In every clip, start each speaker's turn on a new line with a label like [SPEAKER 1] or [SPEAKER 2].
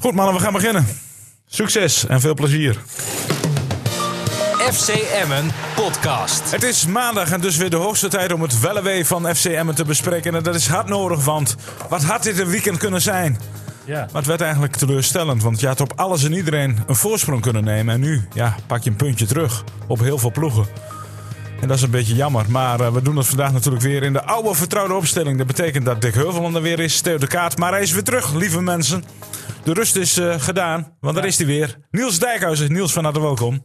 [SPEAKER 1] Goed mannen, we gaan beginnen. Succes en veel plezier.
[SPEAKER 2] FC Emmen podcast.
[SPEAKER 1] Het is maandag en dus weer de hoogste tijd om het wel en wee van FC Emmen te bespreken. En dat is hard nodig, want wat had dit een weekend kunnen zijn?
[SPEAKER 3] Ja.
[SPEAKER 1] Maar het werd eigenlijk teleurstellend, want je had op alles en iedereen een voorsprong kunnen nemen. En nu, ja, pak je een puntje terug op heel veel ploegen. En dat is een beetje jammer, maar eh, we doen dat vandaag natuurlijk weer in de oude vertrouwde opstelling. Dat betekent dat Dick Heuvelman er weer is, Theo de Kaat, maar hij is weer terug, lieve mensen. De rust is eh, gedaan, want daar is hij weer. Niels Dijkhuizen, Niels van harte welkom.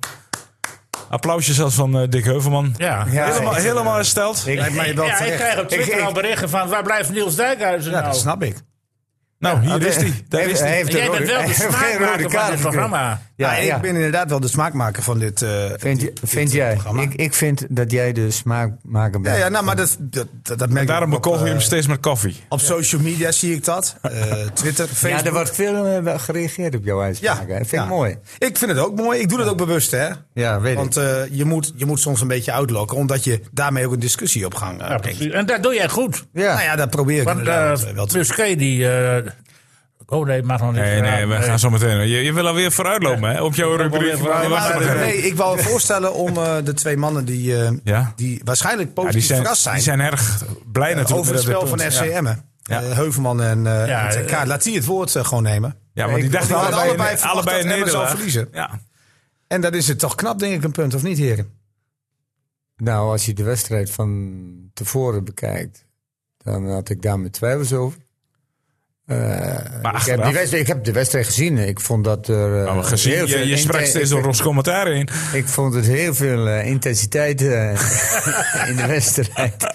[SPEAKER 1] Applausje zelfs van eh, Dick Heuvelman.
[SPEAKER 3] Ja.
[SPEAKER 1] helemaal,
[SPEAKER 4] ik-
[SPEAKER 1] helemaal hersteld.
[SPEAKER 4] Ik,
[SPEAKER 3] Ja,
[SPEAKER 4] mij dat
[SPEAKER 3] ja, ik
[SPEAKER 4] echt-
[SPEAKER 3] krijg op Twitter
[SPEAKER 4] ik-
[SPEAKER 3] al berichten van waar blijft Niels Dijkhuizen
[SPEAKER 4] Ja,
[SPEAKER 3] nou?
[SPEAKER 4] dat snap ik.
[SPEAKER 1] nou, hier is hij. Daar
[SPEAKER 4] Hij
[SPEAKER 1] is
[SPEAKER 4] hij
[SPEAKER 1] hij.
[SPEAKER 4] heeft
[SPEAKER 3] Jij
[SPEAKER 4] een
[SPEAKER 3] bent
[SPEAKER 4] rode-
[SPEAKER 3] wel de
[SPEAKER 4] hij heeft geen
[SPEAKER 3] smaakmaker
[SPEAKER 4] rode
[SPEAKER 3] van dit
[SPEAKER 4] kaart gekregen.
[SPEAKER 3] programma.
[SPEAKER 4] Ja,
[SPEAKER 5] Ja, ja.
[SPEAKER 4] Nou, ik ben inderdaad wel de smaakmaker van dit, eh,
[SPEAKER 5] Vind, je-
[SPEAKER 4] dit- dit,
[SPEAKER 5] vind
[SPEAKER 4] eh,
[SPEAKER 5] jij?
[SPEAKER 4] programma.
[SPEAKER 5] Ik, ik vind dat jij de smaakmaker
[SPEAKER 4] ja,
[SPEAKER 5] bent.
[SPEAKER 4] ja, nou, maar dat, dat, dat, dat merk
[SPEAKER 1] Daarom
[SPEAKER 4] ik ook op,
[SPEAKER 1] bekogel je hem
[SPEAKER 4] eh,
[SPEAKER 1] steeds met koffie.
[SPEAKER 4] Op social media zie ik dat. Eh, Twitter,
[SPEAKER 5] Ja,
[SPEAKER 4] Facebook.
[SPEAKER 5] er wordt veel eh, wel gereageerd op jouw uitspraak. hè. Dat vind ik
[SPEAKER 4] ja.
[SPEAKER 5] mooi.
[SPEAKER 4] Ik vind het ook mooi. Ik doe dat ook bewust, hè.
[SPEAKER 5] Ja, weet
[SPEAKER 4] Want
[SPEAKER 5] ik.
[SPEAKER 4] eh, je, moet, je moet soms een beetje uitlokken, omdat je daarmee ook een discussie op gang eh,
[SPEAKER 3] Ja,
[SPEAKER 4] brengt.
[SPEAKER 3] precies. En dat doe jij goed.
[SPEAKER 5] Ja.
[SPEAKER 4] Nou ja, dat probeer ik
[SPEAKER 3] Want
[SPEAKER 4] inderdaad, eh,
[SPEAKER 3] eh
[SPEAKER 4] wel
[SPEAKER 1] dus-
[SPEAKER 4] te
[SPEAKER 3] Busquet die... eh, oh nee, mag nog niet.
[SPEAKER 1] Nee, nee,
[SPEAKER 3] Ja,
[SPEAKER 1] we gaan zo meteen. Je, je wil alweer vooruitlopen, hè? Op jouw
[SPEAKER 3] wil
[SPEAKER 1] rubriek.
[SPEAKER 3] alweer
[SPEAKER 1] waar we
[SPEAKER 3] vooruit.
[SPEAKER 1] wachten.
[SPEAKER 4] Maar, eh, nee, ik wou voorstellen om eh, de twee mannen die, eh,
[SPEAKER 1] Ja?
[SPEAKER 4] die waarschijnlijk
[SPEAKER 1] Ja,
[SPEAKER 4] positief
[SPEAKER 1] die, zijn,
[SPEAKER 4] verrast zijn,
[SPEAKER 1] die zijn erg blij
[SPEAKER 4] eh,
[SPEAKER 1] natuurlijk
[SPEAKER 4] over het
[SPEAKER 1] met dat
[SPEAKER 4] spel van
[SPEAKER 1] punt.
[SPEAKER 4] FC
[SPEAKER 1] Ja.
[SPEAKER 4] Emmen. Eh, Heuvelman en eh
[SPEAKER 3] Ja,
[SPEAKER 4] en, eh,
[SPEAKER 3] eh,
[SPEAKER 4] Kaart. Laat die het woord eh, gewoon nemen.
[SPEAKER 1] Ja, want die
[SPEAKER 5] Ik-
[SPEAKER 1] dachten
[SPEAKER 5] want
[SPEAKER 1] allebei,
[SPEAKER 4] allebei
[SPEAKER 1] in,
[SPEAKER 4] verwacht
[SPEAKER 1] allebei
[SPEAKER 4] dat
[SPEAKER 1] in
[SPEAKER 4] Emmen zou
[SPEAKER 1] Nederland.
[SPEAKER 4] verliezen.
[SPEAKER 1] Ja.
[SPEAKER 4] En dat is het toch knap, denk ik, een punt, of niet, heren?
[SPEAKER 5] Nou, als je de wedstrijd van tevoren bekijkt, dan had ik daar mijn twijfels over. Eh,
[SPEAKER 1] Maar
[SPEAKER 5] ik, heb die
[SPEAKER 1] achteraf,
[SPEAKER 5] wedstrijd, ik heb de wedstrijd gezien. Ik vond dat er. eh,
[SPEAKER 4] Nou,
[SPEAKER 1] maar we gezien,
[SPEAKER 5] heel
[SPEAKER 1] je,
[SPEAKER 5] veel
[SPEAKER 1] je sprak
[SPEAKER 5] inte-
[SPEAKER 1] steeds door ons commentaar in.
[SPEAKER 5] Ik vond het heel veel eh, intensiteit eh, in de wedstrijd.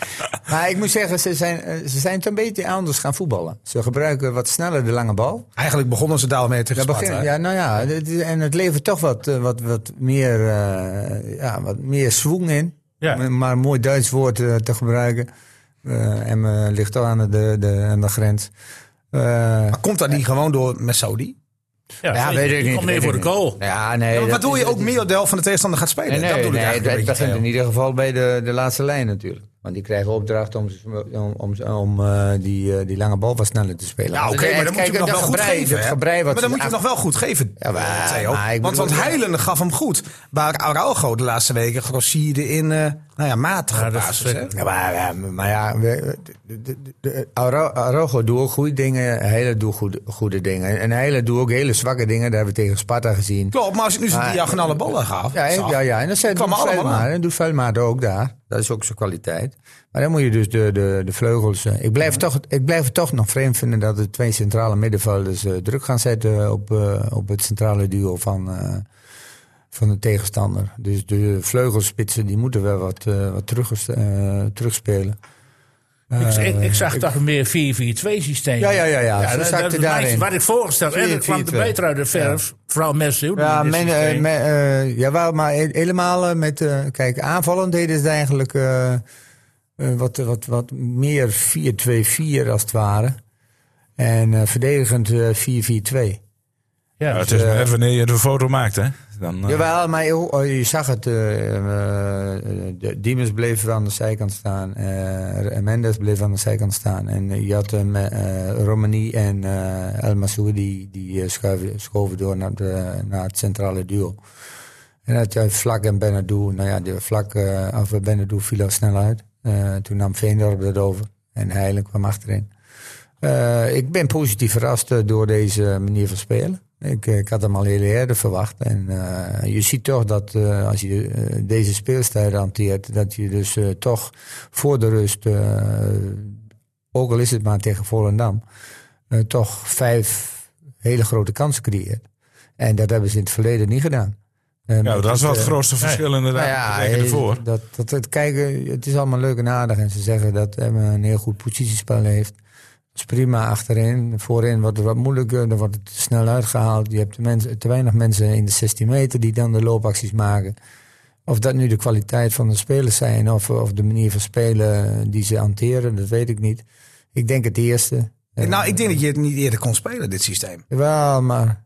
[SPEAKER 5] Maar ik moet zeggen, ze zijn, eh, ze zijn toch een beetje anders gaan voetballen. Ze gebruiken wat sneller de lange bal.
[SPEAKER 4] Eigenlijk begonnen ze daar al mee te
[SPEAKER 5] Ja,
[SPEAKER 4] gespatten.
[SPEAKER 5] begin-
[SPEAKER 4] hè?
[SPEAKER 5] ja, nou ja, dit is- en het levert toch wat, eh, wat, wat, meer, eh ja, wat meer zwoeng in.
[SPEAKER 3] Ja.
[SPEAKER 5] Om Maar een mooi Duits woord eh, te gebruiken. Eh en eh, ligt al aan de, de, aan de grens. Eh,
[SPEAKER 4] Maar komt dat niet gewoon door Messaudi?
[SPEAKER 3] Ja,
[SPEAKER 5] ja, weet ik niet.
[SPEAKER 3] Kom
[SPEAKER 5] weet
[SPEAKER 3] meer
[SPEAKER 5] ik
[SPEAKER 3] voor de
[SPEAKER 5] niet.
[SPEAKER 3] goal.
[SPEAKER 5] Ja, nee.
[SPEAKER 4] wat
[SPEAKER 5] dat
[SPEAKER 4] doe
[SPEAKER 5] is-
[SPEAKER 4] je
[SPEAKER 5] dat
[SPEAKER 4] ook
[SPEAKER 5] is-
[SPEAKER 4] meer deel van de tegenstander gaat spelen?
[SPEAKER 5] Nee,
[SPEAKER 4] dat
[SPEAKER 5] nee,
[SPEAKER 4] bedoel ik
[SPEAKER 5] nee
[SPEAKER 4] eigenlijk
[SPEAKER 5] dat
[SPEAKER 4] een beetje,
[SPEAKER 5] begint in
[SPEAKER 4] Theo.
[SPEAKER 5] ieder geval bij de, de laatste lijn natuurlijk. Want die krijgen opdracht om, om, om, om eh, die, eh, die lange bal wat sneller te spelen.
[SPEAKER 4] Ja, Ah, oké,
[SPEAKER 5] Dus, eh,
[SPEAKER 4] maar dan moet je
[SPEAKER 5] kijk,
[SPEAKER 4] hem nog
[SPEAKER 5] dat
[SPEAKER 4] wel goed
[SPEAKER 5] gebrei-
[SPEAKER 4] geven.
[SPEAKER 5] dat
[SPEAKER 4] hè?
[SPEAKER 5] gebrei wat
[SPEAKER 4] maar dan
[SPEAKER 5] ze
[SPEAKER 4] moet je hem nog wel goed geven,
[SPEAKER 5] Ja, maar-
[SPEAKER 4] Theo.
[SPEAKER 5] maar ik
[SPEAKER 4] want, want
[SPEAKER 5] bedoel-
[SPEAKER 4] Heilen gaf hem goed. Waar Araujo de laatste weken grossierde in eh, nou ja, matige
[SPEAKER 3] Ja, dat is
[SPEAKER 4] basis. Hè?
[SPEAKER 3] verschrikkelijk.
[SPEAKER 5] Ja, maar, ja, maar ja, we- de- de- de- de- Aro- Araujo doet ook goede dingen, hele doet goede, goede dingen. En hele doet ook hele zwakke dingen, dat hebben we tegen Sparta gezien.
[SPEAKER 4] Klopt, maar als ik nu zijn
[SPEAKER 5] Maar-
[SPEAKER 4] diagonale ballen gaf...
[SPEAKER 5] Ja,
[SPEAKER 4] zag,
[SPEAKER 5] ja, ja, en dat zijn
[SPEAKER 4] kwam
[SPEAKER 5] doet
[SPEAKER 4] allemaal
[SPEAKER 5] Veldmaat.
[SPEAKER 4] aan.
[SPEAKER 5] En doet Veldmaat ook daar. Dat is ook zijn kwaliteit. Maar dan moet je dus de, de, de vleugels... eh, Ik blijf, toch, ik blijf het toch nog vreemd vinden dat de twee centrale middenvelders eh, druk gaan zetten op, eh, op het centrale duo van, eh, van de tegenstander. Dus de vleugelspitsen die moeten wel wat, eh, wat terug, terugspelen.
[SPEAKER 3] Ik, ik, ik zag toch meer 4-4-2 systeem.
[SPEAKER 5] Ja, ja, ja, ja. Ze
[SPEAKER 3] dat-
[SPEAKER 5] zakten
[SPEAKER 3] dat-
[SPEAKER 5] daarin.
[SPEAKER 3] Wat ik voorgesteld heb,
[SPEAKER 5] 4-4-2.
[SPEAKER 3] kwam er beter uit de verf. Vooral Messi.
[SPEAKER 5] Ja, men, eh, men, eh, jawel, maar he- helemaal eh, met... eh, kijk, aanvallen deden ze eigenlijk eh, eh, wat, wat, wat meer 4-2-4 als het ware. En eh, verdedigend eh, 4-4-2.
[SPEAKER 1] Ja,
[SPEAKER 3] ja,
[SPEAKER 1] het is maar net wanneer je de foto maakt, hè? Dan, eh,
[SPEAKER 5] Jawel, maar je, oh, je zag het. eh eh, de Diemers bleef weer aan de zijkant staan. eh Mendes bleef aan de zijkant staan. En eh, je had hem, eh, eh, Romani en eh, El Massoud die, die eh, schuiven, schoven door naar, de, naar het centrale duo. En dat had Vlak en Benadou. Nou ja, de Vlak eh of Benadou viel al snel uit. Eh, toen nam Veendorp dat over. En Heilen kwam achterin. Eh, ik ben positief verrast eh, door deze manier van spelen. Ik, eh, ik had hem al heel eerder verwacht. En eh, je ziet toch dat eh, als je eh, deze speelstijl hanteert, dat je dus eh, toch voor de rust, eh, ook al is het maar tegen Volendam, eh, toch vijf hele grote kansen creëert. En dat hebben ze in het verleden niet gedaan. Eh,
[SPEAKER 1] ja,
[SPEAKER 5] met
[SPEAKER 1] dat is wel
[SPEAKER 5] het,
[SPEAKER 1] het
[SPEAKER 5] eh,
[SPEAKER 1] grootste verschil inderdaad.
[SPEAKER 5] nou
[SPEAKER 1] de weken ervoor.
[SPEAKER 5] Dat, dat, dat, kijk, eh, het is allemaal leuk en aardig. En ze zeggen dat Emmen een heel goed positiespel heeft. Dat is prima achterin. Voorin wordt het wat moeilijker. Dan wordt het te snel uitgehaald. Je hebt te, mensen- te weinig mensen in de 16 meter die dan de loopacties maken. Of dat nu de kwaliteit van de spelers zijn of, of de manier van spelen die ze hanteren, dat weet ik niet. Ik denk het eerste. Eh,
[SPEAKER 4] Nou, ik denk dat je het niet eerder kon spelen, dit systeem.
[SPEAKER 5] Wel, maar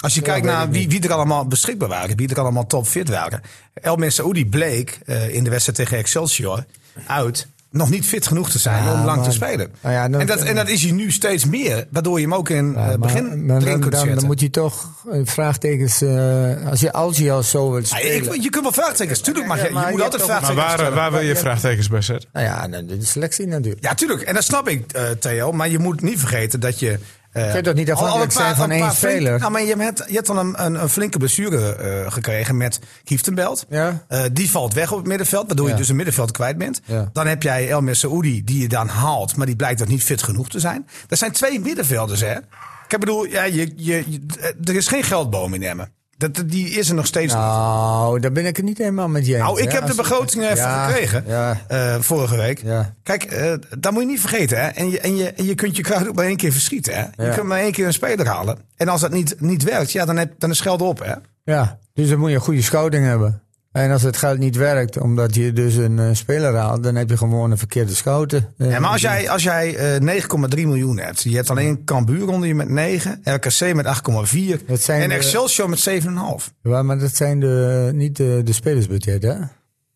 [SPEAKER 4] Als je kijkt
[SPEAKER 5] weet
[SPEAKER 4] naar
[SPEAKER 5] ik
[SPEAKER 4] wie, wie er allemaal beschikbaar waren, wie er allemaal topfit waren. Elmin Saoudi bleek eh, in de wedstrijd tegen Excelsior uit nog niet fit genoeg te zijn
[SPEAKER 5] Ja,
[SPEAKER 4] om lang
[SPEAKER 5] maar-
[SPEAKER 4] te spelen.
[SPEAKER 5] Nou ja, dan-
[SPEAKER 4] en, dat, en dat is hij nu steeds meer, waardoor je hem ook in
[SPEAKER 5] Ja,
[SPEAKER 4] eh,
[SPEAKER 5] maar-
[SPEAKER 4] begin
[SPEAKER 5] maar
[SPEAKER 4] erin
[SPEAKER 5] dan,
[SPEAKER 4] kunt
[SPEAKER 5] dan, dan
[SPEAKER 4] zetten.
[SPEAKER 5] moet je toch eh, vraagtekens. eh, als, je, als je al zo wilt
[SPEAKER 4] Ja,
[SPEAKER 5] spelen.
[SPEAKER 4] Ah, ik, je kunt wel vraagtekens, tuurlijk mag je.
[SPEAKER 5] Ja, maar
[SPEAKER 4] Je moet
[SPEAKER 5] je
[SPEAKER 4] altijd
[SPEAKER 5] hebt ook-
[SPEAKER 1] Maar
[SPEAKER 4] vraagtekens
[SPEAKER 1] waar,
[SPEAKER 4] stellen.
[SPEAKER 1] waar wil je vraagtekens bij zetten?
[SPEAKER 5] Nou ja, dan de selectie natuurlijk.
[SPEAKER 4] Ja, tuurlijk. En dat snap ik, eh, Theo. Maar je moet niet vergeten dat je... eh,
[SPEAKER 5] kunt toch niet
[SPEAKER 4] al- al
[SPEAKER 5] afhankelijk
[SPEAKER 4] een paar-
[SPEAKER 5] zijn van
[SPEAKER 4] een
[SPEAKER 5] één
[SPEAKER 4] paar flink-
[SPEAKER 5] speler?
[SPEAKER 4] nou, maar je hebt, je hebt dan een, een, een flinke blessure eh, gekregen met Kieftenbelt.
[SPEAKER 5] Ja.
[SPEAKER 4] Eh, die valt weg op het middenveld, waardoor je
[SPEAKER 5] Ja.
[SPEAKER 4] dus een middenveld kwijt bent.
[SPEAKER 5] Ja.
[SPEAKER 4] Dan heb jij Elmer Saoudi, die je dan haalt, maar die blijkt dat niet fit genoeg te zijn. Dat zijn twee middenvelders, hè? Ik bedoel, ja, je, je, je- eh, er is geen geldboom in Emmen. Dat, die is er nog steeds niet.
[SPEAKER 5] Nou, daar ben ik het niet helemaal met je eens.
[SPEAKER 4] Nou, ik
[SPEAKER 5] hè.
[SPEAKER 4] heb de
[SPEAKER 5] Als-
[SPEAKER 4] begroting even
[SPEAKER 5] Ja,
[SPEAKER 4] gekregen.
[SPEAKER 5] Ja,
[SPEAKER 4] eh, vorige week.
[SPEAKER 5] Ja.
[SPEAKER 4] Kijk, eh, dat moet je niet vergeten. Hè? En, je, en, je, en je kunt je kruid ook maar één keer verschieten. Hè? Je
[SPEAKER 5] Ja.
[SPEAKER 4] kunt maar één keer een speler halen. En als dat niet, niet werkt, ja, dan, heb, dan is geld op. Hè?
[SPEAKER 5] ja, dus dan moet je een goede scouting hebben. En als het geld niet werkt, omdat je dus een eh, speler haalt, dan heb je gewoon een verkeerde Eh, schouten.
[SPEAKER 4] Ja, maar als jij, als jij eh, 9,3 miljoen hebt. Je hebt alleen Cambuur onder je met 9. RKC met 8,4.
[SPEAKER 5] Dat zijn
[SPEAKER 4] En
[SPEAKER 5] de-
[SPEAKER 4] Excelsior met 7,5.
[SPEAKER 5] Ja, maar dat zijn de, niet de, de spelersbudget, hè?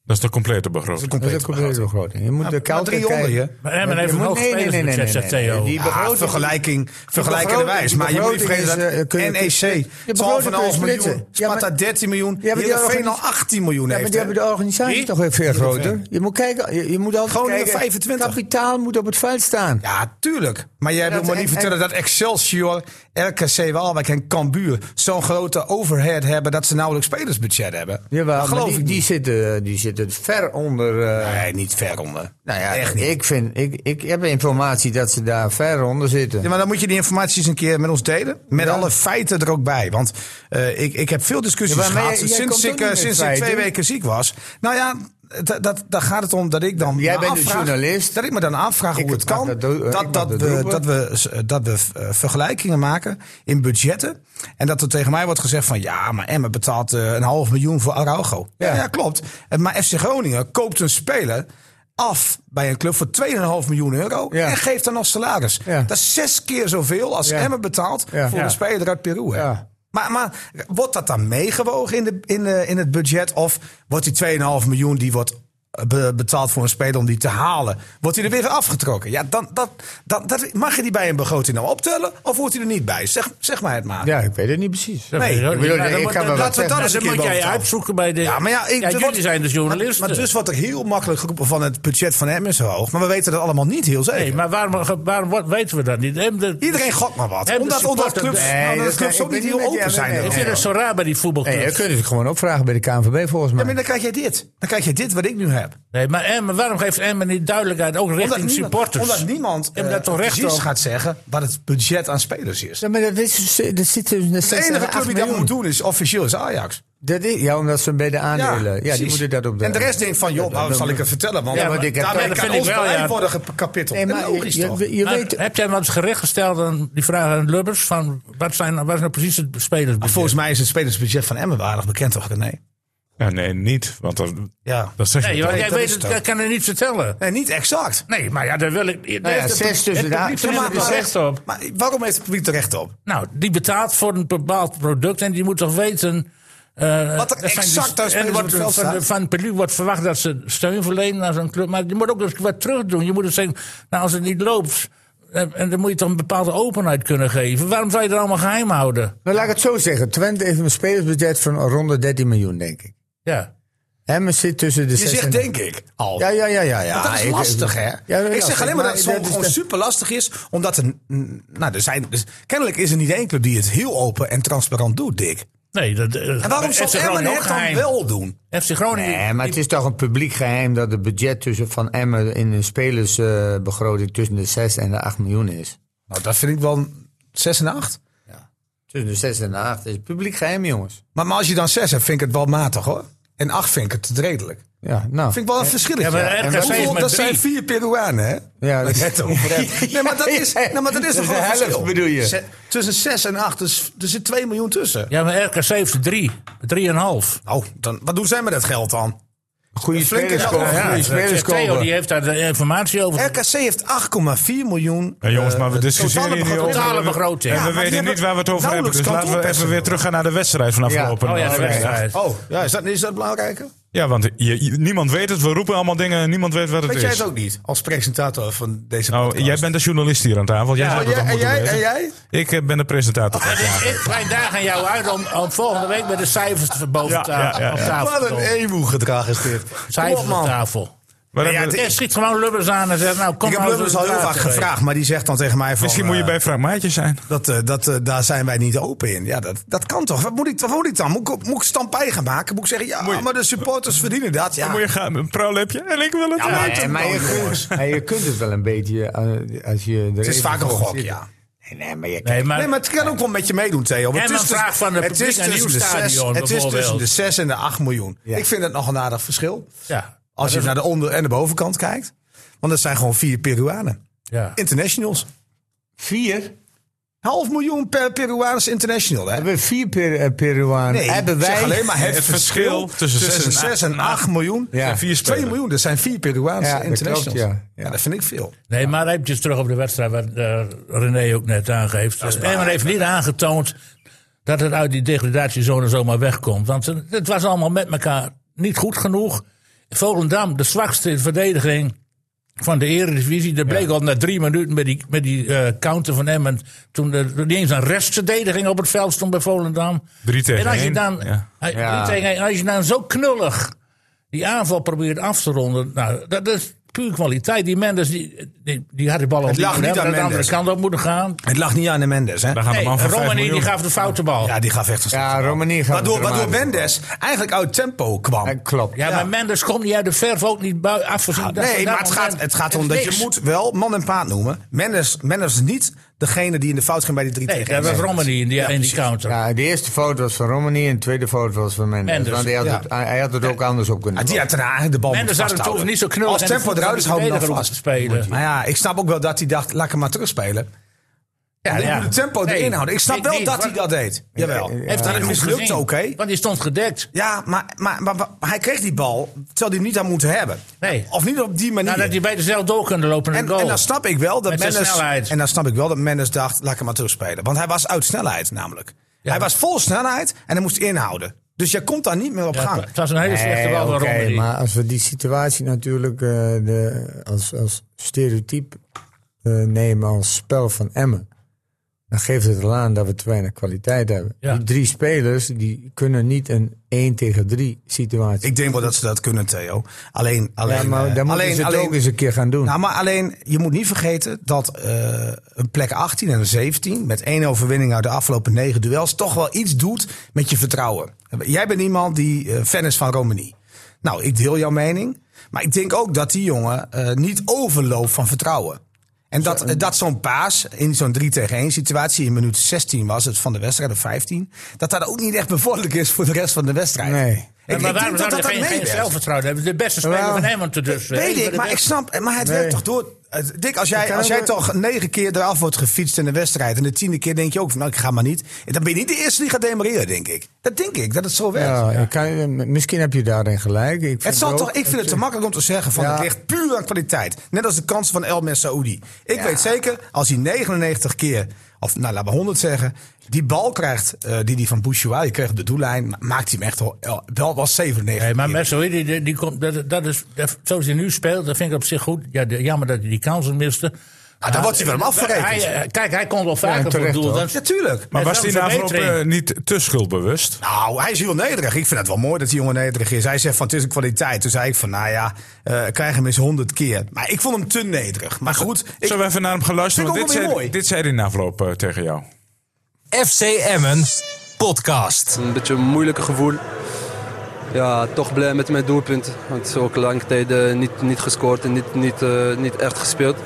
[SPEAKER 1] Dat is de complete
[SPEAKER 4] Dat is een
[SPEAKER 1] begroting.
[SPEAKER 5] Dat is
[SPEAKER 4] complete
[SPEAKER 5] een complete
[SPEAKER 4] begroting.
[SPEAKER 5] begroting. Je moet
[SPEAKER 4] Ja,
[SPEAKER 5] de
[SPEAKER 4] maar
[SPEAKER 5] kelder
[SPEAKER 4] drie onder
[SPEAKER 5] kijken.
[SPEAKER 4] je.
[SPEAKER 3] Maar Emmen
[SPEAKER 5] Je
[SPEAKER 3] heeft een
[SPEAKER 5] moet-
[SPEAKER 3] hoog
[SPEAKER 5] nee, nee, nee,
[SPEAKER 3] spelersbudget,
[SPEAKER 5] nee,
[SPEAKER 3] zegt
[SPEAKER 5] nee, nee.
[SPEAKER 3] Theo.
[SPEAKER 5] Die
[SPEAKER 4] Ja,
[SPEAKER 5] begroting-
[SPEAKER 4] vergelijking, vergelijkende
[SPEAKER 5] begroting-
[SPEAKER 4] wijs.
[SPEAKER 5] die
[SPEAKER 4] Maar je moet niet
[SPEAKER 5] begroting
[SPEAKER 4] vergeten
[SPEAKER 5] is, eh,
[SPEAKER 4] dat
[SPEAKER 5] kun je-
[SPEAKER 4] NEC,
[SPEAKER 5] de begroting kun je
[SPEAKER 4] 12,5 miljoen,
[SPEAKER 5] splitsen. Ja, maar-
[SPEAKER 4] Sparta 13 miljoen,
[SPEAKER 5] die
[SPEAKER 4] Heerenveen
[SPEAKER 5] organis-
[SPEAKER 4] al 18 miljoen
[SPEAKER 5] Ja, maar
[SPEAKER 4] heeft.
[SPEAKER 5] die
[SPEAKER 4] hè?
[SPEAKER 5] hebben de organisatie
[SPEAKER 3] Wie?
[SPEAKER 5] toch weer veel groter. Je moet kijken, je, je moet altijd
[SPEAKER 4] Groningen
[SPEAKER 5] kijken,
[SPEAKER 4] 25.
[SPEAKER 5] kapitaal moet op het veld staan.
[SPEAKER 4] Ja, tuurlijk. Maar jij wil
[SPEAKER 5] dat-
[SPEAKER 4] me niet
[SPEAKER 5] en-
[SPEAKER 4] vertellen dat Excelsior, RKC Waalwijk en Cambuur zo'n grote overhead hebben dat ze nauwelijks spelersbudget hebben.
[SPEAKER 5] Jawel,
[SPEAKER 4] Dat
[SPEAKER 5] maar
[SPEAKER 4] geloof
[SPEAKER 5] die,
[SPEAKER 4] ik
[SPEAKER 5] die
[SPEAKER 4] niet.
[SPEAKER 5] zitten, die zitten ver onder. eh,
[SPEAKER 4] Nee, niet ver onder.
[SPEAKER 5] nou ja,
[SPEAKER 4] echt niet.
[SPEAKER 5] ik, vind, ik, ik heb informatie dat ze daar ver onder zitten.
[SPEAKER 4] Ja, maar dan moet je die informatie eens een keer met ons delen. Met
[SPEAKER 5] Ja.
[SPEAKER 4] alle feiten er ook bij. Want eh, ik, ik heb veel discussies
[SPEAKER 5] Ja, maar jij-
[SPEAKER 4] gehad
[SPEAKER 5] jij
[SPEAKER 4] sinds,
[SPEAKER 5] komt ook
[SPEAKER 4] ik,
[SPEAKER 5] niet
[SPEAKER 4] eh,
[SPEAKER 5] met
[SPEAKER 4] sinds ik
[SPEAKER 5] feiten.
[SPEAKER 4] twee weken ziek was. Nou ja, dat, dat, daar gaat het om dat ik dan.
[SPEAKER 5] jij
[SPEAKER 4] me
[SPEAKER 5] bent een
[SPEAKER 4] afvraag-
[SPEAKER 5] journalist.
[SPEAKER 4] Dat ik me dan afvraag
[SPEAKER 5] Ik
[SPEAKER 4] hoe het
[SPEAKER 5] mag
[SPEAKER 4] kan.
[SPEAKER 5] dat do- eh,
[SPEAKER 4] dat,
[SPEAKER 5] ik
[SPEAKER 4] dat,
[SPEAKER 5] mag dat
[SPEAKER 4] we,
[SPEAKER 5] doen.
[SPEAKER 4] dat we, s- eh, dat we eh, vergelijkingen maken in budgetten. En dat er tegen mij wordt gezegd van ja, maar Emmen betaalt eh, een half miljoen voor Araujo. Ja,
[SPEAKER 5] Ja.
[SPEAKER 4] ja, klopt. Eh, Maar FC Groningen koopt een speler. Af bij een club voor 2,5 miljoen euro.
[SPEAKER 5] Ja.
[SPEAKER 4] En geeft dan als salaris.
[SPEAKER 5] Ja.
[SPEAKER 4] Dat is zes keer zoveel als
[SPEAKER 5] Ja.
[SPEAKER 4] Emmen betaalt
[SPEAKER 5] Ja.
[SPEAKER 4] voor
[SPEAKER 5] Ja.
[SPEAKER 4] een speler uit Peru. Hè?
[SPEAKER 5] Ja.
[SPEAKER 4] Maar, maar wordt dat dan meegewogen in, de, in, de, in het budget? Of wordt die 2,5 miljoen die wordt eh, be- betaald voor een speler om die te halen, wordt hij er weer van afgetrokken? Ja, dan, dat, dat, dat, mag je die bij een begroting nou optellen? Of wordt hij er niet bij? Zeg, zeg maar het maar.
[SPEAKER 5] Ja, ik weet het niet precies.
[SPEAKER 3] Dat
[SPEAKER 4] Nee,
[SPEAKER 3] weet ik ook
[SPEAKER 5] ik
[SPEAKER 3] niet.
[SPEAKER 5] bedoel,
[SPEAKER 3] Maar dan
[SPEAKER 5] ik
[SPEAKER 3] moet-
[SPEAKER 5] kan wel
[SPEAKER 3] dat-
[SPEAKER 5] wat
[SPEAKER 3] dat-
[SPEAKER 4] zeggen.
[SPEAKER 3] Dat moet jij uitzoeken bij de...
[SPEAKER 4] Ja, maar ja, ik- er wordt-
[SPEAKER 3] jullie zijn dus journalisten.
[SPEAKER 4] Maar, maar dus wordt er heel makkelijk geroepen van het budget van Emmen is hoog. Maar we weten dat allemaal niet heel zeker.
[SPEAKER 3] Nee, maar waarom, waarom wat- weten we dat niet? Hem de-
[SPEAKER 4] Iedereen gokt maar wat.
[SPEAKER 3] Hebben
[SPEAKER 4] Omdat,
[SPEAKER 3] de
[SPEAKER 4] omdat
[SPEAKER 3] supporters-
[SPEAKER 4] clubs,
[SPEAKER 5] Nee,
[SPEAKER 4] nou, omdat
[SPEAKER 5] dat
[SPEAKER 4] clubs
[SPEAKER 5] kan- ik
[SPEAKER 4] ook
[SPEAKER 5] ben
[SPEAKER 4] niet heel
[SPEAKER 5] niet met
[SPEAKER 4] open
[SPEAKER 5] je-
[SPEAKER 4] zijn.
[SPEAKER 5] nee,
[SPEAKER 3] Ik vind
[SPEAKER 4] erover.
[SPEAKER 3] het zo raar bij die
[SPEAKER 5] Nee,
[SPEAKER 3] voetbalclubs.
[SPEAKER 5] dat kunnen ze gewoon opvragen bij de KNVB volgens
[SPEAKER 4] Ja,
[SPEAKER 5] mij.
[SPEAKER 4] maar dan krijg je dit. Dan krijg je dit wat ik nu heb.
[SPEAKER 3] Nee, maar Emmen, waarom geeft Emmen niet duidelijkheid, ook richting
[SPEAKER 4] niemand,
[SPEAKER 3] supporters?
[SPEAKER 4] Omdat niemand
[SPEAKER 3] Hebben
[SPEAKER 4] eh,
[SPEAKER 3] daar toch recht
[SPEAKER 4] precies
[SPEAKER 3] op?
[SPEAKER 4] gaat zeggen wat het budget aan spelers is.
[SPEAKER 5] Ja, maar dat, is, dat zit dus
[SPEAKER 4] De enige club die dat moet doen is officieel is Ajax.
[SPEAKER 5] Dat is, ja, omdat ze bij de aandelen. Ja,
[SPEAKER 4] precies.
[SPEAKER 5] die moeten dat op
[SPEAKER 4] En de rest denkt van, joh, waarom zal ik het vertellen? Want,
[SPEAKER 5] Ja, want ik heb-
[SPEAKER 4] daarmee
[SPEAKER 5] dat
[SPEAKER 4] kan
[SPEAKER 3] vind ik
[SPEAKER 4] ons
[SPEAKER 3] wel,
[SPEAKER 4] beleid
[SPEAKER 3] ja.
[SPEAKER 4] worden gekapiteld.
[SPEAKER 5] Nee,
[SPEAKER 4] En
[SPEAKER 5] maar
[SPEAKER 4] logisch
[SPEAKER 5] je,
[SPEAKER 4] toch?
[SPEAKER 5] je, je
[SPEAKER 3] Maar
[SPEAKER 5] weet,
[SPEAKER 3] Heb jij wat gericht gesteld aan die vraag aan Lubbers? Van wat, zijn, wat is nou precies het spelersbudget?
[SPEAKER 4] Ah, Volgens mij is het spelersbudget van Emmen wel aardig bekend, toch? Nee.
[SPEAKER 1] Ja, nee, niet. Want dat,
[SPEAKER 4] Ja.
[SPEAKER 1] dat zeg je
[SPEAKER 3] Nee,
[SPEAKER 1] toch?
[SPEAKER 3] want jij
[SPEAKER 4] dat
[SPEAKER 3] weet
[SPEAKER 4] is
[SPEAKER 3] het,
[SPEAKER 4] het ook. Nou
[SPEAKER 3] dat kan er niet vertellen.
[SPEAKER 4] Nee, niet exact.
[SPEAKER 3] Nee, maar ja, daar wil ik... daar
[SPEAKER 5] ja,
[SPEAKER 3] heeft het-
[SPEAKER 5] zes tussen
[SPEAKER 3] het
[SPEAKER 5] de-
[SPEAKER 3] publiek
[SPEAKER 5] Ja,
[SPEAKER 3] heeft
[SPEAKER 4] maar-
[SPEAKER 3] er dus recht op.
[SPEAKER 4] Maar waarom heeft het publiek er recht op?
[SPEAKER 3] Nou, die betaalt voor een bepaald product en die moet toch weten... eh,
[SPEAKER 4] Wat er
[SPEAKER 3] dat zijn
[SPEAKER 4] exact aan
[SPEAKER 3] en er
[SPEAKER 4] spelers op
[SPEAKER 3] wordt
[SPEAKER 4] het veld
[SPEAKER 3] van, de-
[SPEAKER 4] staat.
[SPEAKER 3] van het publiek wordt verwacht dat ze steun verlenen aan zo'n club. Maar je moet ook eens wat terug doen. Je moet dus zeggen, nou als het niet loopt, eh, en dan moet je toch een bepaalde openheid kunnen geven. Waarom zou je dat allemaal geheim houden?
[SPEAKER 5] nou, laat ik het zo zeggen. Twente heeft een spelersbudget van rond de 13 miljoen, denk ik.
[SPEAKER 3] Ja.
[SPEAKER 5] Emmen zit tussen de
[SPEAKER 4] Je
[SPEAKER 5] 6
[SPEAKER 4] zegt
[SPEAKER 5] en-
[SPEAKER 4] denk ik al.
[SPEAKER 5] Ja, ja, ja, ja. ja.
[SPEAKER 4] Want dat is
[SPEAKER 5] Ik-
[SPEAKER 4] lastig, hè?
[SPEAKER 5] Ja,
[SPEAKER 4] ik zeg
[SPEAKER 5] lastig,
[SPEAKER 4] alleen maar dat het
[SPEAKER 5] maar is
[SPEAKER 4] gewoon, gewoon
[SPEAKER 5] de-
[SPEAKER 4] super lastig is. Omdat er. mm, Nou, er zijn, dus kennelijk is er niet één club die het heel open en transparant doet, Dick.
[SPEAKER 3] Nee, dat, eh,
[SPEAKER 4] En waarom
[SPEAKER 3] FC
[SPEAKER 4] zal Emmen
[SPEAKER 3] Groningen ook
[SPEAKER 4] het dan
[SPEAKER 3] geheim.
[SPEAKER 4] wel doen?
[SPEAKER 3] FC Groningen.
[SPEAKER 5] Nee, Eh, maar het is toch een publiek geheim dat het budget tussen van Emmen in de spelersbegroting tussen de 6 en de 8 miljoen is.
[SPEAKER 4] Nou, dat vind ik wel 6 en 8.
[SPEAKER 5] Tussen de 6 en de 8 is publiek geheim, jongens.
[SPEAKER 4] Maar, maar als je dan 6 hebt, vind ik het wel matig hoor. En 8 vind ik het te redelijk.
[SPEAKER 5] Ja, nou.
[SPEAKER 4] Vind ik wel een verschil.
[SPEAKER 3] Ja, maar RKC is met
[SPEAKER 4] dat
[SPEAKER 3] drie.
[SPEAKER 4] zijn vier Peruanen, hè?
[SPEAKER 5] Ja,
[SPEAKER 4] dat
[SPEAKER 5] dat-
[SPEAKER 4] het over hebt. Nee, maar dat is, nee, maar dat
[SPEAKER 5] Dat
[SPEAKER 4] is toch
[SPEAKER 5] is
[SPEAKER 4] wel
[SPEAKER 5] de
[SPEAKER 4] een
[SPEAKER 5] helft,
[SPEAKER 4] verschil.
[SPEAKER 5] bedoel je?
[SPEAKER 4] Zes- Tussen 6 en 8, dus, er zit 2 miljoen tussen.
[SPEAKER 3] Ja, maar RKC heeft er drie. Drieënhalf.
[SPEAKER 4] Nou, dan, wat doen zij met dat geld dan?
[SPEAKER 5] goede
[SPEAKER 4] flinke
[SPEAKER 5] spelers
[SPEAKER 4] geld.
[SPEAKER 5] komen.
[SPEAKER 4] Ja,
[SPEAKER 5] goede spelers
[SPEAKER 3] Theo
[SPEAKER 5] komen.
[SPEAKER 3] die heeft daar de informatie over.
[SPEAKER 4] RKC heeft 8,4 miljoen.
[SPEAKER 1] Ja, jongens, maar we
[SPEAKER 4] eh,
[SPEAKER 1] discussiëren
[SPEAKER 4] totale
[SPEAKER 1] hier niet
[SPEAKER 4] begroting.
[SPEAKER 1] over.
[SPEAKER 3] Totale begroting.
[SPEAKER 1] En
[SPEAKER 3] Ja,
[SPEAKER 1] we
[SPEAKER 4] maar die
[SPEAKER 1] weten
[SPEAKER 4] hebben
[SPEAKER 1] niet waar we het over hebben.
[SPEAKER 4] nauwelijks
[SPEAKER 1] Dus laten we
[SPEAKER 4] kantonpersen.
[SPEAKER 1] even weer teruggaan naar de wedstrijd van afgelopen
[SPEAKER 3] Oh ja, de
[SPEAKER 1] vrijdag.
[SPEAKER 3] wedstrijd.
[SPEAKER 4] Oh, ja, is dat, is dat belangrijker?
[SPEAKER 1] Ja, Ja, want je, je- niemand weet het. We roepen allemaal dingen en niemand weet wat het
[SPEAKER 4] Weet
[SPEAKER 1] is.
[SPEAKER 4] jij het ook niet, als presentator van deze
[SPEAKER 1] Nou,
[SPEAKER 4] podcast?
[SPEAKER 1] jij bent de journalist hier aan tafel. Jij zou
[SPEAKER 4] en
[SPEAKER 1] dat
[SPEAKER 4] jij,
[SPEAKER 1] toch
[SPEAKER 4] en
[SPEAKER 1] moeten
[SPEAKER 4] jij,
[SPEAKER 1] weten.
[SPEAKER 4] en jij? Oh,
[SPEAKER 1] Ik eh, ben de presentator.
[SPEAKER 3] Dus ik breng daar aan jou uit om, om volgende week met de cijfers te boven
[SPEAKER 1] Ja,
[SPEAKER 3] ta-
[SPEAKER 1] ja, ja,
[SPEAKER 3] op
[SPEAKER 1] ja.
[SPEAKER 3] tafel
[SPEAKER 4] Wat
[SPEAKER 3] te komen.
[SPEAKER 4] een emu-gedrag is dit. Kom op,
[SPEAKER 3] Cijfers op
[SPEAKER 4] man.
[SPEAKER 3] tafel.
[SPEAKER 1] Maar
[SPEAKER 4] Ja,
[SPEAKER 1] dat-
[SPEAKER 4] het is-
[SPEAKER 3] Er schiet gewoon Lubbers aan en zegt, nou kom
[SPEAKER 4] Ik
[SPEAKER 3] nou
[SPEAKER 4] heb
[SPEAKER 3] eens
[SPEAKER 4] Lubbers al
[SPEAKER 3] een
[SPEAKER 4] heel
[SPEAKER 3] praat
[SPEAKER 4] vaak
[SPEAKER 3] te weten.
[SPEAKER 4] gevraagd, maar die zegt dan tegen mij van...
[SPEAKER 1] Misschien moet je
[SPEAKER 4] eh,
[SPEAKER 1] bij Frank Maatje zijn.
[SPEAKER 4] Dat, eh, dat, eh, daar zijn wij niet open in. Ja, dat, dat kan toch? Wat moet ik, wat moet ik dan? Moet ik, moet ik stampij gaan maken? Moet ik zeggen, ja,
[SPEAKER 1] Moet je-
[SPEAKER 4] maar de supporters verdienen dat. Ja,
[SPEAKER 1] Dan moet je gaan met een pruilepje en ik wil het
[SPEAKER 4] Ja, maar-
[SPEAKER 1] weten.
[SPEAKER 4] het
[SPEAKER 5] maar,
[SPEAKER 4] wel,
[SPEAKER 5] je kunt, maar je kunt het wel een beetje eh, als je.
[SPEAKER 4] het is vaak een gok, ja.
[SPEAKER 5] Nee, nee, maar je
[SPEAKER 3] Nee, maar,
[SPEAKER 4] Nee, maar het kan ook wel met je meedoen, Theo.
[SPEAKER 3] En een vraag van de
[SPEAKER 4] het is
[SPEAKER 3] publiek aan
[SPEAKER 4] tussen de
[SPEAKER 3] Nieuwstadion,
[SPEAKER 4] zes- Het is tussen
[SPEAKER 3] bijvoorbeeld.
[SPEAKER 4] de 6 en de 8 miljoen.
[SPEAKER 5] Ja.
[SPEAKER 4] Ik vind dat nog een aardig verschil.
[SPEAKER 3] ja,
[SPEAKER 4] Als je naar de onder- en de bovenkant kijkt. Want dat zijn gewoon vier Peruanen.
[SPEAKER 3] ja.
[SPEAKER 4] Internationals.
[SPEAKER 5] vier.
[SPEAKER 4] Half miljoen per Peruaans international, hè?
[SPEAKER 5] Hebben we vier per, eh, Peruanen?
[SPEAKER 4] Nee,
[SPEAKER 5] hebben
[SPEAKER 4] ik zeg
[SPEAKER 5] wij.
[SPEAKER 4] alleen maar het,
[SPEAKER 1] Het verschil
[SPEAKER 4] verschil
[SPEAKER 1] tussen
[SPEAKER 4] tussen,
[SPEAKER 1] zes en
[SPEAKER 4] 6 en 8 miljoen.
[SPEAKER 5] Ja.
[SPEAKER 1] Vier
[SPEAKER 4] 2
[SPEAKER 1] spelers.
[SPEAKER 4] miljoen, dat zijn vier Peruaanse
[SPEAKER 5] Ja, dat
[SPEAKER 4] internationals.
[SPEAKER 5] klopt, ja.
[SPEAKER 4] ja. dat vind ik veel.
[SPEAKER 3] Nee, maar eventjes terug op de wedstrijd, wat eh, René ook net aangeeft. Emmer heeft niet aangetoond dat het uit die degradatiezone zomaar wegkomt. Want eh, het was allemaal met elkaar niet goed genoeg. Volendam, de zwakste verdediging van de Eredivisie. Dat bleek al na drie minuten met die, met die eh, counter van Emmen. Toen er niet eens een restverdediging op het veld stond bij Volendam.
[SPEAKER 1] Drie tegen
[SPEAKER 3] en als je
[SPEAKER 1] één,
[SPEAKER 3] dan,
[SPEAKER 1] ja.
[SPEAKER 3] eh, drie
[SPEAKER 5] Ja.
[SPEAKER 3] tegen één, als je dan zo knullig die aanval probeert af te ronden. Nou, dat is puur kwaliteit. Die Mendes, die, die, die had de bal al
[SPEAKER 4] lag
[SPEAKER 3] kunnen
[SPEAKER 4] niet
[SPEAKER 3] hebben,
[SPEAKER 4] aan
[SPEAKER 3] de andere
[SPEAKER 4] Mendes.
[SPEAKER 3] kant op moeten gaan.
[SPEAKER 4] Het lag niet aan de Mendes, hè?
[SPEAKER 1] Daar gaat
[SPEAKER 3] Nee,
[SPEAKER 1] een man van 5
[SPEAKER 3] Romani die
[SPEAKER 1] miljoen.
[SPEAKER 3] gaf de foute bal. Ja,
[SPEAKER 4] Ja, die gaf echt een
[SPEAKER 5] Ja, Romani gaat.
[SPEAKER 4] Waardoor, waardoor
[SPEAKER 5] dramatisch.
[SPEAKER 4] Mendes eigenlijk uit tempo kwam.
[SPEAKER 5] Ja, klopt.
[SPEAKER 3] maar Mendes komt niet uit de verf, ook niet bui- afgezien. dat
[SPEAKER 4] Ah, nee,
[SPEAKER 3] ze daar
[SPEAKER 4] maar het
[SPEAKER 3] nog
[SPEAKER 4] gaat,
[SPEAKER 3] zijn.
[SPEAKER 4] het gaat
[SPEAKER 3] is
[SPEAKER 4] om dat
[SPEAKER 3] niks.
[SPEAKER 4] je moet wel man en paard noemen. Mendes, Mendes is niet degene die in de fout ging bij die 3
[SPEAKER 3] Nee,
[SPEAKER 4] tegen
[SPEAKER 3] dat was
[SPEAKER 4] één.
[SPEAKER 3] Romani in die, in die counter.
[SPEAKER 5] Ja, de eerste fout was van Romani en de tweede fout was van Mendes.
[SPEAKER 3] Mendes,
[SPEAKER 5] want hij had,
[SPEAKER 4] ja.
[SPEAKER 5] het, hij hij had het ook anders op kunnen
[SPEAKER 4] Ja, Ah, die
[SPEAKER 5] doen.
[SPEAKER 4] had daarna eigenlijk de bal moeten
[SPEAKER 3] Mendes had hem toch
[SPEAKER 4] vasthouden.
[SPEAKER 3] niet zo knullig.
[SPEAKER 4] Als
[SPEAKER 3] aan de
[SPEAKER 4] tempo
[SPEAKER 3] voeten
[SPEAKER 4] eruit is,
[SPEAKER 3] van de
[SPEAKER 4] houdt hem
[SPEAKER 3] verdediger
[SPEAKER 4] dan vast.
[SPEAKER 3] hoeven te spelen.
[SPEAKER 4] Maar ja, ik snap ook wel dat hij dacht, laat ik hem maar terugspelen. Ja,
[SPEAKER 3] Ja,
[SPEAKER 4] ik
[SPEAKER 3] ja.
[SPEAKER 4] moet het tempo
[SPEAKER 3] Nee.
[SPEAKER 4] erin houden. Ik snap
[SPEAKER 3] Ik
[SPEAKER 4] wel
[SPEAKER 3] niet,
[SPEAKER 4] dat
[SPEAKER 3] want-
[SPEAKER 4] hij dat deed. Jawel.
[SPEAKER 5] ja, ja.
[SPEAKER 4] Heeft hij
[SPEAKER 3] niet
[SPEAKER 4] het mislukt,
[SPEAKER 3] gezien,
[SPEAKER 4] oké.
[SPEAKER 3] Want die stond gedekt.
[SPEAKER 4] Ja, maar, maar, maar, maar hij kreeg die bal terwijl hij hem niet had moeten hebben.
[SPEAKER 3] Nee.
[SPEAKER 4] Of niet op die manier.
[SPEAKER 3] Nou, dat die beter zelf door kunnen lopen naar
[SPEAKER 4] en,
[SPEAKER 3] de goal.
[SPEAKER 4] en dan snap ik wel dat
[SPEAKER 3] Met zijn
[SPEAKER 4] Mendes,
[SPEAKER 3] snelheid.
[SPEAKER 4] en dan snap ik wel dat Mendes dacht, laat ik hem maar terugspelen. Want hij was uit snelheid namelijk. Hij was vol snelheid en hij moest inhouden. Dus je komt daar niet meer op
[SPEAKER 3] Ja,
[SPEAKER 4] gang.
[SPEAKER 3] het was een hele slechte
[SPEAKER 5] Nee,
[SPEAKER 3] bal van
[SPEAKER 5] oké,
[SPEAKER 3] Romani.
[SPEAKER 5] maar als we die situatie natuurlijk eh, de, als, als stereotype eh, nemen als spel van Emmen, dan geeft het al aan dat we te weinig kwaliteit hebben.
[SPEAKER 3] Ja.
[SPEAKER 5] Die drie spelers die kunnen niet een 1 tegen 3 situatie.
[SPEAKER 4] Ik denk wel dat ze dat kunnen, Theo. Alleen, alleen,
[SPEAKER 5] ja, maar
[SPEAKER 4] eh,
[SPEAKER 5] dan moeten
[SPEAKER 4] alleen,
[SPEAKER 5] ze het
[SPEAKER 4] alleen-
[SPEAKER 5] ook eens een keer gaan doen.
[SPEAKER 4] Nou, maar alleen, je moet niet vergeten dat eh, een plek 18 en een 17... met één overwinning uit de afgelopen negen duels... toch wel iets doet met je vertrouwen. Jij bent iemand die eh, fan is van Romani. Nou, ik deel jouw mening. Maar ik denk ook dat die jongen eh, niet overloopt van vertrouwen. En dat, eh, dat zo'n paas in zo'n 3 tegen 1 situatie... in minuut 16 was het van de wedstrijd, of 15... dat dat ook niet echt bevorderlijk is voor de rest van de wedstrijd.
[SPEAKER 5] Nee.
[SPEAKER 4] Ik-
[SPEAKER 3] Ja,
[SPEAKER 4] ik
[SPEAKER 3] maar
[SPEAKER 4] denk
[SPEAKER 3] waarom
[SPEAKER 4] dat
[SPEAKER 3] zou
[SPEAKER 4] dat
[SPEAKER 3] je geen,
[SPEAKER 4] dan
[SPEAKER 3] geen
[SPEAKER 4] meewerkt.
[SPEAKER 3] zelfvertrouwen hebben? De beste speler
[SPEAKER 5] Wel,
[SPEAKER 3] van Emmen te dus.
[SPEAKER 4] Weet ik, maar ik snap. Maar het werkt
[SPEAKER 5] Nee.
[SPEAKER 4] toch door. Het- Dick, als jij,
[SPEAKER 5] kan
[SPEAKER 4] als jij
[SPEAKER 5] ook-
[SPEAKER 4] toch negen keer eraf wordt gefietst in een wedstrijd. en de tiende keer denk je ook van, nou, ik ga maar niet. En dan ben je niet de eerste die gaat demareren, denk ik. Dat denk ik, dat het zo werkt.
[SPEAKER 5] ja, ik kan, eh, misschien heb je daarin gelijk. Ik vind
[SPEAKER 4] Het zal
[SPEAKER 5] ook-
[SPEAKER 4] toch, ik vind het te makkelijk om te zeggen van
[SPEAKER 5] Ja.
[SPEAKER 4] het ligt puur aan kwaliteit. Net als de kans van El Saoudi. Ik weet zeker, als hij 99 keer, of nou laten we 100 zeggen, die bal krijgt eh, die hij van Bouchoua, je kreeg op de doellijn, ma- maakt hij hem echt wel, wel, wel 97
[SPEAKER 3] Nee, maar
[SPEAKER 4] keer.
[SPEAKER 3] Messi, die, die, die komt, dat, dat is, dat- zoals hij nu speelt, dat vind ik op zich goed. Ja, de- jammer dat hij die kansen miste.
[SPEAKER 4] Ah, dan wordt hij wel
[SPEAKER 3] Maar,
[SPEAKER 4] afgerekend.
[SPEAKER 3] hij, eh, Kijk, hij komt wel vaker voor het
[SPEAKER 5] terecht,
[SPEAKER 3] doel.
[SPEAKER 5] hoor.
[SPEAKER 3] Dan,
[SPEAKER 4] Natuurlijk.
[SPEAKER 1] Maar
[SPEAKER 3] Het
[SPEAKER 1] was
[SPEAKER 3] is
[SPEAKER 1] die
[SPEAKER 3] wel een
[SPEAKER 1] na afloop
[SPEAKER 3] verbetering.
[SPEAKER 1] eh, niet te schuldbewust?
[SPEAKER 4] Nou, hij is heel nederig. Ik vind het wel mooi dat die jongen nederig is. Hij zegt van het is een kwaliteit. Toen zei ik van nou ja, eh, krijg hem eens honderd keer. Maar ik vond hem te nederig. Maar goed, ik,
[SPEAKER 1] Zullen we even naar hem gaan luisteren?
[SPEAKER 4] Vind ik
[SPEAKER 1] Want
[SPEAKER 4] ook
[SPEAKER 1] dit, zei,
[SPEAKER 4] wel weer
[SPEAKER 1] dit zei hij na afloop eh, tegen jou.
[SPEAKER 2] FC Emmen podcast.
[SPEAKER 6] Een beetje een moeilijke gevoel. Ja, toch blij met mijn doelpunt. Want het is ook lang tijd eh, niet, niet gescoord en niet, niet, eh, niet echt gespeeld.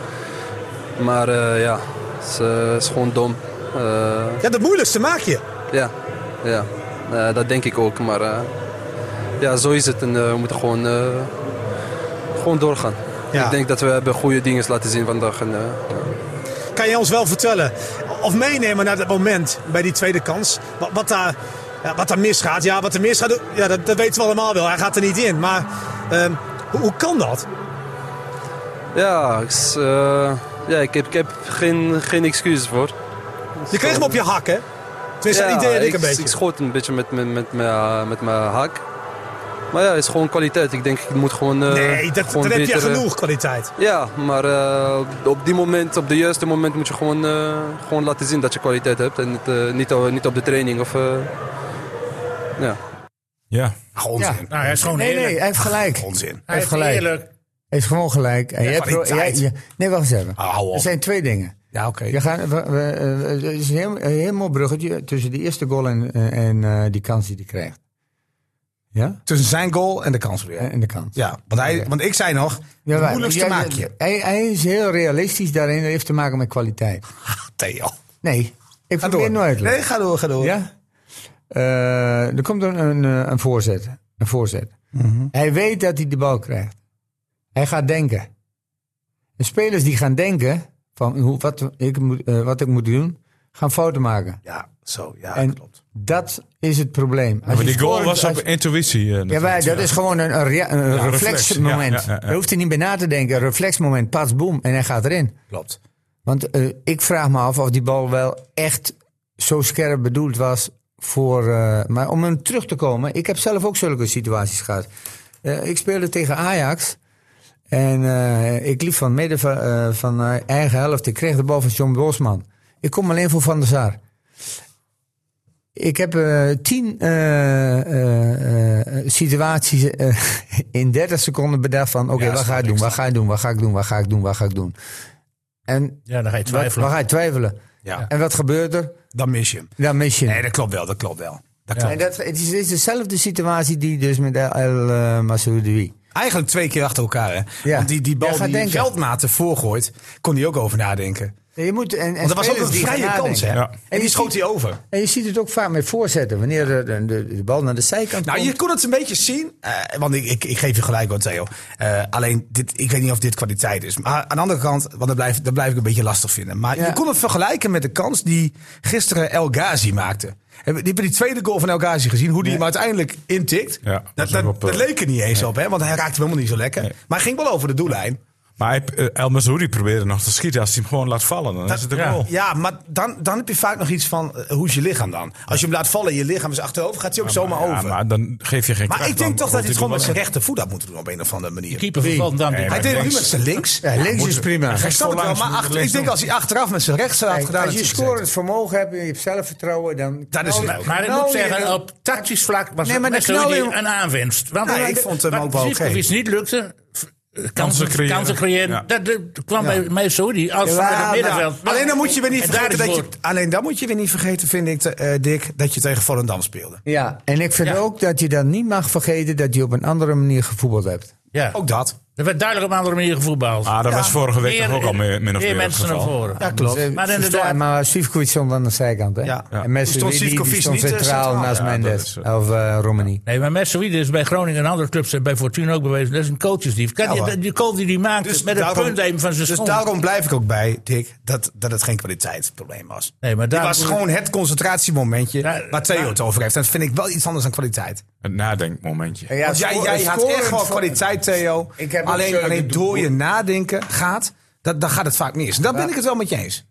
[SPEAKER 6] Maar eh, ja, het is, eh, is gewoon dom. Eh,
[SPEAKER 4] ja, het moeilijkste maak je.
[SPEAKER 6] ja, ja. Eh, dat denk ik ook. Maar eh, ja, zo is het. En eh, we moeten gewoon, eh, gewoon doorgaan.
[SPEAKER 4] Ja.
[SPEAKER 6] Ik denk dat we hebben goede dingen laten zien vandaag. En, eh,
[SPEAKER 7] Kan je ons wel vertellen of meenemen naar dat moment bij die tweede kans? Wat, wat, daar, ja, wat daar misgaat? Ja, wat er misgaat, ja, dat, dat weten we allemaal wel. Hij gaat er niet in. Maar ehm, hoe, hoe kan dat?
[SPEAKER 6] ja, ik s- eh, ja, ik heb, ik heb geen, geen excuses voor.
[SPEAKER 7] Je kreeg hem op je hak, hè? Tenminste, dat idee had ik een beetje.
[SPEAKER 6] ik schoot een beetje met, mijn- met, mijn- met, mijn eh, hak. Maar ja, het is gewoon kwaliteit. Ik denk, ik moet gewoon. eh,
[SPEAKER 7] Nee, dat,
[SPEAKER 6] gewoon
[SPEAKER 7] dan heb je
[SPEAKER 6] beter, eh,
[SPEAKER 7] genoeg kwaliteit.
[SPEAKER 6] Ja, maar eh, op die moment, op de juiste moment moet je gewoon, eh, gewoon laten zien dat je kwaliteit hebt. En niet, eh, niet, o- niet op de training of... eh, ja.
[SPEAKER 1] Ja.
[SPEAKER 4] Onzin.
[SPEAKER 3] Nou, hij is gewoon
[SPEAKER 5] Nee, nee,
[SPEAKER 3] eerlijk.
[SPEAKER 5] hij heeft gelijk.
[SPEAKER 4] Onzin.
[SPEAKER 3] hij is
[SPEAKER 5] gelijk.
[SPEAKER 3] eerlijk.
[SPEAKER 5] Hij heeft gewoon gelijk. En jij pro-
[SPEAKER 4] kwaliteit.
[SPEAKER 5] jij- je- nee, wacht eens even.
[SPEAKER 4] Ah, hou op.
[SPEAKER 5] Er zijn twee dingen.
[SPEAKER 4] Ja, oké.
[SPEAKER 5] Je gaat, we- we- eh, het is een heel, een heel mooi bruggetje tussen die eerste goal en, eh, en eh, die kans die hij krijgt. Ja?
[SPEAKER 4] Tussen zijn goal en de kans weer.
[SPEAKER 5] En en de kans.
[SPEAKER 4] Ja, want, hij, want ik zei nog, het
[SPEAKER 5] Jawel.
[SPEAKER 4] moeilijkste
[SPEAKER 5] Jij-
[SPEAKER 4] maak je.
[SPEAKER 5] Hij, hij is heel realistisch daarin. Dat heeft te maken met kwaliteit.
[SPEAKER 4] Theo.
[SPEAKER 5] Nee, ik
[SPEAKER 4] Ga
[SPEAKER 5] probeer
[SPEAKER 4] door.
[SPEAKER 5] nooit.
[SPEAKER 4] Nee, ga door, ga door.
[SPEAKER 5] Ja? Eh, er komt een, een, eh, een voorzet. Een voorzet.
[SPEAKER 4] Mhm.
[SPEAKER 5] Hij weet dat hij de bal krijgt. Hij gaat denken. En spelers die gaan denken van hoe, wat, ik moet, eh, wat ik moet doen, gaan fouten maken.
[SPEAKER 4] Ja, zo. Ja,
[SPEAKER 5] En-
[SPEAKER 4] klopt.
[SPEAKER 5] Dat is op het probleem. Als
[SPEAKER 1] Maar
[SPEAKER 5] je
[SPEAKER 1] die goal
[SPEAKER 5] scorend-
[SPEAKER 1] was op
[SPEAKER 5] als-
[SPEAKER 1] intuïtie. eh,
[SPEAKER 5] ja, wij,
[SPEAKER 1] natuurlijk.
[SPEAKER 5] dat is gewoon een, een, rea- een
[SPEAKER 1] reflex.
[SPEAKER 5] reflexmoment.
[SPEAKER 1] Ja, ja, ja, ja.
[SPEAKER 5] Daar hoeft hij niet bij na te denken. Een reflexmoment, pas, boem, en hij gaat erin.
[SPEAKER 4] klopt.
[SPEAKER 5] Want eh, ik vraag me af of die bal wel echt zo scherp bedoeld was voor. eh, maar om hem terug te komen, ik heb zelf ook zulke situaties gehad. Eh, ik speelde tegen Ajax. En eh, ik liep van midden van, eh, van eh, eigen helft. Ik kreeg de bal van John Bosman. Ik kom alleen voor Van der Sar. Ik heb eh, tien eh, eh, eh, situaties eh, in 30 seconden bedacht van... Oké, wat ga ik doen? Wat ga ik doen? Wat ga ik doen? Wat ga ik doen? Wat ga ik doen? En
[SPEAKER 3] Ja, dan ga je
[SPEAKER 5] wat,
[SPEAKER 3] twijfelen.
[SPEAKER 5] waar ga je twijfelen?
[SPEAKER 4] Ja.
[SPEAKER 5] En wat gebeurt er?
[SPEAKER 4] Dan mis je hem.
[SPEAKER 5] Dan mis je hem.
[SPEAKER 4] Nee, dat klopt wel, dat klopt wel. Dat klopt.
[SPEAKER 5] En dat, het is, is dezelfde situatie die dus met El El, eh, Masoudi.
[SPEAKER 4] Eigenlijk twee keer achter elkaar, hè.
[SPEAKER 5] Ja.
[SPEAKER 4] Want die, die
[SPEAKER 5] Ja,
[SPEAKER 4] bal
[SPEAKER 5] ga
[SPEAKER 4] die
[SPEAKER 5] denken.
[SPEAKER 4] veldmaten voorgooit, kon hij ook over nadenken.
[SPEAKER 5] Je moet, en, en
[SPEAKER 4] Want dat was ook
[SPEAKER 5] spelers
[SPEAKER 4] een
[SPEAKER 5] die
[SPEAKER 4] vrije
[SPEAKER 5] gaan
[SPEAKER 4] kans, hè.
[SPEAKER 5] nadenken.
[SPEAKER 1] Ja.
[SPEAKER 4] En die schoot hij over.
[SPEAKER 5] En je ziet het ook vaak met voorzetten. Wanneer de, de, de, de bal naar de zijkant
[SPEAKER 4] Nou,
[SPEAKER 5] komt.
[SPEAKER 4] je kon het een beetje zien. eh, want ik, ik, ik geef je gelijk hoor, Theo. Eh, alleen, dit, ik weet niet of dit kwaliteit is. Maar aan de andere kant, want dat blijf, dat blijf ik een beetje lastig vinden. Maar
[SPEAKER 5] Ja.
[SPEAKER 4] je kon het vergelijken met de kans die gisteren El Ghazi maakte. Hebben heb je die tweede goal van El Ghazi gezien? Hoe die hem uiteindelijk intikt?
[SPEAKER 1] Ja, dat was
[SPEAKER 4] dat, dat,
[SPEAKER 1] ook op,
[SPEAKER 4] dat
[SPEAKER 1] eh,
[SPEAKER 4] leek er niet eens op, hè? Want hij raakte hem helemaal niet zo lekker.
[SPEAKER 1] Nee.
[SPEAKER 4] Maar hij ging wel over de doellijn.
[SPEAKER 1] Maar hij, eh, El Mazouri probeerde nog te schieten. Als hij hem gewoon laat vallen, dan is het een
[SPEAKER 3] ja.
[SPEAKER 1] goal.
[SPEAKER 4] Ja, maar dan, dan heb je vaak nog iets van, eh, hoe is je lichaam dan? Als je hem laat vallen en je lichaam is achterover, gaat hij ook zomaar
[SPEAKER 1] Ja,
[SPEAKER 4] over. Maar,
[SPEAKER 1] maar dan geef je geen
[SPEAKER 4] ik denk toch dat hij het gewoon met zijn
[SPEAKER 1] recht.
[SPEAKER 4] rechtervoet had moeten doen op een of andere manier.
[SPEAKER 3] Keeper van Volendam. die-
[SPEAKER 1] Nee,
[SPEAKER 4] Hij
[SPEAKER 1] maar
[SPEAKER 4] deed het nu
[SPEAKER 1] links-
[SPEAKER 4] met zijn links.
[SPEAKER 5] Ja, links is prima.
[SPEAKER 4] Ik snap het wel, maar achter, ik denk als hij achteraf met zijn rechts had
[SPEAKER 5] Kijk,
[SPEAKER 4] gedaan...
[SPEAKER 5] als je
[SPEAKER 4] had hij
[SPEAKER 5] scorend
[SPEAKER 4] gezet.
[SPEAKER 5] vermogen hebt en je hebt zelfvertrouwen, dan...
[SPEAKER 4] Dat is het
[SPEAKER 5] Nou,
[SPEAKER 4] ook.
[SPEAKER 3] Maar ik
[SPEAKER 5] Nou,
[SPEAKER 3] moet
[SPEAKER 5] je-
[SPEAKER 3] zeggen, op tactisch vlak was
[SPEAKER 5] Nee,
[SPEAKER 3] het
[SPEAKER 5] maar de
[SPEAKER 3] met Rudy
[SPEAKER 5] knalling-
[SPEAKER 3] een aanwinst. Want
[SPEAKER 4] Nee,
[SPEAKER 3] wat-
[SPEAKER 4] Nou, ik vond hem
[SPEAKER 3] wat
[SPEAKER 4] ook wel oké.
[SPEAKER 3] Zivkovic niet lukte, v- kansen
[SPEAKER 1] creëren.
[SPEAKER 3] creëren. Kansen creëren.
[SPEAKER 1] Ja.
[SPEAKER 3] Dat, dat kwam bij bij Saudi als
[SPEAKER 5] Ja,
[SPEAKER 3] vanuit
[SPEAKER 5] nou,
[SPEAKER 3] het middenveld.
[SPEAKER 4] Alleen dan moet je weer niet
[SPEAKER 3] En daar
[SPEAKER 4] vergeten
[SPEAKER 3] is
[SPEAKER 4] dat je...
[SPEAKER 3] voor-
[SPEAKER 4] Alleen dan moet je weer niet vergeten, vind ik, te- eh, Dick, dat je tegen Volendam speelde.
[SPEAKER 5] Ja, en ik vind
[SPEAKER 3] Ja.
[SPEAKER 5] ook dat je dan niet mag vergeten dat je op een andere manier gevoetbald hebt.
[SPEAKER 3] Ja,
[SPEAKER 4] Ook dat.
[SPEAKER 3] er werd duidelijk op een andere manier gevoetbald.
[SPEAKER 1] Ah, dat was vorige week toch ook al meer- min of meer het
[SPEAKER 3] mensen naar
[SPEAKER 1] geval.
[SPEAKER 3] voren.
[SPEAKER 4] Ja, klopt.
[SPEAKER 5] Dus, eh,
[SPEAKER 3] Maar
[SPEAKER 5] versta-
[SPEAKER 3] inderdaad-
[SPEAKER 5] Maar Sivkovic stond aan de zijkant, hè?
[SPEAKER 4] Ja. Ja.
[SPEAKER 5] En Messi
[SPEAKER 4] Stond
[SPEAKER 5] stond,
[SPEAKER 4] Sivkovic
[SPEAKER 5] stond
[SPEAKER 4] niet, eh,
[SPEAKER 5] centraal
[SPEAKER 4] centraal?
[SPEAKER 5] naast
[SPEAKER 1] Ja, dat
[SPEAKER 5] Mendes.
[SPEAKER 1] is,
[SPEAKER 5] of eh Romani.
[SPEAKER 3] Nee, maar Messoïde is bij Groningen en andere clubs en bij Fortuna ook bewezen. Dat is een coachesdief. Kijk,
[SPEAKER 4] Ja,
[SPEAKER 3] die-
[SPEAKER 4] waar.
[SPEAKER 3] die, goal die hij maakte met het punt even van zijn
[SPEAKER 4] dus
[SPEAKER 3] schoen.
[SPEAKER 4] daarom blijf ik ook bij, Dick, dat, dat het geen kwaliteitsprobleem was.
[SPEAKER 3] Nee, maar
[SPEAKER 4] Het
[SPEAKER 3] daarom-
[SPEAKER 4] was gewoon het concentratiemomentje
[SPEAKER 3] Ja,
[SPEAKER 4] waar Theo
[SPEAKER 3] ja.
[SPEAKER 4] het over heeft. En dat vind ik wel iets anders dan kwaliteit.
[SPEAKER 1] Een nadenkmomentje.
[SPEAKER 5] Ja,
[SPEAKER 4] Want jij,
[SPEAKER 5] sco-
[SPEAKER 4] jij had
[SPEAKER 5] scorend
[SPEAKER 4] echt wel
[SPEAKER 5] van-
[SPEAKER 4] kwaliteit, Theo.
[SPEAKER 5] Ik heb ook
[SPEAKER 4] alleen
[SPEAKER 5] zulke
[SPEAKER 4] alleen door
[SPEAKER 5] doel-
[SPEAKER 4] je nadenken gaat, dat, dan gaat het vaak mis. En Daar ben ik het wel met je eens.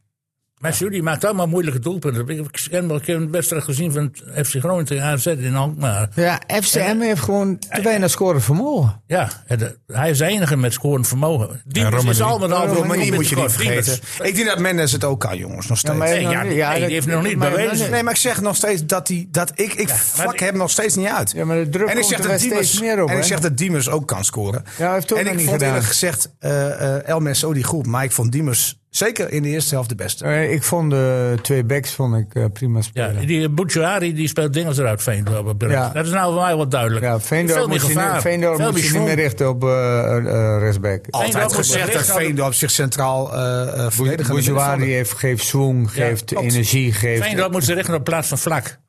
[SPEAKER 3] Maar Judy maakt allemaal moeilijke doelpunten. Ik heb ik heb wel een keer een wedstrijd gezien van het FC Groningen tegen AZ in Alkmaar.
[SPEAKER 5] Ja, FCM heeft gewoon te weinig scoren vermogen.
[SPEAKER 3] Ja, en de- hij is de enige met scorend vermogen. Die
[SPEAKER 1] En
[SPEAKER 3] is
[SPEAKER 1] Romani.
[SPEAKER 3] al met al
[SPEAKER 5] Romani
[SPEAKER 3] een
[SPEAKER 4] Romani
[SPEAKER 3] doelpunt
[SPEAKER 4] moet je niet
[SPEAKER 3] tekort.
[SPEAKER 4] vergeten.
[SPEAKER 3] Diemers.
[SPEAKER 4] Ik denk dat Mendes het ook kan, jongens, nog steeds.
[SPEAKER 3] Nee, ja, nee, die heeft nog niet
[SPEAKER 5] maar-
[SPEAKER 3] bewezen.
[SPEAKER 4] Nee, maar ik zeg nog steeds dat, die, dat ik, ik vlak
[SPEAKER 3] die-
[SPEAKER 4] hem nog steeds niet uit.
[SPEAKER 5] Ja, maar de druk
[SPEAKER 4] en ik
[SPEAKER 5] komt
[SPEAKER 4] zeg
[SPEAKER 5] er
[SPEAKER 4] dat
[SPEAKER 5] wel
[SPEAKER 4] Diemers,
[SPEAKER 5] steeds meer op,
[SPEAKER 4] En ik
[SPEAKER 5] hè?
[SPEAKER 4] zeg dat Diemers ook kan scoren.
[SPEAKER 5] Ja, hij heeft ook
[SPEAKER 4] en
[SPEAKER 5] nog
[SPEAKER 4] ik
[SPEAKER 5] niet
[SPEAKER 4] vond eerlijk
[SPEAKER 5] gedaan.
[SPEAKER 4] gezegd, eh eh El Mesodi goed. Maar ik vond Diemers zeker in de eerste helft de beste.
[SPEAKER 5] Eh, Ik vond de twee backs vond ik, eh, prima
[SPEAKER 3] Ja,
[SPEAKER 5] spelen.
[SPEAKER 3] die Bouchouari die speelt dingen eruit Veendorp.
[SPEAKER 5] Ja.
[SPEAKER 3] Dat is nou voor mij wel duidelijk.
[SPEAKER 5] Ja,
[SPEAKER 3] Veel
[SPEAKER 5] Veendorp
[SPEAKER 3] meer
[SPEAKER 5] moet je
[SPEAKER 3] gevaar.
[SPEAKER 5] niet, Veendorp
[SPEAKER 3] Veel
[SPEAKER 5] moet je niet
[SPEAKER 3] schwung.
[SPEAKER 5] meer richten op eh eh, rechtsback.
[SPEAKER 4] Altijd
[SPEAKER 3] Veendorp moet
[SPEAKER 4] gezegd dat
[SPEAKER 3] rechts-
[SPEAKER 4] Veendorp zich centraal eh eh verdediger aan de
[SPEAKER 5] Bourgeoisie
[SPEAKER 4] middenvelder-
[SPEAKER 5] heeft geeft swing, geeft
[SPEAKER 3] klopt.
[SPEAKER 5] energie, geeft...
[SPEAKER 3] Veendorp moet zich richten op plaats van vlak.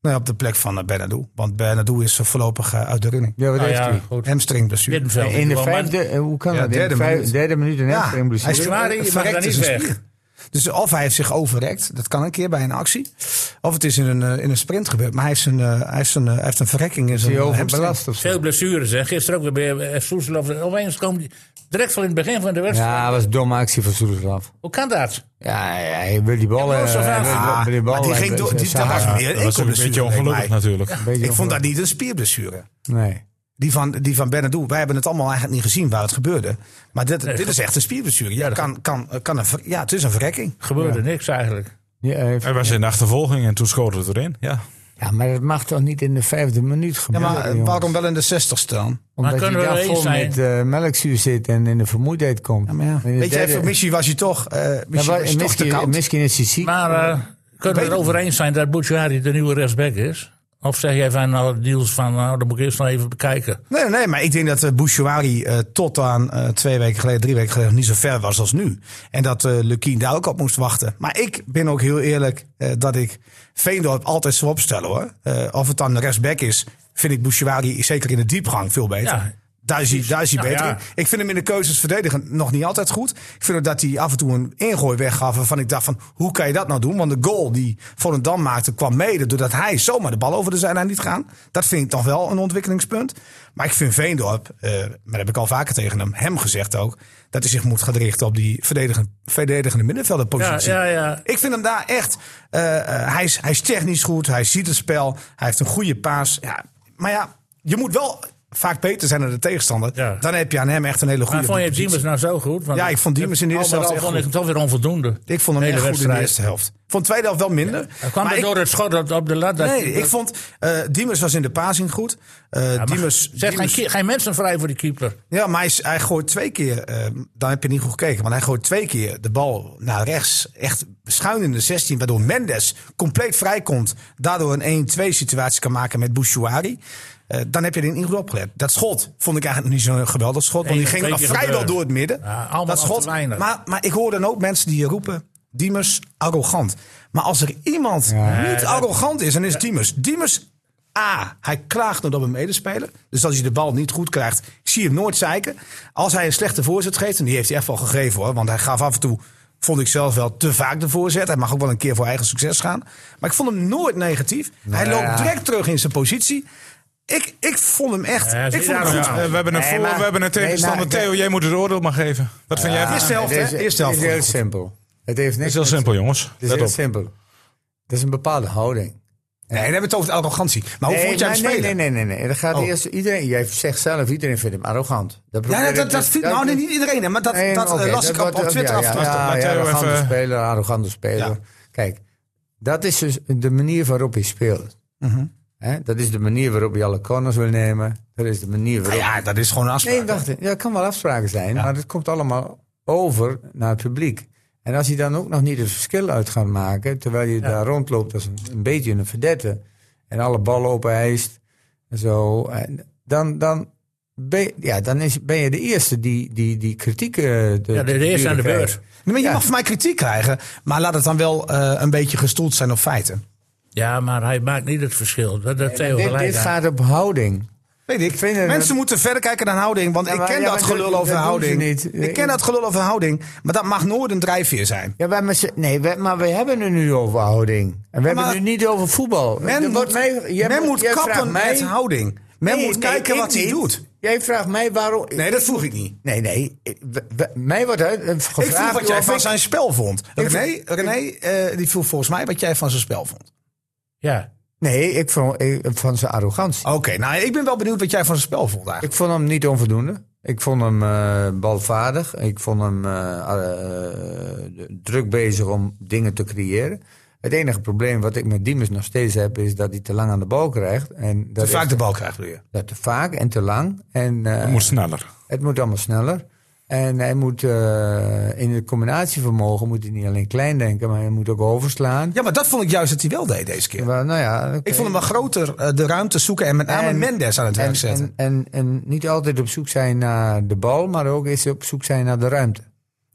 [SPEAKER 4] Nee, op de plek van eh, Bernardo. Want Bernardo is eh, voorlopig eh, uit de running.
[SPEAKER 5] Ja, wat
[SPEAKER 3] Nou
[SPEAKER 5] heeft
[SPEAKER 3] ja,
[SPEAKER 5] hij?
[SPEAKER 3] goed.
[SPEAKER 4] Hamstringblessure.
[SPEAKER 3] Middenveld.
[SPEAKER 5] In de
[SPEAKER 3] Gewoon, maar-
[SPEAKER 5] vijfde, eh, hoe kan
[SPEAKER 4] Ja,
[SPEAKER 5] dat? In de
[SPEAKER 4] derde
[SPEAKER 5] vijf-
[SPEAKER 4] minuut.
[SPEAKER 5] derde minuut een
[SPEAKER 4] Ja,
[SPEAKER 5] hamstring
[SPEAKER 4] hij
[SPEAKER 5] blessure.
[SPEAKER 4] is
[SPEAKER 3] Januari, je mag
[SPEAKER 4] verrekt
[SPEAKER 3] daar niet
[SPEAKER 4] is een
[SPEAKER 3] weg.
[SPEAKER 4] spier. Dus of hij heeft zich overrekt, dat kan een keer bij een actie. Of het is in een, eh, in een sprint gebeurd. Maar hij heeft, zijn, eh, hij heeft, zijn, eh, hij heeft een verrekking in
[SPEAKER 5] Is
[SPEAKER 4] zijn
[SPEAKER 5] hij
[SPEAKER 4] eh, hamstring.
[SPEAKER 5] overbelast of zo?
[SPEAKER 3] Veel blessures. Hè. Gisteren ook weer bij eh, Soeslof. Opeens kwam die direct van in het begin van de wedstrijd.
[SPEAKER 5] Ja, dat was een domme actie van Soeterslaf.
[SPEAKER 3] Hoe kan dat?
[SPEAKER 5] Ja, hij wil die bal...
[SPEAKER 3] Ja, maar dat
[SPEAKER 5] eh,
[SPEAKER 3] was wel
[SPEAKER 5] hij wil-
[SPEAKER 4] Ah,
[SPEAKER 5] wil die
[SPEAKER 4] maar
[SPEAKER 5] bal-
[SPEAKER 4] die
[SPEAKER 5] hij
[SPEAKER 4] ging
[SPEAKER 5] wil-
[SPEAKER 4] door- die-
[SPEAKER 5] zijn
[SPEAKER 4] dat was
[SPEAKER 5] hart-
[SPEAKER 4] meer
[SPEAKER 1] Dat was een
[SPEAKER 4] enkelblessure,
[SPEAKER 1] beetje
[SPEAKER 4] leek
[SPEAKER 1] ongelukkig
[SPEAKER 4] mij.
[SPEAKER 5] beetje
[SPEAKER 4] Ik vond dat
[SPEAKER 5] ongelukkig.
[SPEAKER 4] niet een spierblessure.
[SPEAKER 5] Nee.
[SPEAKER 4] Die van, die van Benadou. Wij hebben het allemaal eigenlijk niet gezien waar het gebeurde. Maar dit, dit is echt een spierblessure. Ja,
[SPEAKER 3] dat-
[SPEAKER 4] kan, kan, kan een, ver- ja, het is een verrekking.
[SPEAKER 3] Gebeurde niks eigenlijk.
[SPEAKER 5] Ja, hij eh, heeft-
[SPEAKER 1] Er was in de achtervolging en toen schoot het erin. Ja.
[SPEAKER 5] ja, maar dat mag toch niet in de vijfde minuut
[SPEAKER 4] Ja,
[SPEAKER 5] gebeuren,
[SPEAKER 4] maar eh,
[SPEAKER 5] jongens?
[SPEAKER 4] waarom wel in de 60 staan?
[SPEAKER 5] Omdat
[SPEAKER 3] kunnen
[SPEAKER 5] je
[SPEAKER 3] we
[SPEAKER 5] daar
[SPEAKER 3] wel eens
[SPEAKER 5] vol
[SPEAKER 3] zijn?
[SPEAKER 5] met eh, melkzuur zit en in de vermoeidheid komt. In de
[SPEAKER 4] Weet je,
[SPEAKER 5] derde-
[SPEAKER 4] even, misschien was je toch, eh
[SPEAKER 5] Ja,
[SPEAKER 4] misschien
[SPEAKER 5] maar-
[SPEAKER 4] was je toch te
[SPEAKER 5] misschien,
[SPEAKER 4] koud.
[SPEAKER 5] misschien is hij ziek.
[SPEAKER 3] Maar eh, kunnen we
[SPEAKER 4] weet
[SPEAKER 3] het over eens zijn dat Bouchard de nieuwe rechtsback is? Of zeg jij van nou, deals van nou, dat moet ik eerst nog even bekijken.
[SPEAKER 4] Nee, nee, maar ik denk dat eh Bouchouari eh, tot aan eh, twee weken geleden, drie weken geleden, nog niet zo ver was als nu. En dat eh Lukien daar ook op moest wachten. Maar ik ben ook heel eerlijk eh, dat ik Veendorp altijd zo opstellen hoor. Eh, of het dan de rechtsback is, vind ik Bouchouari zeker in de diepgang veel beter.
[SPEAKER 3] Ja.
[SPEAKER 4] Daar is hij, daar is hij
[SPEAKER 3] Ja,
[SPEAKER 4] beter
[SPEAKER 3] Nou ja.
[SPEAKER 4] in. Ik vind hem in de keuzes verdedigend nog niet altijd goed. Ik vind ook dat hij af en toe een ingooi weggaf waarvan ik dacht van hoe kan je dat nou doen? Want de goal die Volendam maakte kwam mede doordat hij zomaar de bal over de zijlijn liet gaan. Dat vind ik toch wel een ontwikkelingspunt. Maar ik vind Veendorp, eh, maar dat heb ik al vaker tegen hem, hem gezegd ook, dat hij zich moet gaan richten op die verdedigende, verdedigende
[SPEAKER 3] Ja,
[SPEAKER 4] middenvelderpositie.
[SPEAKER 3] ja, ja.
[SPEAKER 4] Ik vind hem daar echt. eh, eh, hij, is, hij is technisch goed. Hij ziet het spel. Hij heeft een goede paas. Ja, maar ja, je moet wel vaak beter zijn dan de tegenstander.
[SPEAKER 3] Ja.
[SPEAKER 4] Dan heb je aan hem echt een hele goede.
[SPEAKER 3] Maar vond je
[SPEAKER 4] positie.
[SPEAKER 3] Diemers nou zo goed? Want
[SPEAKER 4] Ja, ik vond Diemers in de eerste
[SPEAKER 3] al met
[SPEAKER 4] helft
[SPEAKER 3] al
[SPEAKER 4] echt
[SPEAKER 3] vond ik hem toch weer onvoldoende.
[SPEAKER 4] Ik vond hem
[SPEAKER 3] De
[SPEAKER 4] echt
[SPEAKER 3] hele
[SPEAKER 4] goed in de
[SPEAKER 3] wedstrijd.
[SPEAKER 4] eerste helft. Vond de tweede helft wel minder.
[SPEAKER 3] Hij kwam
[SPEAKER 4] Maar
[SPEAKER 3] er
[SPEAKER 4] ik-
[SPEAKER 3] door het schot op, op de lat. Dat,
[SPEAKER 4] Nee, ik vond eh Diemers was in de passing goed. Eh, Diemers,
[SPEAKER 3] Zet geen,
[SPEAKER 4] Diemers-
[SPEAKER 3] ki- geen mensen vrij voor die keeper.
[SPEAKER 4] ja, maar hij, is- hij gooit twee keer. eh, dan heb je niet goed gekeken. Want hij gooit twee keer de bal naar rechts. Echt schuin in de 16. Waardoor Mendes compleet vrijkomt. Daardoor een 1-2 situatie kan maken met Bouchouari. Eh, dan heb je er niet goed opgelet. Dat schot vond ik eigenlijk niet zo'n geweldig schot. Want
[SPEAKER 3] Eén
[SPEAKER 4] die
[SPEAKER 3] of
[SPEAKER 4] ging
[SPEAKER 3] twee
[SPEAKER 4] nog
[SPEAKER 3] keer
[SPEAKER 4] vrijwel
[SPEAKER 3] gebeurd.
[SPEAKER 4] door het midden.
[SPEAKER 3] Ja, allemaal
[SPEAKER 4] dat
[SPEAKER 3] te
[SPEAKER 4] schot.
[SPEAKER 3] weinig.
[SPEAKER 4] Maar, Ah, maar ik hoor dan ook mensen die roepen. Diemers, arrogant. Maar als er iemand niet arrogant is, dan is Diemers. Diemers A, hij klaagt nooit op een medespeler. Dus als hij de bal niet goed krijgt, ik zie hem nooit zeiken. Als hij een slechte voorzet geeft, en die heeft hij echt wel gegeven hoor. Want hij gaf af en toe, vond ik zelf wel te vaak de voorzet. Hij mag ook wel een keer voor eigen succes gaan. Maar ik vond hem nooit negatief. hij loopt direct terug in zijn positie. Ik, ik vond hem echt.
[SPEAKER 3] Ja, zie
[SPEAKER 4] ik vond hem
[SPEAKER 3] daarom.
[SPEAKER 4] goed.
[SPEAKER 1] Ja, eh, we hebben een,
[SPEAKER 5] Nee,
[SPEAKER 1] voor,
[SPEAKER 5] maar-
[SPEAKER 1] we hebben een
[SPEAKER 5] nee,
[SPEAKER 1] tegenstander.
[SPEAKER 5] maar-
[SPEAKER 1] Theo, jij moet het oordeel maar geven. Wat vind jij? Het
[SPEAKER 4] Eerste helft,
[SPEAKER 5] Het is-
[SPEAKER 4] hè? Eerste helft.
[SPEAKER 5] Het is
[SPEAKER 4] vond
[SPEAKER 5] heel
[SPEAKER 4] ik goed.
[SPEAKER 5] simpel. Het heeft
[SPEAKER 1] is
[SPEAKER 5] niks
[SPEAKER 1] heel
[SPEAKER 5] met-
[SPEAKER 1] simpel, jongens.
[SPEAKER 5] Het is
[SPEAKER 1] Let
[SPEAKER 5] heel
[SPEAKER 1] op.
[SPEAKER 5] simpel. Het is een bepaalde houding.
[SPEAKER 4] Nee, dan hebben we het over de arrogantie. Maar hoe
[SPEAKER 5] nee,
[SPEAKER 4] Oh, vond jij hem
[SPEAKER 5] maar nee,
[SPEAKER 4] spelen?
[SPEAKER 5] nee, nee, nee, nee. Dat gaat
[SPEAKER 4] Oh.
[SPEAKER 5] eerst iedereen. Jij zegt zelf, iedereen vindt hem arrogant.
[SPEAKER 4] Ja, dat, dat, dat, nou, nee, niet iedereen, hè, maar dat,
[SPEAKER 5] dus Nee,
[SPEAKER 4] dat eh,
[SPEAKER 5] oké,
[SPEAKER 4] las ik op,
[SPEAKER 5] wordt-
[SPEAKER 4] op Twitter
[SPEAKER 5] ja,
[SPEAKER 4] af en toe.
[SPEAKER 5] Ja, ja,
[SPEAKER 1] Laat
[SPEAKER 5] ja,
[SPEAKER 1] Theo
[SPEAKER 5] arrogante
[SPEAKER 1] even-
[SPEAKER 5] speler, arrogante speler.
[SPEAKER 4] eh, Ja.
[SPEAKER 5] Kijk, dat is dus de manier waarop hij speelt.
[SPEAKER 4] Mhm.
[SPEAKER 5] Hè, dat is de manier waarop hij alle corners wil nemen. Dat is de manier waarop...
[SPEAKER 4] Nou Ja, dat is gewoon een afspraak.
[SPEAKER 5] nee, wacht. Ja, het kan wel afspraken zijn, maar dat komt allemaal over naar het publiek. En als hij dan ook nog niet het verschil uit gaat maken... terwijl je daar rondloopt als een, een beetje een verdette... en alle ballen opeist en zo... En dan... dan ben je, ja, dan is, ben je de eerste die, die, die kritiek... eh, te-
[SPEAKER 3] Ja, de,
[SPEAKER 5] te
[SPEAKER 3] de eerste aan de
[SPEAKER 5] duren krijgt.
[SPEAKER 3] beurt.
[SPEAKER 4] Nee, maar je
[SPEAKER 5] Ja.
[SPEAKER 4] mag van mij kritiek krijgen, maar laat het dan wel eh, een beetje gestoeld zijn op feiten.
[SPEAKER 3] Ja, maar hij maakt niet het verschil. Dat, dat Theo
[SPEAKER 5] Dit,
[SPEAKER 3] gelijk
[SPEAKER 5] dit
[SPEAKER 3] aan.
[SPEAKER 5] gaat op houding.
[SPEAKER 4] Weet ik.
[SPEAKER 5] vind het-
[SPEAKER 4] Mensen moeten verder kijken dan houding, want
[SPEAKER 5] Ja,
[SPEAKER 4] ik
[SPEAKER 5] maar-
[SPEAKER 4] ken
[SPEAKER 5] ja,
[SPEAKER 4] dat
[SPEAKER 5] maar dat-
[SPEAKER 4] gelul
[SPEAKER 5] dat
[SPEAKER 4] over
[SPEAKER 5] doen ze
[SPEAKER 4] houding.
[SPEAKER 5] niet.
[SPEAKER 4] Ik ken dat gelul over houding, maar dat mag nooit een drijfveer zijn.
[SPEAKER 5] Ja, wij met z'n- nee, wij- maar we hebben het nu over houding. En we hebben
[SPEAKER 4] maar-
[SPEAKER 5] het nu niet over voetbal. Er
[SPEAKER 4] Men
[SPEAKER 5] wordt
[SPEAKER 4] moet,
[SPEAKER 5] mij- jij
[SPEAKER 4] men moet
[SPEAKER 5] jij vraagt
[SPEAKER 4] kappen
[SPEAKER 5] mij-
[SPEAKER 4] met houding. Men
[SPEAKER 5] Nee,
[SPEAKER 4] moet
[SPEAKER 5] nee,
[SPEAKER 4] kijken
[SPEAKER 5] ik
[SPEAKER 4] wat hij
[SPEAKER 5] niet.
[SPEAKER 4] doet.
[SPEAKER 5] Jij vraagt mij waarom...
[SPEAKER 4] Nee, dat vroeg ik niet.
[SPEAKER 5] Nee, nee. ik- we- we- mij wordt uit, eh,
[SPEAKER 4] Ik vroeg
[SPEAKER 5] gevraagd...
[SPEAKER 4] wat jij
[SPEAKER 5] of
[SPEAKER 4] van
[SPEAKER 5] ik-
[SPEAKER 4] zijn spel vond.
[SPEAKER 5] Ik-
[SPEAKER 4] René, René eh, die vroeg volgens mij wat jij van zijn spel vond.
[SPEAKER 3] Ja.
[SPEAKER 5] Nee, ik vond ik, van zijn arrogantie.
[SPEAKER 4] Oké, nou ik ben wel benieuwd wat jij van zijn spel vond eigenlijk.
[SPEAKER 5] Ik vond hem niet onvoldoende. Ik vond hem eh, balvaardig. Ik vond hem eh, eh, druk bezig om dingen te creëren. Het enige probleem wat ik met Diemers nog steeds heb... is dat hij te lang aan de bal krijgt. En dat
[SPEAKER 4] Te vaak
[SPEAKER 5] is-
[SPEAKER 4] de bal krijgt weer.
[SPEAKER 5] dat te vaak en te lang. En, eh,
[SPEAKER 1] Het moet sneller.
[SPEAKER 5] het moet allemaal sneller. En hij moet eh, in het combinatievermogen moet hij niet alleen klein denken... maar hij moet ook overslaan.
[SPEAKER 4] Ja, maar dat vond ik juist dat hij wel deed deze keer.
[SPEAKER 5] Wel, nou ja, oké.
[SPEAKER 4] Ik vond hem wel groter eh, de ruimte zoeken en met name
[SPEAKER 5] En-
[SPEAKER 4] Mendes aan het werk
[SPEAKER 5] en,
[SPEAKER 4] zetten.
[SPEAKER 5] en, en, en niet altijd op zoek zijn naar de bal... maar ook eens op zoek zijn naar de ruimte.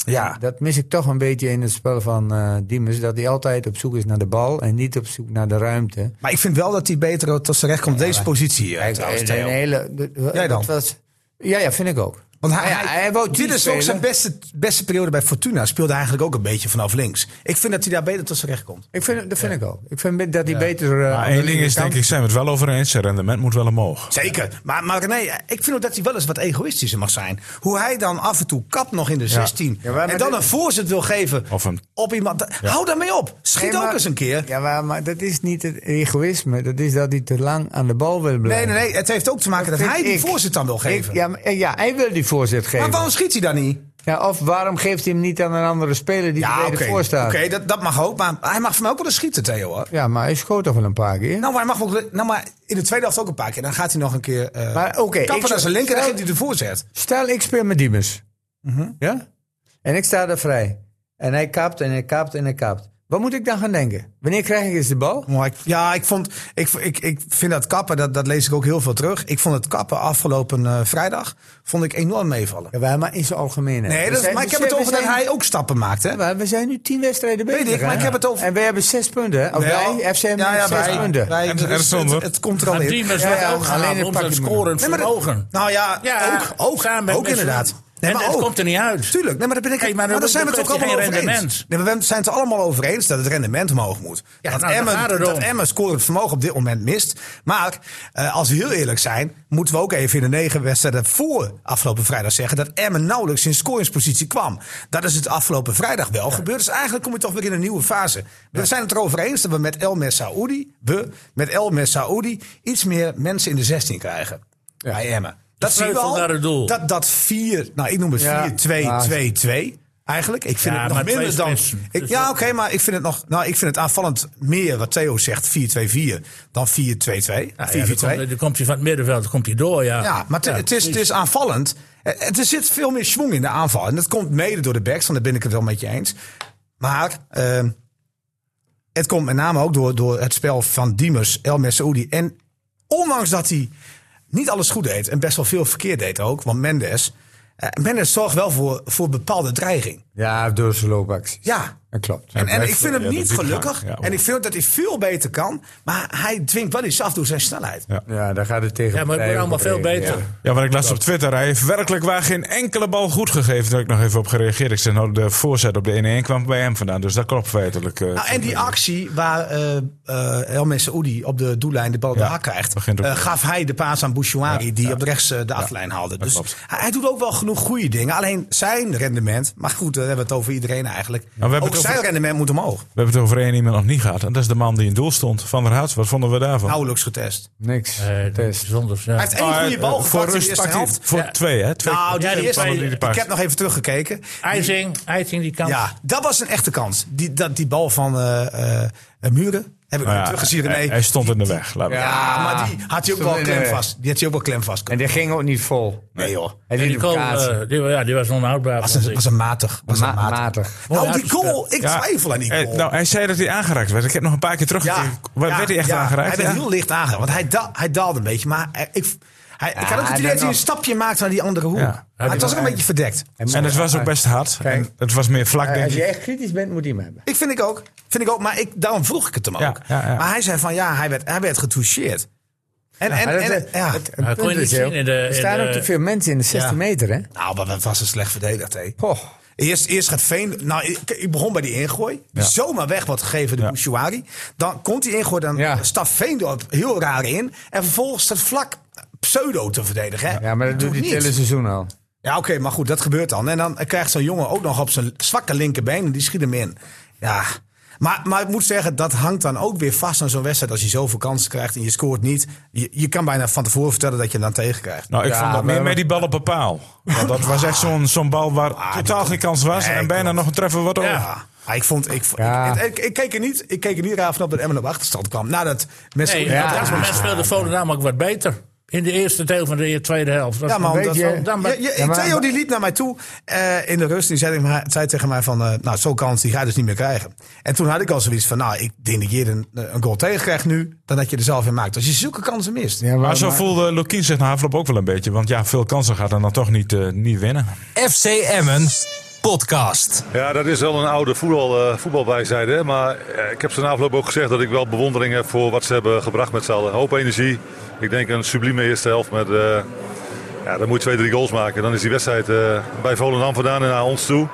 [SPEAKER 4] ja.
[SPEAKER 5] Dat mis ik toch een beetje in het spel van eh Diemers... dat hij altijd op zoek is naar de bal en niet op zoek naar de ruimte.
[SPEAKER 4] Maar ik vind wel dat hij beter tot zijn recht komt op deze positie. eh, trouwens,
[SPEAKER 5] En
[SPEAKER 4] Theo.
[SPEAKER 5] een hele, de-
[SPEAKER 4] Jij dan?
[SPEAKER 5] dat was- ja, ja, vind ik ook.
[SPEAKER 4] Want hij,
[SPEAKER 5] Ja,
[SPEAKER 4] hij-
[SPEAKER 5] hij wou
[SPEAKER 4] dit
[SPEAKER 5] diep
[SPEAKER 4] is ook
[SPEAKER 5] spelen.
[SPEAKER 4] zijn beste, beste periode bij Fortuna. Speelde hij eigenlijk ook een beetje vanaf links. Ik vind dat hij daar beter tussen recht komt.
[SPEAKER 5] Ik vind, dat vind ik ook. Ik vind dat hij beter... eh,
[SPEAKER 1] Maar
[SPEAKER 5] aan de
[SPEAKER 1] één ding is,
[SPEAKER 5] linkerkant-
[SPEAKER 1] denk ik, zijn we het wel over eens. Zijn rendement moet wel omhoog.
[SPEAKER 4] Zeker. Maar, maar nee, ik vind ook dat hij wel eens wat egoïstischer mag zijn. Hoe hij dan af en toe kapt nog in de 16.
[SPEAKER 5] Ja, maar
[SPEAKER 4] en dan
[SPEAKER 5] dit-
[SPEAKER 4] een voorzet wil geven
[SPEAKER 1] Of een-
[SPEAKER 4] op iemand. Da- Hou daarmee op. Schiet
[SPEAKER 5] Nee,
[SPEAKER 4] ook
[SPEAKER 5] maar-
[SPEAKER 4] eens een keer.
[SPEAKER 5] Ja, maar, maar dat is niet het egoïsme. Dat is dat hij te lang aan de bal wil
[SPEAKER 4] Nee,
[SPEAKER 5] blijven.
[SPEAKER 4] nee, nee. Het heeft ook te maken dat,
[SPEAKER 5] Vind
[SPEAKER 4] hij die
[SPEAKER 5] ik.
[SPEAKER 4] voorzet dan wil
[SPEAKER 5] Ik-
[SPEAKER 4] geven.
[SPEAKER 5] ja, maar- ja, hij wil die voorzet geven.
[SPEAKER 4] maar waarom schiet hij dan niet?
[SPEAKER 5] ja, of waarom geeft hij hem niet aan een andere speler die
[SPEAKER 4] Ja,
[SPEAKER 5] er
[SPEAKER 4] oké.
[SPEAKER 5] voor
[SPEAKER 4] Oké,
[SPEAKER 5] staat?
[SPEAKER 4] dat, dat mag ook. Maar hij mag van mij ook wel eens schieten, Theo. Hoor.
[SPEAKER 5] Ja, maar hij schoot toch wel een paar keer.
[SPEAKER 4] Nou, maar, hij mag ook, nou, maar in de tweede helft ook een paar keer. Dan gaat hij nog een keer eh
[SPEAKER 5] Maar oké, ik
[SPEAKER 4] kappen
[SPEAKER 5] zou-
[SPEAKER 4] naar zijn linker. Dan
[SPEAKER 5] stel-
[SPEAKER 4] geeft hij de voorzet.
[SPEAKER 5] Stel, ik speel met Diemers.
[SPEAKER 4] Mhm.
[SPEAKER 5] Ja? En ik sta daar vrij. En hij kapt en hij kapt en hij kapt. Wat moet ik dan gaan denken? Wanneer krijg ik eens de bal?
[SPEAKER 4] Maar ik- ja, ik, vond, ik, ik, ik vind dat kappen, dat, dat lees ik ook heel veel terug. Ik vond het kappen afgelopen eh, vrijdag vond ik enorm meevallen.
[SPEAKER 5] Ja, eh, maar in zijn algemeenheid. Dus
[SPEAKER 4] Nee,
[SPEAKER 5] We
[SPEAKER 4] dat,
[SPEAKER 5] zijn-
[SPEAKER 4] maar ik
[SPEAKER 5] we
[SPEAKER 4] heb het
[SPEAKER 5] zijn-
[SPEAKER 4] over dat
[SPEAKER 5] we zijn-
[SPEAKER 4] hij ook stappen maakt. Hè?
[SPEAKER 5] we zijn nu tien wedstrijden
[SPEAKER 4] Weet
[SPEAKER 5] bezig.
[SPEAKER 4] ik, maar
[SPEAKER 5] hè?
[SPEAKER 4] ik heb het over-
[SPEAKER 5] En wij hebben zes punten. hè? Of
[SPEAKER 4] Wel,
[SPEAKER 5] wij, FCM
[SPEAKER 4] ja, ja,
[SPEAKER 5] zes
[SPEAKER 4] wij-
[SPEAKER 5] punten.
[SPEAKER 4] wij-
[SPEAKER 1] En
[SPEAKER 4] dus het-
[SPEAKER 1] Erzonder.
[SPEAKER 4] het, het komt er al
[SPEAKER 3] En
[SPEAKER 4] in.
[SPEAKER 3] Diemers
[SPEAKER 5] Ja,
[SPEAKER 3] werd
[SPEAKER 5] ja,
[SPEAKER 3] ook
[SPEAKER 5] alleen
[SPEAKER 3] gehaald
[SPEAKER 5] het
[SPEAKER 3] om zijn
[SPEAKER 5] pakje
[SPEAKER 3] scorend
[SPEAKER 4] Nee, maar dat-
[SPEAKER 3] vermogen.
[SPEAKER 4] Nou ja,
[SPEAKER 3] Ja,
[SPEAKER 4] ook, ook,
[SPEAKER 3] samen met
[SPEAKER 4] ook
[SPEAKER 3] Messi.
[SPEAKER 4] inderdaad.
[SPEAKER 3] En
[SPEAKER 4] maar
[SPEAKER 3] het
[SPEAKER 4] ook.
[SPEAKER 3] komt er niet uit.
[SPEAKER 4] Tuurlijk, nee, maar daar ben ik.
[SPEAKER 3] Hey, maar
[SPEAKER 4] maar
[SPEAKER 3] dan-
[SPEAKER 4] daar zijn we
[SPEAKER 3] dan
[SPEAKER 4] het ook
[SPEAKER 3] krijgt
[SPEAKER 4] allemaal
[SPEAKER 3] hij
[SPEAKER 4] over
[SPEAKER 3] geen
[SPEAKER 4] eens.
[SPEAKER 3] rendement.
[SPEAKER 4] Nee, maar we zijn het er allemaal over eens dat het rendement omhoog moet.
[SPEAKER 3] Ja,
[SPEAKER 4] dat,
[SPEAKER 3] nou, daar gaat
[SPEAKER 4] Emmen,
[SPEAKER 3] het
[SPEAKER 4] dat
[SPEAKER 3] om.
[SPEAKER 4] Emmen scoren het vermogen op dit moment mist. Maar eh, als we heel eerlijk zijn, moeten we ook even in de negen wedstrijden voor afgelopen vrijdag zeggen dat Emmen nauwelijks in scoringspositie kwam. Dat is het afgelopen vrijdag wel gebeurd. Dus eigenlijk kom je toch weer in een nieuwe fase. We zijn het erover eens dat we met El Messaoudi, we met El Messaoudi iets meer mensen in de 16 krijgen bij Emmen. Dat zien we
[SPEAKER 3] sleutel
[SPEAKER 4] al.
[SPEAKER 3] naar het doel.
[SPEAKER 4] Dat dat vier, nou ik noem het
[SPEAKER 5] Ja.
[SPEAKER 4] 4-2-2-2
[SPEAKER 5] Ah.
[SPEAKER 4] eigenlijk. Ik vind
[SPEAKER 3] Ja,
[SPEAKER 4] het nog
[SPEAKER 3] maar twee
[SPEAKER 4] minder dan.
[SPEAKER 3] spitsen.
[SPEAKER 4] Ik,
[SPEAKER 3] Dus
[SPEAKER 4] ja,
[SPEAKER 3] dat-
[SPEAKER 4] oké, maar ik vind het nog. Nou, ik vind het aanvallend meer wat Theo zegt 4-2-4 dan 4-2-2. 4-4-2.
[SPEAKER 3] Nou ja, dan komt- dan komt hij van het middenveld, dan komt hij door, ja.
[SPEAKER 4] Ja, maar het-
[SPEAKER 3] Ja,
[SPEAKER 4] het, is, het
[SPEAKER 3] precies.
[SPEAKER 4] is aanvallend. Eh, het- Er zit veel meer schwung in de aanval. En dat komt mede door de backs, want daar ben ik het wel met je eens. Maar ehm, het komt met name ook door, door het spel van Diemers, El Messaoudi. En ondanks dat hij niet alles goed deed en best wel veel verkeerd deed ook, want Mendes... eh, Mendes zorgt wel voor, voor bepaalde dreiging.
[SPEAKER 5] Ja, door zijn loopacties.
[SPEAKER 4] Ja.
[SPEAKER 5] Dat klopt.
[SPEAKER 4] En, en
[SPEAKER 1] blijft-
[SPEAKER 4] ik vind hem
[SPEAKER 5] eh,
[SPEAKER 1] ja,
[SPEAKER 4] niet
[SPEAKER 1] dat diepgang.
[SPEAKER 4] gelukkig.
[SPEAKER 1] Ja,
[SPEAKER 4] en ik vind dat hij veel beter kan. Maar hij dwingt wel iets af door zijn snelheid.
[SPEAKER 5] Ja, daar gaat het tegen.
[SPEAKER 3] Ja, maar het moet allemaal veel beter.
[SPEAKER 1] Ja, maar ik las op Twitter. Hij heeft werkelijk waar geen enkele bal goed gegeven. Daar heb ik nog even op gereageerd. Ik zei, nou, de voorzet op de 1-1 kwam bij hem vandaan. Dus dat klopt feitelijk. eh.
[SPEAKER 4] Nou, en die actie waar eh eh El Messaoudi op de doellijn de bal op de
[SPEAKER 1] Ja,
[SPEAKER 4] hak krijgt,
[SPEAKER 1] begint ook
[SPEAKER 4] eh,
[SPEAKER 1] weer.
[SPEAKER 4] gaf hij de paas aan Bouchouari
[SPEAKER 1] Ja,
[SPEAKER 4] die
[SPEAKER 1] ja.
[SPEAKER 4] op de rechts eh, de achterlijn haalde. Dus
[SPEAKER 1] klopt.
[SPEAKER 4] hij, hij doet ook wel genoeg goede dingen. Alleen zijn rendement, maar goed, daar hebben we het over iedereen eigenlijk.
[SPEAKER 1] Nou, hebben
[SPEAKER 4] ook
[SPEAKER 1] het over-
[SPEAKER 4] zijn rendement moet omhoog.
[SPEAKER 1] We hebben het over één iemand nog niet gehad. En dat is de man die in doel stond. Van der Hart, wat vonden we daarvan?
[SPEAKER 4] Nauwelijks getest.
[SPEAKER 5] Niks.
[SPEAKER 3] Eh,
[SPEAKER 5] Test.
[SPEAKER 3] Zonder, ja.
[SPEAKER 4] Hij heeft Nou, één
[SPEAKER 1] Ah,
[SPEAKER 4] goede bal
[SPEAKER 1] eh,
[SPEAKER 4] gepakt
[SPEAKER 1] voor
[SPEAKER 4] in de
[SPEAKER 1] rust
[SPEAKER 4] eerste
[SPEAKER 1] pakt hij
[SPEAKER 4] helft.
[SPEAKER 1] voor
[SPEAKER 3] Ja.
[SPEAKER 1] twee, hè? Twee.
[SPEAKER 4] Nou, die
[SPEAKER 3] Ja, die
[SPEAKER 4] eerste,
[SPEAKER 3] tweede-
[SPEAKER 1] die
[SPEAKER 4] ik
[SPEAKER 1] paas.
[SPEAKER 4] heb nog even teruggekeken.
[SPEAKER 3] IJzing, IJzing die kant.
[SPEAKER 4] Ja, dat was een echte kans. Die, dat, die bal van eh, eh, Muren heb
[SPEAKER 1] Nou
[SPEAKER 4] ik weer
[SPEAKER 1] ja,
[SPEAKER 4] teruggezien.
[SPEAKER 1] hij,
[SPEAKER 4] Nee.
[SPEAKER 1] hij stond in de weg. Laten we-
[SPEAKER 4] ja, maar die had hij ook wel
[SPEAKER 5] Nee,
[SPEAKER 4] klem
[SPEAKER 5] nee.
[SPEAKER 4] vast. Die had hij ook wel klem vast.
[SPEAKER 5] En die ging ook niet vol.
[SPEAKER 4] Nee joh.
[SPEAKER 3] En
[SPEAKER 5] Hij liet
[SPEAKER 3] die,
[SPEAKER 5] hem
[SPEAKER 3] goal,
[SPEAKER 5] kaatsen.
[SPEAKER 3] eh, die, ja, die was onhoudbaar.
[SPEAKER 4] Was
[SPEAKER 3] vond
[SPEAKER 4] een,
[SPEAKER 3] ik.
[SPEAKER 4] was een matig. Was
[SPEAKER 5] Ma-
[SPEAKER 4] een matig.
[SPEAKER 5] matig.
[SPEAKER 4] Nou, die
[SPEAKER 3] uitgespeeld.
[SPEAKER 4] goal, ik
[SPEAKER 1] Ja.
[SPEAKER 4] twijfel aan die
[SPEAKER 1] Eh,
[SPEAKER 4] goal.
[SPEAKER 1] nou, hij zei dat hij aangeraakt werd. Ik heb nog een paar keer teruggekeken. Waar werd hij echt
[SPEAKER 4] ja.
[SPEAKER 1] aangeraakt?
[SPEAKER 4] Hij werd
[SPEAKER 1] Ja.
[SPEAKER 4] heel licht aangeraakt, want hij, da- hij daalde een beetje. Maar eh, ik, hij, ik had ook het
[SPEAKER 5] hij
[SPEAKER 4] idee dat hij
[SPEAKER 5] nog-
[SPEAKER 4] een stapje maakte naar die andere hoek.
[SPEAKER 1] Ja.
[SPEAKER 4] Maar het was ook een beetje verdekt.
[SPEAKER 1] En het was ook best hard.
[SPEAKER 5] Kijk.
[SPEAKER 1] En het was meer vlak,
[SPEAKER 5] Eh,
[SPEAKER 1] denk
[SPEAKER 5] Als je
[SPEAKER 1] ik.
[SPEAKER 5] echt kritisch bent, moet hij hem hebben.
[SPEAKER 4] Ik vind ik ook. Vind ik ook maar ik, daarom vroeg ik het hem ook.
[SPEAKER 1] Ja, ja, ja.
[SPEAKER 4] Maar hij zei van ja, hij werd, hij werd getoucheerd. En, en,
[SPEAKER 5] Maar dat-
[SPEAKER 4] en,
[SPEAKER 1] eh,
[SPEAKER 4] ja.
[SPEAKER 5] het- het
[SPEAKER 3] Nou, kon
[SPEAKER 5] punt
[SPEAKER 3] je niet
[SPEAKER 5] is, joh,
[SPEAKER 3] zien in de-
[SPEAKER 5] Er
[SPEAKER 3] in
[SPEAKER 5] staan
[SPEAKER 3] de-
[SPEAKER 5] ook te veel mensen in de 16
[SPEAKER 4] Ja.
[SPEAKER 5] meter, hè?
[SPEAKER 4] Nou, maar dat was een slecht verdedigd, hè.
[SPEAKER 5] Poh.
[SPEAKER 4] Eerst, eerst gaat Veen. Nou, ik, ik begon bij die ingooi. Die
[SPEAKER 1] Ja.
[SPEAKER 4] zomaar weg wordt gegeven door
[SPEAKER 1] Ja.
[SPEAKER 4] Bouchouari. Dan komt die ingooi, dan
[SPEAKER 5] Ja.
[SPEAKER 4] stapt Veendorp heel raar in. En vervolgens staat vlak pseudo te verdedigen. Hè?
[SPEAKER 5] Ja, maar dat doet hij het hele seizoen al.
[SPEAKER 4] Ja, oké, maar goed, dat gebeurt dan. En dan krijgt zo'n jongen ook nog op zijn zwakke linkerbeen. En die schiet hem in. Ja. Maar, maar ik moet zeggen, dat hangt dan ook weer vast aan zo'n wedstrijd. Als je zoveel kansen krijgt en je scoort niet. Je, je kan bijna van tevoren vertellen dat je hem dan tegenkrijgt.
[SPEAKER 1] Nou, ik
[SPEAKER 5] Ja,
[SPEAKER 1] vond dat
[SPEAKER 5] maar-
[SPEAKER 1] meer met die bal op een paal. Ah, Want dat was echt zo'n zo'n bal waar totaal geen kans was.
[SPEAKER 4] Nee,
[SPEAKER 1] en bijna
[SPEAKER 4] klopt.
[SPEAKER 1] nog een treffer wat over.
[SPEAKER 4] Ja. Maar ik vond, ik, vond-
[SPEAKER 5] Ja.
[SPEAKER 4] ik, ik, ik keek er niet, ik keek er niet raar van op dat Emmen op achterstand kwam. Nadat mensen
[SPEAKER 3] Nee, op dat moment speelde Volendam ook wat beter. In de eerste deel van de tweede helft. Dat
[SPEAKER 4] Ja,
[SPEAKER 3] was
[SPEAKER 4] maar
[SPEAKER 3] een
[SPEAKER 4] omdat
[SPEAKER 3] beetje-
[SPEAKER 4] wel-
[SPEAKER 3] dan-
[SPEAKER 4] Ja, ja,
[SPEAKER 5] Ja, maar-
[SPEAKER 4] Theo die liep naar mij toe eh, in de rust. Die zei, tegen mij- zei tegen mij van, eh, nou zo'n kans die ga je dus niet meer krijgen. En toen had ik al zoiets van, nou ik denk dat je er een, eh, een goal tegen krijgt nu. Dan dat je er zelf in maakt. Als je zulke kansen mist.
[SPEAKER 5] Ja,
[SPEAKER 1] Maar zo voelde Lukien zich na afloop ook wel een beetje. Want ja, veel kansen gaat en dan toch niet, eh, niet winnen.
[SPEAKER 2] FC Emmen podcast.
[SPEAKER 8] Ja, dat is wel een oude voetbal, eh, voetbalwijsheid. Hè? Maar eh, ik heb ze na afloop ook gezegd dat ik wel bewondering heb voor wat ze hebben gebracht met z'n allen. Hoop energie. Ik denk een sublieme eerste helft met eh, Ja, dan moet je twee, drie goals maken. Dan is die wedstrijd eh, bij Volendam vandaan en naar ons toe.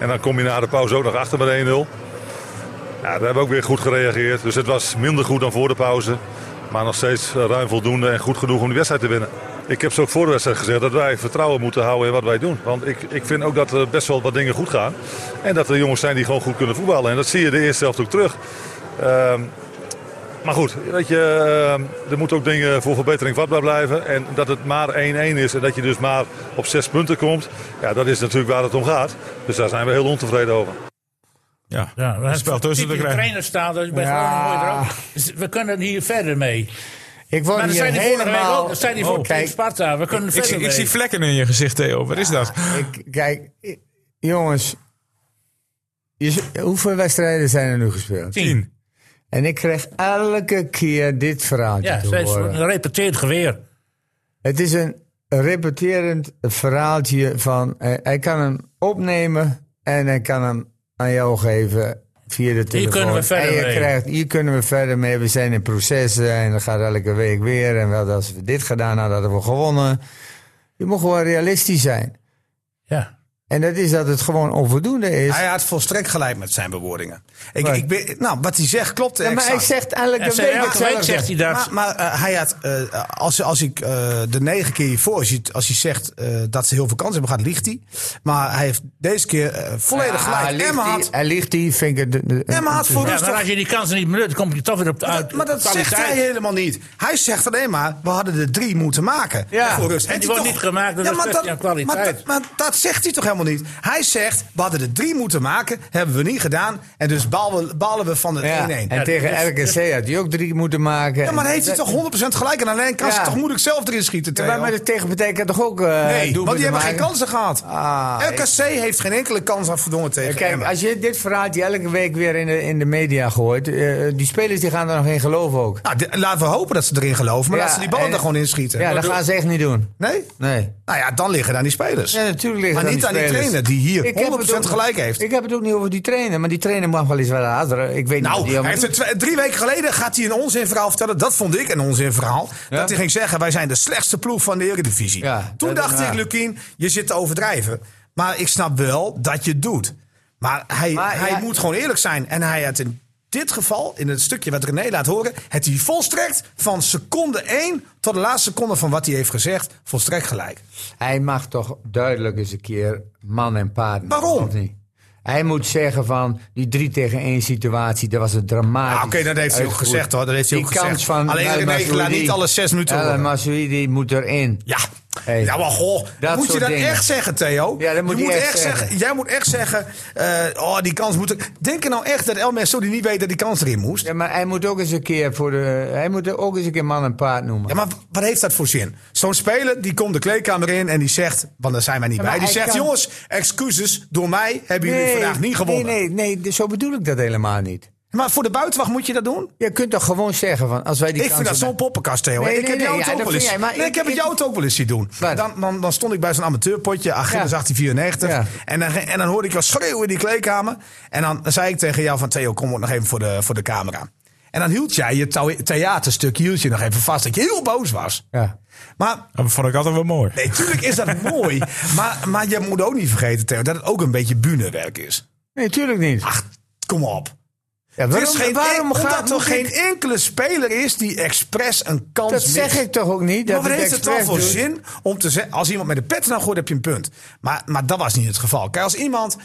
[SPEAKER 8] En dan kom je na de pauze ook nog achter met 1-0. Ja, daar hebben we ook weer goed gereageerd. Dus het was minder goed dan voor de pauze. Maar nog steeds eh, ruim voldoende en goed genoeg om die wedstrijd te winnen. Ik heb ze ook voor de wedstrijd gezegd dat wij vertrouwen moeten houden in wat wij doen. Want ik, ik vind ook dat er best wel wat dingen goed gaan. En dat er jongens zijn die gewoon goed kunnen voetballen. En dat zie je de eerste helft ook terug. Ehm, maar goed, weet je, eh, er moeten ook dingen voor verbetering vatbaar blijven. En dat het maar 1-1 is en dat je dus maar op zes punten komt. Ja, dat is natuurlijk waar het om gaat. Dus daar zijn we heel ontevreden over.
[SPEAKER 1] Ja,
[SPEAKER 3] Ja,
[SPEAKER 1] het spel tussen te
[SPEAKER 3] de
[SPEAKER 1] krijgen.
[SPEAKER 3] trainer staat, dus bij
[SPEAKER 5] Ja.
[SPEAKER 3] Groningen hoor je er ook. Dus we kunnen hier verder mee.
[SPEAKER 5] Ik word
[SPEAKER 3] Maar dat
[SPEAKER 5] hier
[SPEAKER 3] zijn die vorige week
[SPEAKER 5] helemaal... Oh,
[SPEAKER 3] ook. Dat zijn die
[SPEAKER 4] Oh,
[SPEAKER 3] voor
[SPEAKER 5] Kijk,
[SPEAKER 3] Sparta. We kunnen
[SPEAKER 1] Ik,
[SPEAKER 3] verder
[SPEAKER 1] zie- ik
[SPEAKER 3] mee.
[SPEAKER 1] zie vlekken in je gezicht, Theo. Wat is dat?
[SPEAKER 5] ik, kijk, ik- jongens. je z- hoeveel wedstrijden zijn er nu gespeeld?
[SPEAKER 1] Tien.
[SPEAKER 5] En ik kreeg elke keer dit verhaaltje
[SPEAKER 3] Ja,
[SPEAKER 5] te
[SPEAKER 3] steeds
[SPEAKER 5] horen.
[SPEAKER 3] een repeteerd geweer.
[SPEAKER 5] Het is een repeterend verhaaltje van... eh, hij kan hem opnemen en hij kan hem aan jou geven via de telefoon.
[SPEAKER 3] kunnen we verder
[SPEAKER 5] en je
[SPEAKER 3] mee.
[SPEAKER 5] Krijgt, hier kunnen we verder mee. We zijn in processen en dat gaat elke week weer. En wel, als we dit gedaan hadden, hadden we gewonnen. Je moet gewoon realistisch zijn.
[SPEAKER 3] Ja.
[SPEAKER 5] En dat is dat het gewoon onvoldoende is.
[SPEAKER 4] Hij had volstrekt gelijk met zijn bewoordingen. Ik,
[SPEAKER 5] Wat?
[SPEAKER 4] ik ben, nou, wat hij zegt klopt
[SPEAKER 5] Ja, maar
[SPEAKER 4] exact.
[SPEAKER 5] hij zegt elke
[SPEAKER 3] En
[SPEAKER 5] week
[SPEAKER 3] zei, elke
[SPEAKER 5] hetzelfde.
[SPEAKER 3] week zegt hij dat.
[SPEAKER 4] Maar, maar eh, hij had, eh, als, als ik eh, de negen keer hiervoor, als hij, als hij zegt eh, dat ze heel veel kansen hebben, gaat, liegt hij. Maar hij heeft deze keer eh, volledig
[SPEAKER 5] Ah,
[SPEAKER 4] gelijk.
[SPEAKER 5] ligt
[SPEAKER 4] Emma
[SPEAKER 5] hij-
[SPEAKER 4] had,
[SPEAKER 5] Hij ligt die vinger... de- de-
[SPEAKER 4] Emma had voor
[SPEAKER 3] Ja,
[SPEAKER 4] rust
[SPEAKER 3] maar
[SPEAKER 4] toch-
[SPEAKER 3] als je die kansen niet benut, dan kom je toch weer op de
[SPEAKER 4] Maar
[SPEAKER 3] uit.
[SPEAKER 4] dat, maar dat
[SPEAKER 3] kwaliteit.
[SPEAKER 4] zegt hij helemaal niet. Hij zegt alleen maar, we hadden er drie moeten maken
[SPEAKER 3] Ja,
[SPEAKER 4] voor rust.
[SPEAKER 3] en die
[SPEAKER 4] Heeft
[SPEAKER 3] wordt
[SPEAKER 4] hij
[SPEAKER 3] niet gemaakt door de
[SPEAKER 4] maar
[SPEAKER 3] kwestie
[SPEAKER 4] dat-
[SPEAKER 3] aan kwaliteit.
[SPEAKER 4] Maar, dat- maar dat zegt hij toch helemaal niet. Hij zegt, we hadden er drie moeten maken, hebben we niet gedaan. En dus balen we, balen we van het 1-1.
[SPEAKER 5] Ja, dus-
[SPEAKER 4] Ja.
[SPEAKER 5] En tegen RKC had hij ook drie moeten maken.
[SPEAKER 4] maar dan
[SPEAKER 5] En-
[SPEAKER 4] heeft hij toch 100% gelijk. En alleen kan ze
[SPEAKER 5] Ja.
[SPEAKER 4] toch moeilijk zelf erin schieten.
[SPEAKER 5] Ja,
[SPEAKER 4] Theo.
[SPEAKER 5] maar, maar de tegenpartij kan toch ook. eh
[SPEAKER 4] nee,
[SPEAKER 5] doelpunten
[SPEAKER 4] want die hebben geen
[SPEAKER 5] maken?
[SPEAKER 4] kansen gehad.
[SPEAKER 5] Ah,
[SPEAKER 4] RKC heeft geen enkele kans afgedwongen tegen
[SPEAKER 5] Kijk,
[SPEAKER 4] Emmen.
[SPEAKER 5] als je dit verhaaltje elke week weer in de, in de media gooit. eh, die spelers die gaan er nog in geloven ook.
[SPEAKER 4] Nou, dit- laten we hopen dat ze erin geloven. Maar
[SPEAKER 5] Ja,
[SPEAKER 4] laten ze die ballen
[SPEAKER 5] en-
[SPEAKER 4] er gewoon inschieten.
[SPEAKER 5] Ja, dat gaan ze echt niet doen.
[SPEAKER 4] Nee?
[SPEAKER 5] Nee.
[SPEAKER 4] Nou ja, dan liggen daar die spelers.
[SPEAKER 5] Ja, natuurlijk liggen het
[SPEAKER 4] Maar niet aan die
[SPEAKER 5] spelers.
[SPEAKER 4] trainer die hier
[SPEAKER 5] Ik heb het
[SPEAKER 4] 100%
[SPEAKER 5] ook-
[SPEAKER 4] gelijk heeft.
[SPEAKER 5] Ik heb het ook niet over die trainer, maar die trainer mag wel eens wel hadden. Ik weet niet wat
[SPEAKER 4] Nou,
[SPEAKER 5] die
[SPEAKER 4] hij
[SPEAKER 5] allemaal
[SPEAKER 4] heeft het twee- drie weken geleden gaat hij een onzinverhaal vertellen. Dat vond ik een onzinverhaal. Dat hij ging zeggen, wij zijn de slechtste ploeg van de Eredivisie.
[SPEAKER 5] Ja,
[SPEAKER 4] Toen
[SPEAKER 5] dat-
[SPEAKER 4] dacht
[SPEAKER 5] ja.
[SPEAKER 4] ik, Lukien, je zit te overdrijven. Maar ik snap wel dat je het doet. Maar hij,
[SPEAKER 5] Maar
[SPEAKER 4] hij
[SPEAKER 5] ja-
[SPEAKER 4] moet gewoon eerlijk zijn. En hij had in dit geval, in het stukje wat René laat horen... het hij volstrekt van seconde 1 tot de laatste seconde van wat hij heeft gezegd... volstrekt gelijk.
[SPEAKER 5] doet. Hij mag toch duidelijk eens een keer man en paard. maken,
[SPEAKER 4] Waarom?
[SPEAKER 5] of niet? Hij moet zeggen van die drie tegen één situatie, dat was een dramatisch.
[SPEAKER 4] Ah, Oké, dat heeft hij ook
[SPEAKER 5] uitgevoerd.
[SPEAKER 4] gezegd hoor. Dat heeft hij
[SPEAKER 5] die
[SPEAKER 4] ook
[SPEAKER 5] kans
[SPEAKER 4] gezegd.
[SPEAKER 5] van
[SPEAKER 4] Alleen
[SPEAKER 5] El
[SPEAKER 4] René, ik laat
[SPEAKER 5] Masrouidi-
[SPEAKER 4] niet alle zes minuten
[SPEAKER 5] El
[SPEAKER 4] horen.
[SPEAKER 5] Masrouidi moet erin.
[SPEAKER 4] Ja.
[SPEAKER 5] Hey.
[SPEAKER 4] Ja, maar goh,
[SPEAKER 5] Dat
[SPEAKER 4] moet je
[SPEAKER 5] soort
[SPEAKER 4] dat
[SPEAKER 5] dingen.
[SPEAKER 4] echt zeggen, Theo?
[SPEAKER 5] Ja, dat moet
[SPEAKER 4] je
[SPEAKER 5] hij
[SPEAKER 4] moet
[SPEAKER 5] echt
[SPEAKER 4] echt zeggen.
[SPEAKER 5] zeggen.
[SPEAKER 4] Jij moet echt zeggen, eh, oh, die kans moet er... Denk je nou echt dat El Messi niet weet dat die kans erin moest?
[SPEAKER 5] Ja, maar hij moet ook eens een keer voor de, hij moet ook eens een keer man en paard noemen.
[SPEAKER 4] Ja, maar wat heeft dat voor zin? Zo'n speler, die komt de kleedkamer in en die zegt... Want daar zijn wij niet
[SPEAKER 5] Ja,
[SPEAKER 4] bij.
[SPEAKER 5] maar
[SPEAKER 4] Die
[SPEAKER 5] hij
[SPEAKER 4] zegt,
[SPEAKER 5] kan-
[SPEAKER 4] jongens, excuses, door mij hebben jullie vandaag niet gewonnen.
[SPEAKER 5] Nee, nee, nee, dus zo bedoel ik dat helemaal niet.
[SPEAKER 4] Maar voor de buitenwacht moet je dat doen?
[SPEAKER 5] Je kunt toch gewoon zeggen van als wij die
[SPEAKER 4] ik vind dat
[SPEAKER 5] kansen-
[SPEAKER 4] zo'n poppenkast, Theo.
[SPEAKER 5] Nee,
[SPEAKER 4] ik
[SPEAKER 5] nee,
[SPEAKER 4] heb jou
[SPEAKER 5] nee,
[SPEAKER 4] het
[SPEAKER 5] ja,
[SPEAKER 4] ook
[SPEAKER 5] dat
[SPEAKER 4] wel
[SPEAKER 5] vind
[SPEAKER 4] eens.
[SPEAKER 5] jij, maar
[SPEAKER 4] nee,
[SPEAKER 5] ik-
[SPEAKER 4] ik heb het
[SPEAKER 5] ik-
[SPEAKER 4] jou het ook wel eens zien doen.
[SPEAKER 5] Wat?
[SPEAKER 4] Dan, dan, dan stond ik bij zo'n amateurpotje, ah, Agenda
[SPEAKER 5] Ja.
[SPEAKER 4] 1894.
[SPEAKER 5] Ja.
[SPEAKER 4] En, dan, en dan hoorde ik jou schreeuwen in die kleedkamer. En dan zei ik tegen jou van Theo, kom ook nog even voor de, voor de camera. En dan hield jij je thou- theaterstuk hield je nog even vast. Dat je heel boos was.
[SPEAKER 5] Ja.
[SPEAKER 4] Maar
[SPEAKER 1] Dat vond ik altijd wel mooi.
[SPEAKER 4] nee, tuurlijk is dat mooi. Maar, maar je moet ook niet vergeten, Theo, dat het ook een beetje bunewerk is.
[SPEAKER 5] Nee, tuurlijk niet.
[SPEAKER 4] Ach, kom op.
[SPEAKER 5] Ja,
[SPEAKER 4] Ah, Er
[SPEAKER 5] waarom
[SPEAKER 4] is geen, e-
[SPEAKER 5] waarom
[SPEAKER 4] omdat
[SPEAKER 5] gaat
[SPEAKER 4] er
[SPEAKER 5] moet
[SPEAKER 4] geen
[SPEAKER 5] ik-
[SPEAKER 4] enkele speler is die expres een kans
[SPEAKER 5] Dat zeg
[SPEAKER 4] mist.
[SPEAKER 5] ik toch ook niet.
[SPEAKER 4] Maar
[SPEAKER 5] Dat
[SPEAKER 4] wat
[SPEAKER 5] het
[SPEAKER 4] heeft het dan
[SPEAKER 5] expres dus.
[SPEAKER 4] voor
[SPEAKER 5] doet?
[SPEAKER 4] zin om te zeggen... als iemand met de pet nou gooit, heb je een punt. Maar, maar dat was niet het geval. Kijk, als iemand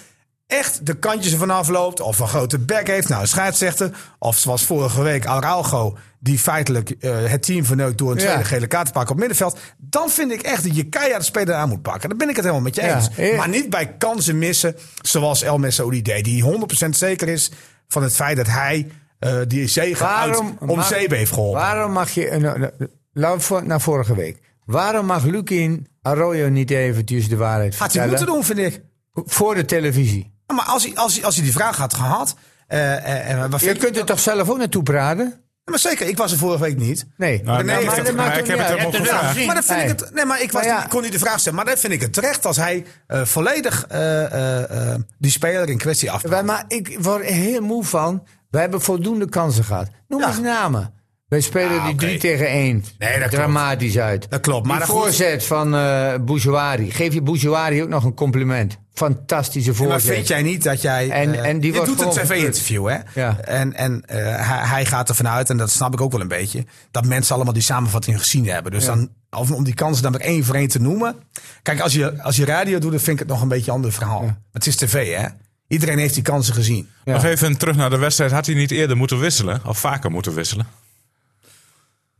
[SPEAKER 4] echt de kantjes ervan afloopt... of een grote bek heeft, nou, een scheidsrechter... of zoals vorige week Araujo... die feitelijk eh, het team verneukt door een
[SPEAKER 5] Ja.
[SPEAKER 4] tweede gele kaart te pakken op middenveld... dan vind ik echt dat je keihard de speler aan moet pakken. Dan ben ik het helemaal met je
[SPEAKER 5] Ja,
[SPEAKER 4] eens.
[SPEAKER 5] eh.
[SPEAKER 4] Maar niet bij kansen missen zoals El Messaoudi deed... die 100% zeker is van het feit dat hij... eh, die zegen uit om
[SPEAKER 5] mag-
[SPEAKER 4] zeep heeft geholpen.
[SPEAKER 5] Waarom mag je... nou, nou, Laat voor- naar vorige week. Waarom mag Lukin Arroyo niet eventjes de waarheid
[SPEAKER 4] Had hij
[SPEAKER 5] vertellen?
[SPEAKER 4] moeten doen, vind ik.
[SPEAKER 5] Voor de televisie.
[SPEAKER 4] Ja, Maar als hij, als, hij, als hij die vraag had gehad. eh, eh, eh, wat
[SPEAKER 5] Je
[SPEAKER 4] vind ik-
[SPEAKER 5] kunt er toch zelf ook naartoe praten?
[SPEAKER 4] Maar zeker, ik was er vorige week niet.
[SPEAKER 5] Nee.
[SPEAKER 1] Nou,
[SPEAKER 4] nee,
[SPEAKER 1] ik
[SPEAKER 4] maar
[SPEAKER 1] heb
[SPEAKER 4] dat
[SPEAKER 1] het,
[SPEAKER 5] maakt
[SPEAKER 1] maar
[SPEAKER 5] ook
[SPEAKER 1] ik heb
[SPEAKER 5] niet
[SPEAKER 1] het hem
[SPEAKER 5] uit.
[SPEAKER 3] Je
[SPEAKER 1] ook
[SPEAKER 3] hebt het wel
[SPEAKER 1] gevraagd.
[SPEAKER 3] gezien.
[SPEAKER 4] Maar dat vind ik
[SPEAKER 5] Nee.
[SPEAKER 4] het. Nee, maar ik was
[SPEAKER 5] Maar ja.
[SPEAKER 4] niet- kon niet de vraag stellen. Maar dat vind ik het terecht als hij eh, volledig eh, eh, eh, die speler in kwestie af.
[SPEAKER 5] Wij- maar ik word er heel moe van. We hebben voldoende kansen gehad. Noem
[SPEAKER 4] Ja. Ah,
[SPEAKER 5] eens namen. Wij spelen die 3 tegen 1.
[SPEAKER 4] Nee, dat klopt.
[SPEAKER 5] Dramatisch uit.
[SPEAKER 4] Dat klopt, maar
[SPEAKER 5] die
[SPEAKER 4] dat goed-
[SPEAKER 5] voorzet van eh Boujouari. Geef je Boujouari ook nog een compliment. Fantastische voorzet.
[SPEAKER 4] Maar vind jij niet dat jij.
[SPEAKER 5] En-
[SPEAKER 4] eh,
[SPEAKER 5] en die
[SPEAKER 4] je
[SPEAKER 5] wordt
[SPEAKER 4] doet een
[SPEAKER 5] gewoon
[SPEAKER 4] tv-interview, hè?
[SPEAKER 5] Ja.
[SPEAKER 4] En, en eh, hij, hij gaat ervan uit, en dat snap ik ook wel een beetje, dat mensen allemaal die samenvatting gezien hebben. Dus dan, of om die kansen dan maar één voor één te noemen. Kijk, als je, als je radio doet, dan vind ik het nog een beetje een ander verhaal. Het is tv, hè? Iedereen heeft die kansen gezien.
[SPEAKER 5] Ja.
[SPEAKER 1] Nog even terug naar de wedstrijd. Had hij niet eerder moeten wisselen? Of vaker moeten wisselen?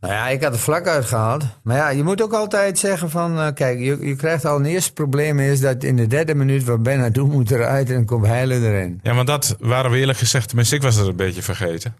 [SPEAKER 5] Nou ja, ik had er vlak uit gehaald. Maar ja, je moet ook altijd zeggen van... eh, kijk, je, je krijgt al een eerste probleem is dat in de derde minuut... waar Ben naartoe moet eruit en dan komt Heilen erin.
[SPEAKER 1] Ja, want dat waren we eerlijk gezegd, tenminste ik was dat een beetje vergeten.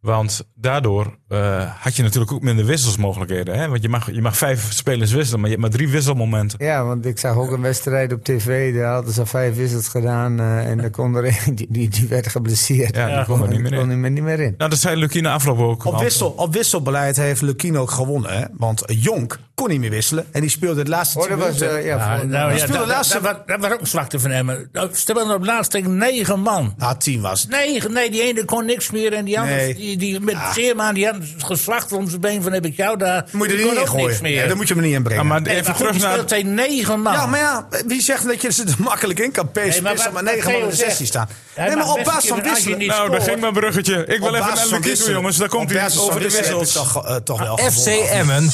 [SPEAKER 1] Want daardoor eh, had je natuurlijk ook minder wisselsmogelijkheden. Hè? Want je mag, je mag vijf spelers wisselen, maar je hebt maar drie wisselmomenten.
[SPEAKER 5] Ja, want ik zag ook een wedstrijd op tv. Daar hadden ze al vijf wissels gedaan. eh, en er kon er één- die, die, die werd geblesseerd.
[SPEAKER 1] Ja, die kon er niet meer in.
[SPEAKER 5] kon niet meer in.
[SPEAKER 1] Nou, dat zei Lukine afloop ook.
[SPEAKER 4] Op,
[SPEAKER 1] want-
[SPEAKER 4] wissel, op wisselbeleid heeft Lukien ook gewonnen, hè? Want Jonk kon niet meer wisselen. En die speelde het laatste
[SPEAKER 5] Oh, dat
[SPEAKER 4] tien
[SPEAKER 5] was...
[SPEAKER 4] minuten.
[SPEAKER 5] eh, ja,
[SPEAKER 3] Ja,
[SPEAKER 5] voor-
[SPEAKER 3] nou,
[SPEAKER 4] Die
[SPEAKER 3] ja,
[SPEAKER 4] speelde
[SPEAKER 3] dat,
[SPEAKER 4] laatste-
[SPEAKER 3] dat- dat was- dat was ook een zwakte van hem. Nou, Ze hebben op laatst tegen negen man.
[SPEAKER 4] Ah, tien was het.
[SPEAKER 3] Negen, nee, die ene kon niks meer. En die andere,
[SPEAKER 4] Nee. Ah.
[SPEAKER 3] die, die met Zeerman, die had het geslacht om zijn been van heb ik jou daar.
[SPEAKER 4] Moet je
[SPEAKER 3] die
[SPEAKER 4] er niet
[SPEAKER 3] kon
[SPEAKER 4] in
[SPEAKER 3] ook niks
[SPEAKER 4] gooien.
[SPEAKER 3] meer.
[SPEAKER 4] Ja, dan moet je hem niet inbrengen.
[SPEAKER 1] Ja, maar
[SPEAKER 3] Nee,
[SPEAKER 1] even
[SPEAKER 3] maar goed,
[SPEAKER 1] terug
[SPEAKER 3] die
[SPEAKER 1] naar...
[SPEAKER 3] speelt tegen negen man.
[SPEAKER 4] Ja, maar ja, wie zegt dat je ze er makkelijk in kan pees,
[SPEAKER 3] Nee, maar
[SPEAKER 4] nee, maar,
[SPEAKER 3] wat-
[SPEAKER 4] maar 9
[SPEAKER 3] wat
[SPEAKER 4] man in de
[SPEAKER 3] Theo zegt.
[SPEAKER 4] 16 staan?
[SPEAKER 3] Hij
[SPEAKER 4] nee,
[SPEAKER 3] mag
[SPEAKER 4] maar op
[SPEAKER 3] best een
[SPEAKER 4] basis van
[SPEAKER 3] keer als je
[SPEAKER 4] wisselen.
[SPEAKER 3] niet
[SPEAKER 1] Nou, daar
[SPEAKER 3] scoort.
[SPEAKER 1] ging mijn bruggetje. Ik wil
[SPEAKER 4] Op
[SPEAKER 1] even
[SPEAKER 4] basis
[SPEAKER 1] naar
[SPEAKER 4] van
[SPEAKER 1] Lukine,
[SPEAKER 4] wisselen.
[SPEAKER 1] jongens. Daar
[SPEAKER 4] Op
[SPEAKER 1] komt hij
[SPEAKER 4] basis van
[SPEAKER 1] over de
[SPEAKER 4] wisselen
[SPEAKER 1] wissels.
[SPEAKER 4] heb ik Toch, eh, toch wel
[SPEAKER 2] FC
[SPEAKER 4] gewonnen.
[SPEAKER 2] Emmen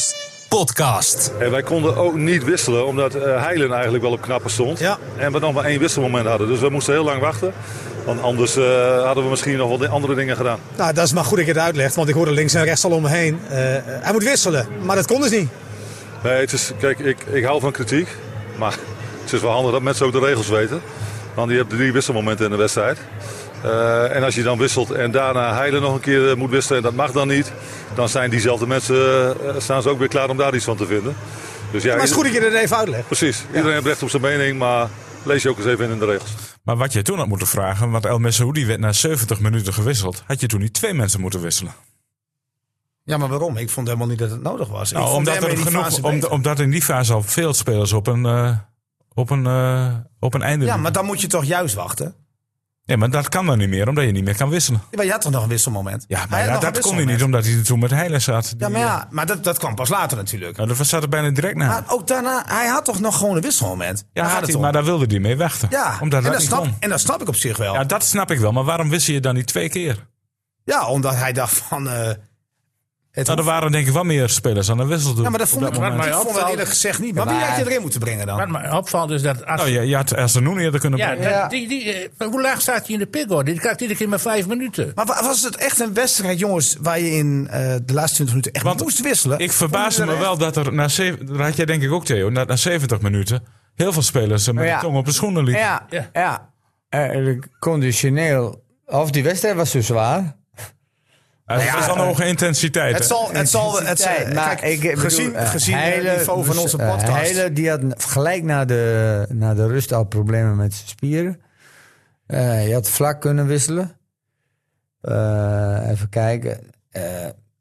[SPEAKER 2] podcast.
[SPEAKER 8] En wij konden ook niet wisselen, omdat eh, Heilen eigenlijk wel op knappen stond.
[SPEAKER 4] Ja.
[SPEAKER 8] En we nog maar één wisselmoment hadden. Dus we moesten heel lang wachten. Want anders eh, hadden we misschien nog wel di- andere dingen gedaan.
[SPEAKER 7] Nou, dat is maar goed dat je het uitlegt, want ik hoorde links en rechts al om me heen. Eh, hij moet wisselen, maar dat kon dus niet.
[SPEAKER 8] Nee, het is, kijk, ik, ik hou van kritiek. Maar het is wel handig dat mensen ook de regels weten. Want je hebt drie wisselmomenten in de wedstrijd. Eh, en als je dan wisselt en daarna Heilen nog een keer eh, moet wisselen en dat mag dan niet. Dan zijn diezelfde mensen eh, staan ze ook weer klaar om daar iets van te vinden. Dus ja,
[SPEAKER 7] Maar het is goed
[SPEAKER 8] ieder-
[SPEAKER 7] dat je het even uitlegt.
[SPEAKER 8] Precies, iedereen heeft recht op zijn mening, maar lees je ook eens even in in de regels.
[SPEAKER 1] Maar wat je toen had moeten vragen, want El Messaoudi werd na 70 minuten gewisseld. Had je toen niet twee mensen moeten wisselen?
[SPEAKER 4] Ja, maar waarom? Ik vond helemaal niet dat het nodig was. ik
[SPEAKER 1] Nou,
[SPEAKER 4] vond
[SPEAKER 1] omdat,
[SPEAKER 4] Emmen
[SPEAKER 1] er
[SPEAKER 4] in die
[SPEAKER 1] genoeg,
[SPEAKER 4] fase
[SPEAKER 1] om-
[SPEAKER 4] beter.
[SPEAKER 1] omdat in die fase al veel spelers op een, eh, op een, eh, op een einde
[SPEAKER 4] Ja, maar dan moet je toch juist wachten.
[SPEAKER 1] Nee, maar dat kan dan niet meer, omdat je niet meer kan wisselen.
[SPEAKER 4] Ja, Maar je had toch nog een wisselmoment?
[SPEAKER 1] Ja,
[SPEAKER 4] Hij
[SPEAKER 1] maar
[SPEAKER 4] had
[SPEAKER 1] ja,
[SPEAKER 4] nog een
[SPEAKER 1] dat kon hij niet,
[SPEAKER 4] wisselmoment.
[SPEAKER 1] omdat hij toen met Heilen zat.
[SPEAKER 4] Ja, maar, ja, maar dat, dat kwam pas later natuurlijk.
[SPEAKER 1] Nou, dat zat er bijna direct na.
[SPEAKER 4] Maar ook daarna, hij had toch nog gewoon een wisselmoment? Daar
[SPEAKER 1] ja,
[SPEAKER 4] gaat
[SPEAKER 1] had
[SPEAKER 4] het
[SPEAKER 1] hij,
[SPEAKER 4] om.
[SPEAKER 1] maar daar wilde hij mee wachten.
[SPEAKER 4] Ja,
[SPEAKER 1] omdat
[SPEAKER 4] en,
[SPEAKER 1] dat
[SPEAKER 4] dat
[SPEAKER 1] niet
[SPEAKER 4] snap,
[SPEAKER 1] kon.
[SPEAKER 4] en dat snap ik op zich wel.
[SPEAKER 1] Ja,
[SPEAKER 4] Ja,
[SPEAKER 1] dat snap ik wel, maar waarom wissel je dan niet twee keer?
[SPEAKER 4] omdat hij dacht van... eh, het
[SPEAKER 1] Nou, er
[SPEAKER 4] hoeft-
[SPEAKER 1] waren denk ik wel meer spelers aan de wissel toe.
[SPEAKER 4] ja, maar dat vond
[SPEAKER 1] op
[SPEAKER 4] ik,
[SPEAKER 1] dat
[SPEAKER 4] ik
[SPEAKER 1] moment.
[SPEAKER 3] Maar
[SPEAKER 4] vond dat
[SPEAKER 3] opvalt-
[SPEAKER 4] eerlijk gezegd niet. Maar wie had je erin moeten brengen dan?
[SPEAKER 3] Wat mij opvalt is dat. Als,
[SPEAKER 4] Oh
[SPEAKER 1] Nou, je, je had Elstenoen eerder kunnen
[SPEAKER 3] ja,
[SPEAKER 1] brengen.
[SPEAKER 3] dat- Die, die, eh, maar hoe laag staat hij in de pickord? Die krijgt iedere keer maar vijf minuten.
[SPEAKER 4] Maar wa- was het echt een wedstrijd, jongens, waar je in eh, de laatste 20 minuten echt
[SPEAKER 1] Want
[SPEAKER 4] moest wisselen?
[SPEAKER 1] Ik verbaasde me wel dat er na zeven- dat had jij denk ik ook Theo, na, na 70 minuten heel veel spelers eh, met
[SPEAKER 5] Ja.
[SPEAKER 1] de tong op de schoenen liepen.
[SPEAKER 5] Ja,
[SPEAKER 3] Ja.
[SPEAKER 5] ja. Eigenlijk conditioneel. Of die wedstrijd was zo zwaar.
[SPEAKER 1] Het is dan een hoge intensiteit.
[SPEAKER 4] Het
[SPEAKER 1] hè?
[SPEAKER 4] zal, het zal, het zal,
[SPEAKER 5] Intensiteit, maar
[SPEAKER 4] kijk,
[SPEAKER 5] ik bedoel,
[SPEAKER 4] gezien,
[SPEAKER 5] eh,
[SPEAKER 4] gezien
[SPEAKER 5] Heile-
[SPEAKER 4] het niveau van
[SPEAKER 5] dus,
[SPEAKER 4] onze
[SPEAKER 5] eh,
[SPEAKER 4] podcast.
[SPEAKER 5] Heile, die had gelijk na de, na de rust al problemen met zijn spieren. Eh, je had vlak kunnen wisselen. Eh, even kijken. Eh,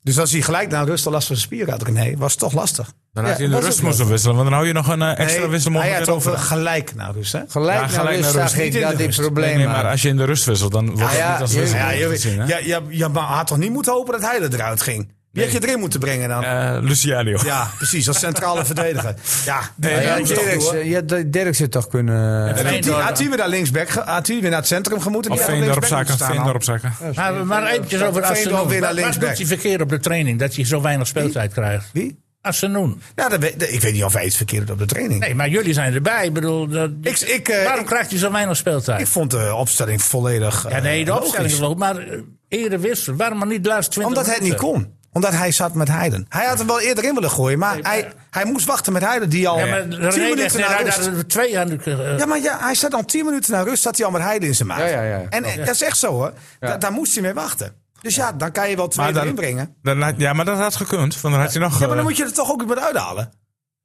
[SPEAKER 4] dus als hij gelijk naar rust al last van zijn spieren had, nee, was het toch lastig.
[SPEAKER 1] Dan had
[SPEAKER 5] Ja,
[SPEAKER 1] je in de
[SPEAKER 5] was
[SPEAKER 1] rust
[SPEAKER 5] ook
[SPEAKER 1] moeten wisselen, want dan hou je nog een eh, extra
[SPEAKER 4] Nee, hij
[SPEAKER 1] wisselmogelijkheid
[SPEAKER 4] had over
[SPEAKER 1] over.
[SPEAKER 4] gelijk naar rust, hè?
[SPEAKER 5] gelijk
[SPEAKER 1] Ja,
[SPEAKER 5] na
[SPEAKER 1] gelijk
[SPEAKER 5] rust
[SPEAKER 1] na
[SPEAKER 5] zag
[SPEAKER 1] rust.
[SPEAKER 5] ik
[SPEAKER 1] Niet in
[SPEAKER 5] dat
[SPEAKER 1] de
[SPEAKER 5] die
[SPEAKER 1] rust.
[SPEAKER 5] problemen
[SPEAKER 1] Nee, maar eh,
[SPEAKER 5] had.
[SPEAKER 1] als je in de rust wisselt, dan wordt het
[SPEAKER 5] ja,
[SPEAKER 1] niet als
[SPEAKER 5] je-
[SPEAKER 1] wissel
[SPEAKER 4] Ja, je,
[SPEAKER 1] gezien. hè?
[SPEAKER 4] ja, ja, ja, maar had toch niet moeten hopen dat hij eruit ging? Wie had je erin moeten brengen dan?
[SPEAKER 1] Eh, Luciano.
[SPEAKER 4] Ja, precies, als centrale verdediger. Ja,
[SPEAKER 1] Nee,
[SPEAKER 5] Je
[SPEAKER 1] ja,
[SPEAKER 4] dat
[SPEAKER 5] had
[SPEAKER 4] moet toch door.
[SPEAKER 5] Derksen- je had Derksen toch kunnen...
[SPEAKER 4] Had die- Had hij weer naar linksback, ge- had hij weer naar het centrum gemoeten?
[SPEAKER 1] Of
[SPEAKER 4] Die had op linksback
[SPEAKER 1] Veendorp zakken.
[SPEAKER 4] moeten staan dan.
[SPEAKER 1] Veendorp zakken.
[SPEAKER 3] Maar, maar eventjes over
[SPEAKER 4] Veendorp weer
[SPEAKER 3] Assenoen.
[SPEAKER 4] naar
[SPEAKER 3] Wat wat
[SPEAKER 4] linksback.
[SPEAKER 3] doet hij verkeerd op de training dat hij zo weinig speeltijd krijgt?
[SPEAKER 4] Wie?
[SPEAKER 3] Assenoen.
[SPEAKER 4] Ja, dat weet- ik weet niet of hij iets verkeerd doet op de training.
[SPEAKER 3] Nee, maar jullie zijn erbij. Ik bedoel, dat-
[SPEAKER 4] Ik- ik, eh,
[SPEAKER 3] waarom
[SPEAKER 4] ik-
[SPEAKER 3] krijgt hij zo weinig speeltijd?
[SPEAKER 4] Ik vond de opstelling volledig.
[SPEAKER 3] ja, nee, de
[SPEAKER 4] eh,
[SPEAKER 3] opstelling is
[SPEAKER 4] logisch.
[SPEAKER 3] wel goed, maar eh, eerder wisselen. Waarom maar niet de laatste 20
[SPEAKER 4] Omdat hij het niet
[SPEAKER 3] minuten?
[SPEAKER 4] kon. Omdat hij zat met Heiden. Hij had hem wel eerder in willen gooien, maar hij, hij moest wachten met Heiden, die al
[SPEAKER 3] Ja, maar
[SPEAKER 4] 10
[SPEAKER 3] René legt
[SPEAKER 4] minuten
[SPEAKER 3] net
[SPEAKER 4] naar
[SPEAKER 3] uit
[SPEAKER 4] rust.
[SPEAKER 3] dat er twee aan de... eh,
[SPEAKER 4] Ja, maar ja, hij zat al 10 minuten naar rust, zat hij al met Heiden in zijn maag.
[SPEAKER 5] Ja, ja, ja.
[SPEAKER 4] En eh, dat is echt zo, hè? Da- daar moest hij mee wachten. Dus ja, dan kan je wel twee
[SPEAKER 1] Maar dan-
[SPEAKER 4] erin brengen.
[SPEAKER 1] Dan had- ja, maar dat had gekund. Want dan had je nog.
[SPEAKER 4] Ja, maar
[SPEAKER 1] eh,
[SPEAKER 4] dan moet je er toch ook met uithalen.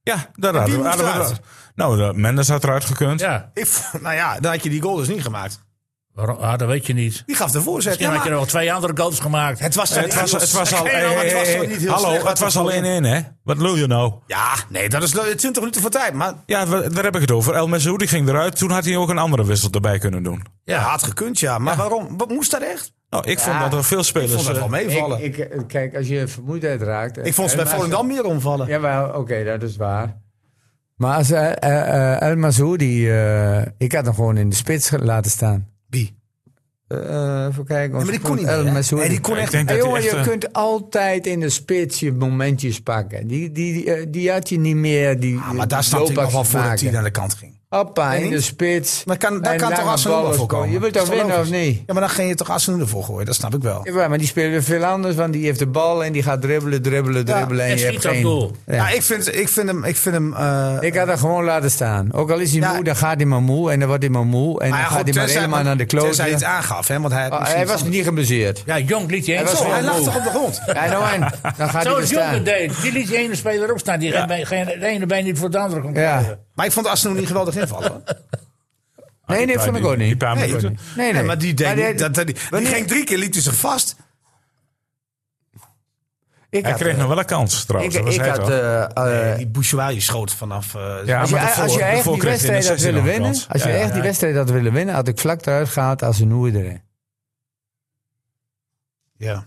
[SPEAKER 1] ja, daar hadden we-
[SPEAKER 4] moest
[SPEAKER 1] hadden we.
[SPEAKER 4] eruit.
[SPEAKER 1] dat. Nou, de Mendes had eruit gekund.
[SPEAKER 3] ja.
[SPEAKER 4] Ik vond- nou ja, dan had je die goal dus niet gemaakt.
[SPEAKER 3] Waarom- ah, dat weet je niet.
[SPEAKER 4] Die gaf de voorzet.
[SPEAKER 3] Misschien
[SPEAKER 4] Ja,
[SPEAKER 3] had je
[SPEAKER 4] maar
[SPEAKER 3] er nog twee andere goals gemaakt.
[SPEAKER 4] het was,
[SPEAKER 1] Het was, het was al.
[SPEAKER 4] Nee,
[SPEAKER 1] hey,
[SPEAKER 4] maar het
[SPEAKER 1] hey,
[SPEAKER 4] was
[SPEAKER 1] hey,
[SPEAKER 4] toch niet heel
[SPEAKER 1] Hallo,
[SPEAKER 4] slecht.
[SPEAKER 1] het was al 1-1, hè? Wat lul je nou?
[SPEAKER 4] Ja, nee, dat is 20 minuten voor tijd. Maar
[SPEAKER 1] Ja, wa- daar heb ik het over. El Messoudi ging eruit. Toen had hij ook een andere wissel erbij kunnen doen.
[SPEAKER 4] Ja, had gekund, ja. Maar waarom? Wat moest dat echt?
[SPEAKER 1] Nou, ik vond
[SPEAKER 5] Ja,
[SPEAKER 1] dat er veel spelers...
[SPEAKER 4] Ik vond dat
[SPEAKER 1] eh,
[SPEAKER 4] wel meevallen. Ik,
[SPEAKER 5] Ik, ik- kijk, als je vermoeidheid raakt. eh,
[SPEAKER 4] vond ze bij
[SPEAKER 5] Elmas-
[SPEAKER 4] Volendam meer omvallen.
[SPEAKER 5] Jawel, oké, dat is waar. Maar als eh, eh, eh, El Mazoudi, eh, ik had hem gewoon in de spits ge- laten staan.
[SPEAKER 4] Wie?
[SPEAKER 5] Eh, even kijken.
[SPEAKER 4] Ja, maar die kon niet
[SPEAKER 5] El
[SPEAKER 4] meer, hè?
[SPEAKER 5] Mazoudi.
[SPEAKER 4] Nee, die kon
[SPEAKER 1] ik
[SPEAKER 4] echt
[SPEAKER 1] denk
[SPEAKER 5] Hey,
[SPEAKER 1] dat hij
[SPEAKER 5] jongen,
[SPEAKER 1] echt...
[SPEAKER 5] je
[SPEAKER 1] eh,
[SPEAKER 5] kunt altijd in de spits je momentjes pakken. Die, die, die, eh, die had je niet meer. Die, eh,
[SPEAKER 4] Ah, maar daar stond ik nog wel voor dat hij
[SPEAKER 5] maken.
[SPEAKER 4] naar de kant ging.
[SPEAKER 5] Hoppa,
[SPEAKER 4] Nee,
[SPEAKER 5] in
[SPEAKER 4] niet?
[SPEAKER 5] de spits.
[SPEAKER 4] Maar kan, daar
[SPEAKER 5] En
[SPEAKER 4] kan toch
[SPEAKER 5] lange
[SPEAKER 4] Assenhoede
[SPEAKER 5] ballen
[SPEAKER 4] voor komen?
[SPEAKER 5] Je wilt
[SPEAKER 4] Dat
[SPEAKER 5] toch
[SPEAKER 4] is wel
[SPEAKER 5] winnen of
[SPEAKER 4] logisch.
[SPEAKER 5] niet?
[SPEAKER 4] Ja, maar dan ging je toch Assenhoede voor gooien. Dat snap ik wel.
[SPEAKER 5] Ja, maar die spelen veel anders, want die heeft de bal en die gaat dribbelen, dribbelen, dribbelen.
[SPEAKER 3] en
[SPEAKER 5] en je
[SPEAKER 3] schiet
[SPEAKER 5] hebt
[SPEAKER 3] dat
[SPEAKER 5] geen...
[SPEAKER 3] doel.
[SPEAKER 5] Ja.
[SPEAKER 4] Ja, ik, vind, ik vind hem... Ik vind hem eh,
[SPEAKER 5] Ik had dat gewoon laten staan. Ook al is hij
[SPEAKER 4] Ja.
[SPEAKER 5] moe, dan gaat hij maar moe en dan wordt hij maar moe. En dan
[SPEAKER 4] maar ja,
[SPEAKER 5] gaat
[SPEAKER 4] goed,
[SPEAKER 5] hij maar
[SPEAKER 4] tenzij-
[SPEAKER 5] helemaal naar de
[SPEAKER 4] Tenzij hij het
[SPEAKER 5] klote.
[SPEAKER 4] aangaf, hè? Want hij, had
[SPEAKER 5] Ah,
[SPEAKER 4] misschien
[SPEAKER 5] hij was
[SPEAKER 4] iets
[SPEAKER 5] niet geblesseerd.
[SPEAKER 3] Ja, Jong liet die ene
[SPEAKER 5] was
[SPEAKER 4] anders. Zo,
[SPEAKER 3] speler
[SPEAKER 4] hij lag
[SPEAKER 3] moe.
[SPEAKER 4] toch op de grond?
[SPEAKER 5] Ja, nou en, dan gaat hij er
[SPEAKER 3] Zoals Jong
[SPEAKER 5] staan.
[SPEAKER 3] het deed. Die liet die ene speler opstaan. Die geen been- geen, de ene been niet voor de andere kon
[SPEAKER 5] Ja.
[SPEAKER 3] krijgen.
[SPEAKER 4] Maar ik vond Assenhoede niet geweldig invallen. hoor.
[SPEAKER 5] Nee, nee,
[SPEAKER 1] ja,
[SPEAKER 5] vond
[SPEAKER 1] die-
[SPEAKER 5] ik ook
[SPEAKER 1] Die
[SPEAKER 5] niet.
[SPEAKER 1] paar
[SPEAKER 4] Nee,
[SPEAKER 1] minuten.
[SPEAKER 4] goed.
[SPEAKER 5] Nee,
[SPEAKER 4] Nee,
[SPEAKER 5] nee.
[SPEAKER 4] maar die, deed
[SPEAKER 5] Maar
[SPEAKER 4] niet- dat, dat- die, die
[SPEAKER 5] wanneer-
[SPEAKER 4] ging drie keer, liep hij zich vast.
[SPEAKER 5] Ik
[SPEAKER 1] Hij
[SPEAKER 5] had,
[SPEAKER 1] kreeg nog wel een kans
[SPEAKER 5] ik,
[SPEAKER 1] trouwens. dat was
[SPEAKER 5] ik
[SPEAKER 1] hij
[SPEAKER 5] had,
[SPEAKER 1] toch?
[SPEAKER 5] eh, eh,
[SPEAKER 4] die Bouchoirie schoot vanaf... eh,
[SPEAKER 1] Ja,
[SPEAKER 5] als, je,
[SPEAKER 1] maar daarvoor-
[SPEAKER 5] als je echt
[SPEAKER 1] daarvoor
[SPEAKER 5] die
[SPEAKER 1] kreeg hij in de
[SPEAKER 5] wedstrijd had
[SPEAKER 1] 16e
[SPEAKER 5] willen
[SPEAKER 1] nog een
[SPEAKER 5] winnen,
[SPEAKER 1] kans.
[SPEAKER 5] als je
[SPEAKER 1] Ja,
[SPEAKER 5] echt die wedstrijd had willen winnen, had ik vlak eruit gehaald als een hoeder.
[SPEAKER 4] Ja.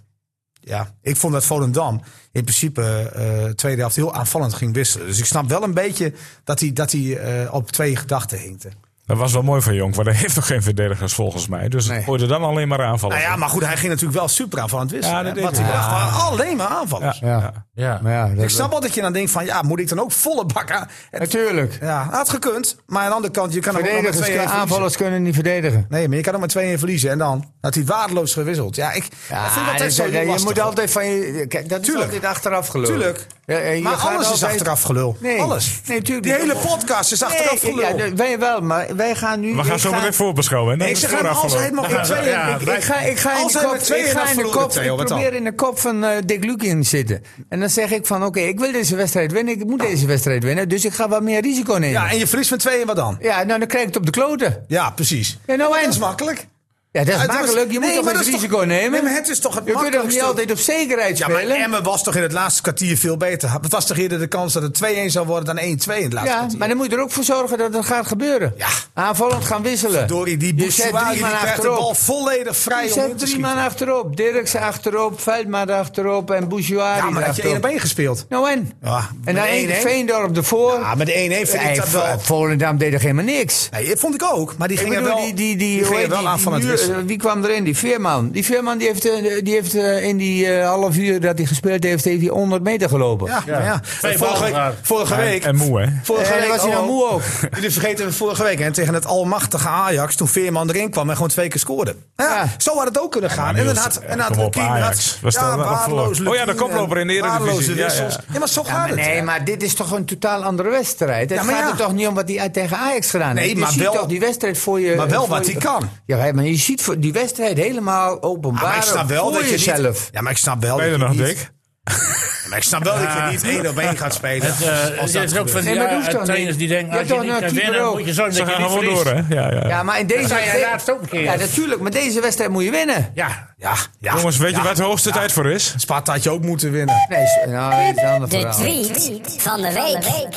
[SPEAKER 4] ja, ik vond dat Volendam in principe eh tweede helft heel aanvallend ging wisselen. Dus ik snap wel een beetje dat hij, dat hij eh, op twee gedachten hinkte.
[SPEAKER 1] Dat was wel mooi van Jonk, want hij heeft nog geen verdedigers volgens mij. Dus
[SPEAKER 5] Nee.
[SPEAKER 1] het gooide dan alleen maar aanvallen.
[SPEAKER 4] Nou ja, maar goed, hij ging natuurlijk wel super aanvallend wisselen.
[SPEAKER 1] Ja, dat
[SPEAKER 4] hè,
[SPEAKER 1] deed
[SPEAKER 4] want
[SPEAKER 1] hij
[SPEAKER 4] hij
[SPEAKER 1] wel.
[SPEAKER 4] bracht alleen maar aanvallers.
[SPEAKER 1] Ja.
[SPEAKER 5] Ja.
[SPEAKER 3] Ja.
[SPEAKER 5] Maar ja, dat,
[SPEAKER 4] Ik snap wel dat je dan denkt van, ja, moet ik dan ook volle bak aan? Het-
[SPEAKER 5] Natuurlijk.
[SPEAKER 4] Ja, had gekund. Maar aan de andere kant, je kan hem ook nog met 2-1
[SPEAKER 5] Verdedigers,
[SPEAKER 4] verliezen.
[SPEAKER 5] aanvallers kunnen niet verdedigen.
[SPEAKER 4] Nee, maar je kan hem met 2-1 verliezen. En dan had hij waardeloos gewisseld. Ja, ik dat vind ik altijd zo
[SPEAKER 5] dat- dat- Ah, je
[SPEAKER 4] lastig,
[SPEAKER 5] moet
[SPEAKER 4] hoor.
[SPEAKER 5] altijd van je. Kijk, dat
[SPEAKER 4] Tuurlijk.
[SPEAKER 5] is altijd achteraf gelul.
[SPEAKER 4] Tuurlijk.
[SPEAKER 5] Ja, en je
[SPEAKER 4] Maar
[SPEAKER 5] gaat
[SPEAKER 4] alles is
[SPEAKER 5] altijd-
[SPEAKER 4] achteraf gelul.
[SPEAKER 5] Nee.
[SPEAKER 4] Alles.
[SPEAKER 5] Nee, tuurlijk
[SPEAKER 4] Die
[SPEAKER 5] niet.
[SPEAKER 4] hele podcast is
[SPEAKER 5] Nee,
[SPEAKER 4] achteraf gelul.
[SPEAKER 5] ja, nee, wij wel, maar wij gaan nu.
[SPEAKER 1] We gaan
[SPEAKER 5] ik
[SPEAKER 1] zo
[SPEAKER 5] ga-
[SPEAKER 1] meteen voorbeschouwen. En dan
[SPEAKER 4] Ik
[SPEAKER 1] is
[SPEAKER 4] zeg
[SPEAKER 1] het
[SPEAKER 4] hem
[SPEAKER 1] vooraf
[SPEAKER 4] als hij
[SPEAKER 1] verloren.
[SPEAKER 4] helemaal in
[SPEAKER 3] gaan we-
[SPEAKER 4] tweeën.
[SPEAKER 3] ja,
[SPEAKER 4] Ik-
[SPEAKER 5] Ik ga, ik ga in
[SPEAKER 4] Als
[SPEAKER 5] de
[SPEAKER 4] hij
[SPEAKER 5] kop,
[SPEAKER 4] met tweeën
[SPEAKER 5] ik ga
[SPEAKER 4] had
[SPEAKER 5] in de
[SPEAKER 4] verloren,
[SPEAKER 5] kop
[SPEAKER 4] Theo,
[SPEAKER 5] ik
[SPEAKER 4] wat dan?
[SPEAKER 5] probeer in de kop van eh, Dick Lukien zitten. En dan zeg ik van, oké, ik wil deze wedstrijd winnen. Ik moet deze wedstrijd winnen, dus ik ga wat meer risico nemen.
[SPEAKER 4] Ja,
[SPEAKER 5] Ja,
[SPEAKER 4] en je verliest met 2-1, wat dan?
[SPEAKER 5] nou, dan krijg ik het op de kloten.
[SPEAKER 4] Ja, precies.
[SPEAKER 5] Ja, nou
[SPEAKER 4] Dat is
[SPEAKER 5] en?
[SPEAKER 4] makkelijk.
[SPEAKER 5] Ja, dat is
[SPEAKER 4] Het was-
[SPEAKER 5] makkelijk. Je moet
[SPEAKER 4] Nee,
[SPEAKER 5] toch
[SPEAKER 4] maar
[SPEAKER 5] het
[SPEAKER 4] dat is toch-
[SPEAKER 5] risico nemen?
[SPEAKER 4] Nee, maar het is toch het
[SPEAKER 5] Je kunt toch niet
[SPEAKER 4] makkelijkste-
[SPEAKER 5] altijd op zekerheid
[SPEAKER 4] Ja, maar
[SPEAKER 5] spelen?
[SPEAKER 4] Emmen was toch in het laatste kwartier veel beter. Het was toch eerder de kans dat het 2-1 zou worden dan 1-2 in het laatste
[SPEAKER 5] Ja,
[SPEAKER 4] kwartier.
[SPEAKER 5] maar dan moet je er ook voor zorgen dat het gaat gebeuren.
[SPEAKER 4] Ja.
[SPEAKER 5] Aanvallend gaan wisselen.
[SPEAKER 4] Door die
[SPEAKER 5] je zet
[SPEAKER 4] Bouchouari,
[SPEAKER 5] drie
[SPEAKER 4] die
[SPEAKER 5] man
[SPEAKER 4] krijgt de bal
[SPEAKER 5] achterop.
[SPEAKER 4] volledig vrij
[SPEAKER 5] Je
[SPEAKER 4] om in
[SPEAKER 5] zet
[SPEAKER 4] te
[SPEAKER 5] drie
[SPEAKER 4] schieten.
[SPEAKER 5] man achterop. Dirkse achterop, Veldmaat achterop en Bouchouari
[SPEAKER 4] Ja, maar had je 1
[SPEAKER 5] achterop.
[SPEAKER 4] op 1 gespeeld.
[SPEAKER 5] Nou en?
[SPEAKER 4] Ja,
[SPEAKER 5] en dan
[SPEAKER 4] met
[SPEAKER 5] één
[SPEAKER 4] 1-1.
[SPEAKER 5] Veendorp ervoor.
[SPEAKER 4] Ja, met de 1-1 vind ik
[SPEAKER 5] Nee,
[SPEAKER 4] dat wel...
[SPEAKER 5] Vo- Volendam deed er helemaal niks.
[SPEAKER 4] Nee, dat vond ik ook. Maar die
[SPEAKER 5] Ik
[SPEAKER 4] gingen
[SPEAKER 5] bedoel,
[SPEAKER 4] wel,
[SPEAKER 5] die, die, die, hoe
[SPEAKER 4] gingen
[SPEAKER 5] heet
[SPEAKER 4] wel
[SPEAKER 5] die-
[SPEAKER 4] aan van het
[SPEAKER 5] die-
[SPEAKER 4] wisselen.
[SPEAKER 5] eh, Wie kwam erin? Die Veerman. Die Veerman die heeft, eh, die heeft eh, in die eh, half uur dat hij gespeeld heeft, heeft hij 100 meter gelopen.
[SPEAKER 4] eh,
[SPEAKER 5] Eh,
[SPEAKER 4] Ja, maar ja.
[SPEAKER 3] Twee
[SPEAKER 4] Vorige
[SPEAKER 3] ballen
[SPEAKER 4] week,
[SPEAKER 3] raar.
[SPEAKER 4] vorige week,
[SPEAKER 1] En moe, hè?
[SPEAKER 4] vorige
[SPEAKER 5] En dan
[SPEAKER 4] week
[SPEAKER 5] was hij nou
[SPEAKER 4] oh,
[SPEAKER 5] moe ook.
[SPEAKER 4] Jullie vergeten het vorige week. En tegen het almachtige Ajax, toen Veerman erin kwam en gewoon twee keer scoorde. Ja,
[SPEAKER 5] Ja.
[SPEAKER 4] Zo had het ook kunnen gaan.
[SPEAKER 1] maar
[SPEAKER 4] en dan
[SPEAKER 1] Niels,
[SPEAKER 4] had, en
[SPEAKER 1] eh,
[SPEAKER 4] had
[SPEAKER 1] kom op,
[SPEAKER 4] Lukien,
[SPEAKER 1] Ajax.
[SPEAKER 4] had,
[SPEAKER 1] We staan wel
[SPEAKER 4] waardeloos
[SPEAKER 1] voor. Oh ja, de
[SPEAKER 4] Lukien
[SPEAKER 1] koploper in de
[SPEAKER 4] en
[SPEAKER 1] Eredivisie.
[SPEAKER 4] waardeloze
[SPEAKER 1] Ja, ja.
[SPEAKER 4] wissels. Ja, maar zo
[SPEAKER 5] Ja,
[SPEAKER 4] gaat
[SPEAKER 5] maar
[SPEAKER 4] het.
[SPEAKER 5] nee, maar dit is toch een totaal andere wedstrijd. Het
[SPEAKER 4] Ja, maar
[SPEAKER 5] gaat
[SPEAKER 4] ja.
[SPEAKER 5] er toch niet om wat hij tegen Ajax gedaan
[SPEAKER 4] Nee,
[SPEAKER 5] heeft. je
[SPEAKER 4] maar
[SPEAKER 5] ziet
[SPEAKER 4] wel-
[SPEAKER 5] toch die wedstrijd voor je.
[SPEAKER 4] Maar wel
[SPEAKER 5] voor
[SPEAKER 4] wat
[SPEAKER 5] je-
[SPEAKER 4] hij kan.
[SPEAKER 5] Ja, hè, maar je ziet voor die wedstrijd helemaal
[SPEAKER 4] Ja,
[SPEAKER 5] openbaar.
[SPEAKER 4] Ah, maar ik snap wel
[SPEAKER 5] voor
[SPEAKER 4] dat je niet-
[SPEAKER 5] jezelf.
[SPEAKER 4] Ja, maar ik snap wel
[SPEAKER 1] Ben
[SPEAKER 4] dat
[SPEAKER 1] je
[SPEAKER 4] je
[SPEAKER 1] er nog,
[SPEAKER 4] niet-
[SPEAKER 1] Dick?
[SPEAKER 4] Ja, maar ik snap wel dat je niet één op één gaat spelen.
[SPEAKER 3] Het, eh,
[SPEAKER 4] als
[SPEAKER 3] het
[SPEAKER 4] dat
[SPEAKER 3] is ook van
[SPEAKER 5] Nee,
[SPEAKER 3] die
[SPEAKER 5] maar dat hoeft
[SPEAKER 3] eh,
[SPEAKER 5] toch
[SPEAKER 3] trainers
[SPEAKER 5] niet?
[SPEAKER 3] die denken,
[SPEAKER 5] Ja,
[SPEAKER 3] als je
[SPEAKER 5] toch,
[SPEAKER 3] niet
[SPEAKER 5] nou,
[SPEAKER 3] kan
[SPEAKER 5] keeper
[SPEAKER 3] winnen,
[SPEAKER 5] ook.
[SPEAKER 3] moet je zorgen
[SPEAKER 1] Ze
[SPEAKER 3] dat je
[SPEAKER 1] gaan
[SPEAKER 3] niet
[SPEAKER 1] gewoon door,
[SPEAKER 3] verliest.
[SPEAKER 1] hè? Ja, ja.
[SPEAKER 5] Ja, maar in deze
[SPEAKER 3] zei jij
[SPEAKER 5] wedstrijd-
[SPEAKER 3] laatst ook een keer.
[SPEAKER 5] Ja, natuurlijk. Maar deze wedstrijd moet je winnen.
[SPEAKER 3] Ja,
[SPEAKER 4] Ja, ja.
[SPEAKER 1] Jongens, weet je
[SPEAKER 4] ja.
[SPEAKER 1] waar de hoogste tijd voor is?
[SPEAKER 4] Sparta had je ook moeten winnen.
[SPEAKER 5] Nee, is- nou, dat is een ander
[SPEAKER 9] De
[SPEAKER 5] verhaal.
[SPEAKER 9] tweet van de week.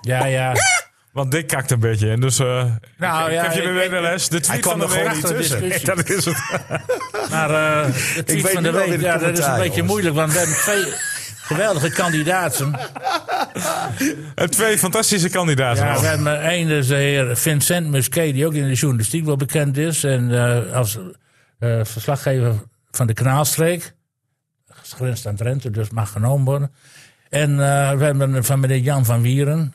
[SPEAKER 3] ja, ja.
[SPEAKER 1] Want Dick kakt een beetje. En dus eh,
[SPEAKER 3] Nou,
[SPEAKER 1] ik,
[SPEAKER 3] ja,
[SPEAKER 1] ik heb je weer
[SPEAKER 3] ik-
[SPEAKER 1] weer een les. De tweet
[SPEAKER 4] kwam
[SPEAKER 1] van de
[SPEAKER 4] er gewoon
[SPEAKER 1] week.
[SPEAKER 4] niet tussen.
[SPEAKER 3] Prachtige discussie.
[SPEAKER 1] Dat is het.
[SPEAKER 3] Maar eh de tweet
[SPEAKER 4] weet
[SPEAKER 3] van
[SPEAKER 4] nu
[SPEAKER 3] de
[SPEAKER 4] wel weer
[SPEAKER 3] week,
[SPEAKER 4] de
[SPEAKER 3] ja, dat is een
[SPEAKER 4] commentaar,
[SPEAKER 3] beetje
[SPEAKER 4] jongens.
[SPEAKER 3] moeilijk, want we hebben twee geweldige kandidaten.
[SPEAKER 1] En twee fantastische kandidaten.
[SPEAKER 3] Ja,
[SPEAKER 1] nog.
[SPEAKER 3] Nou, we hebben één, dat is de heer Vincent Musquet, die ook in de journalistiek wel bekend is. En eh, als eh, verslaggever van de Kanaalstreek. Grenst aan Drenthe, dus mag genomen worden. En eh, we hebben van meneer Jan van Wieren.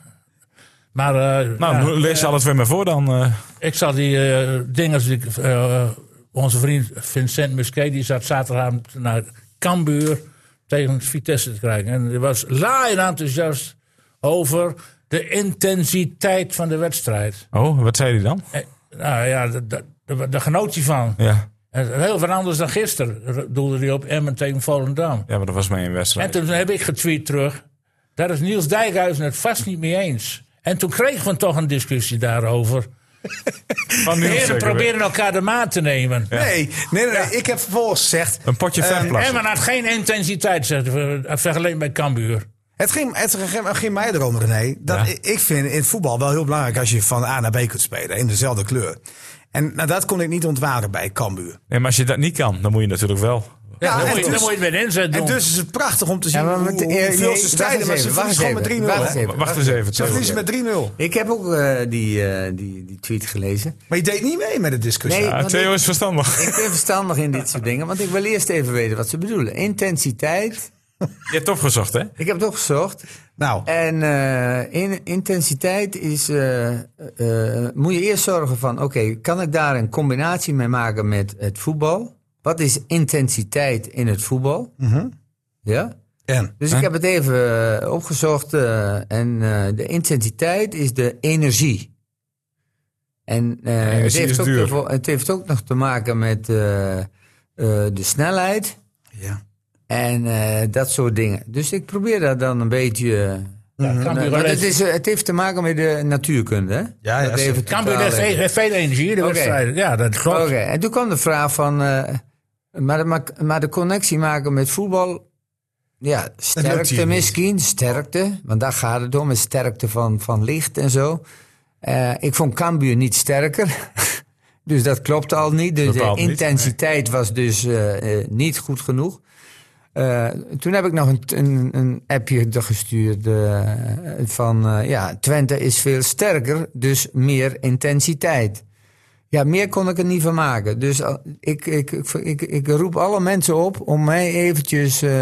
[SPEAKER 3] Maar eh, ja,
[SPEAKER 1] Nou, lees ze alle twee maar voor dan. eh.
[SPEAKER 3] ik zal die eh dingen... Die, ik, eh, onze vriend Vincent Musquet, die zat zaterdagavond naar Cambuur tegen Vitesse te krijgen. En die was laaiend enthousiast over de intensiteit van de wedstrijd.
[SPEAKER 1] Oh, wat zei hij dan?
[SPEAKER 3] Eh, nou ja, d- d- d- daar genoot hij van.
[SPEAKER 1] Ja.
[SPEAKER 3] En Heel wat anders dan gisteren, doelde hij op Emmen tegen Volendam.
[SPEAKER 1] ja, maar dat was mijn
[SPEAKER 3] En
[SPEAKER 1] wedstrijd.
[SPEAKER 3] toen heb ik getweet terug. Daar is Niels Dijkhuizen het vast niet mee eens. En toen kregen we toch een discussie daarover.
[SPEAKER 1] Van
[SPEAKER 3] De
[SPEAKER 1] nu
[SPEAKER 3] heren
[SPEAKER 1] zeker weer.
[SPEAKER 3] proberen elkaar de maat te nemen.
[SPEAKER 4] Nee, nee, nee, nee, ik heb vervolgens gezegd...
[SPEAKER 1] Een potje
[SPEAKER 4] Eh,
[SPEAKER 1] verplassen.
[SPEAKER 3] Emmen had geen intensiteit, zegt hij, vergeleken bij Cambuur.
[SPEAKER 4] Het ging, het ging- ging mij erom, René. Dat ik- Ik vind in voetbal wel heel belangrijk als je van A naar B kunt spelen. In dezelfde kleur. En nou, dat kon ik niet ontwaren bij Cambuur.
[SPEAKER 1] En maar als je dat niet kan, dan moet je natuurlijk wel.
[SPEAKER 3] Ja,
[SPEAKER 4] Ja,
[SPEAKER 3] dan,
[SPEAKER 4] en
[SPEAKER 3] moet je,
[SPEAKER 4] dus-
[SPEAKER 3] dan moet je het weer inzet doen.
[SPEAKER 4] En dus is het prachtig om te zien
[SPEAKER 5] maar
[SPEAKER 4] hoe,
[SPEAKER 5] met-
[SPEAKER 4] hoe-
[SPEAKER 5] eh,
[SPEAKER 4] hoeveel
[SPEAKER 5] nee, wacht
[SPEAKER 4] ze strijden.
[SPEAKER 5] eens
[SPEAKER 4] Maar ze
[SPEAKER 5] even, wacht
[SPEAKER 4] verliezen gewoon met 3-0.
[SPEAKER 5] eens even, wacht
[SPEAKER 4] hè?
[SPEAKER 5] even.
[SPEAKER 1] Wa- Wacht eens even.
[SPEAKER 4] Ze
[SPEAKER 1] Theo.
[SPEAKER 4] verliezen met 3-0.
[SPEAKER 5] Ik heb ook eh, die, eh, die, die tweet gelezen.
[SPEAKER 4] Maar je deed niet mee met de discussie.
[SPEAKER 5] Nee.
[SPEAKER 1] Ja,
[SPEAKER 5] Want
[SPEAKER 1] Ah, Theo
[SPEAKER 5] ik-
[SPEAKER 1] is verstandig.
[SPEAKER 5] Ik ben verstandig in dit soort dingen, want ik wil eerst even weten wat ze bedoelen. Intensiteit.
[SPEAKER 1] Je hebt opgezocht, hè?
[SPEAKER 5] Ik heb het opgezocht.
[SPEAKER 4] Nou,
[SPEAKER 5] En eh, in, intensiteit is. eh, eh, moet je eerst zorgen van: oké, kan ik daar een combinatie mee maken met het voetbal? Wat is intensiteit in het voetbal?
[SPEAKER 1] Mhm.
[SPEAKER 5] Ja?
[SPEAKER 4] en?
[SPEAKER 5] Dus ik heb het even eh, opgezocht. eh, en eh, de intensiteit is de energie. En eh, het,
[SPEAKER 1] energie is
[SPEAKER 5] heeft ook
[SPEAKER 1] duur.
[SPEAKER 5] ervoor- het heeft ook nog te maken met eh, eh, de snelheid.
[SPEAKER 4] Ja.
[SPEAKER 5] En eh, dat soort dingen. Dus ik probeer daar dan een beetje. eh,
[SPEAKER 3] Ja,
[SPEAKER 5] nou,
[SPEAKER 3] Cambuur
[SPEAKER 5] want het,
[SPEAKER 3] heeft-
[SPEAKER 5] is, eh, het heeft te maken met de natuurkunde. Hè?
[SPEAKER 4] Ja, ja,
[SPEAKER 5] Dat
[SPEAKER 4] zeker.
[SPEAKER 5] even
[SPEAKER 3] Cambuur
[SPEAKER 5] totaal
[SPEAKER 3] heeft,
[SPEAKER 5] even.
[SPEAKER 3] heeft veel energie in de
[SPEAKER 5] Oké.
[SPEAKER 3] wedstrijd. Ja, dat klopt.
[SPEAKER 5] Oké, en toen kwam de vraag van. eh, maar, de, mak- maar de connectie maken met voetbal. Ja,
[SPEAKER 4] lukt hier
[SPEAKER 5] sterkte
[SPEAKER 4] niet.
[SPEAKER 5] misschien, sterkte. Want daar gaat het om, is sterkte van, van licht en zo. Eh, ik vond Cambuur niet sterker. dus dat klopt al niet. Dus
[SPEAKER 1] Bepaald
[SPEAKER 5] de
[SPEAKER 1] niet,
[SPEAKER 5] intensiteit was dus eh, eh, niet goed genoeg. Eh, toen heb ik nog een, een, een appje er gestuurd eh, van... eh, ja, Twente is veel sterker, dus meer intensiteit. Ja, meer kon ik er niet van maken. Dus al- ik, ik, ik, ik, ik roep alle mensen op om mij eventjes eh,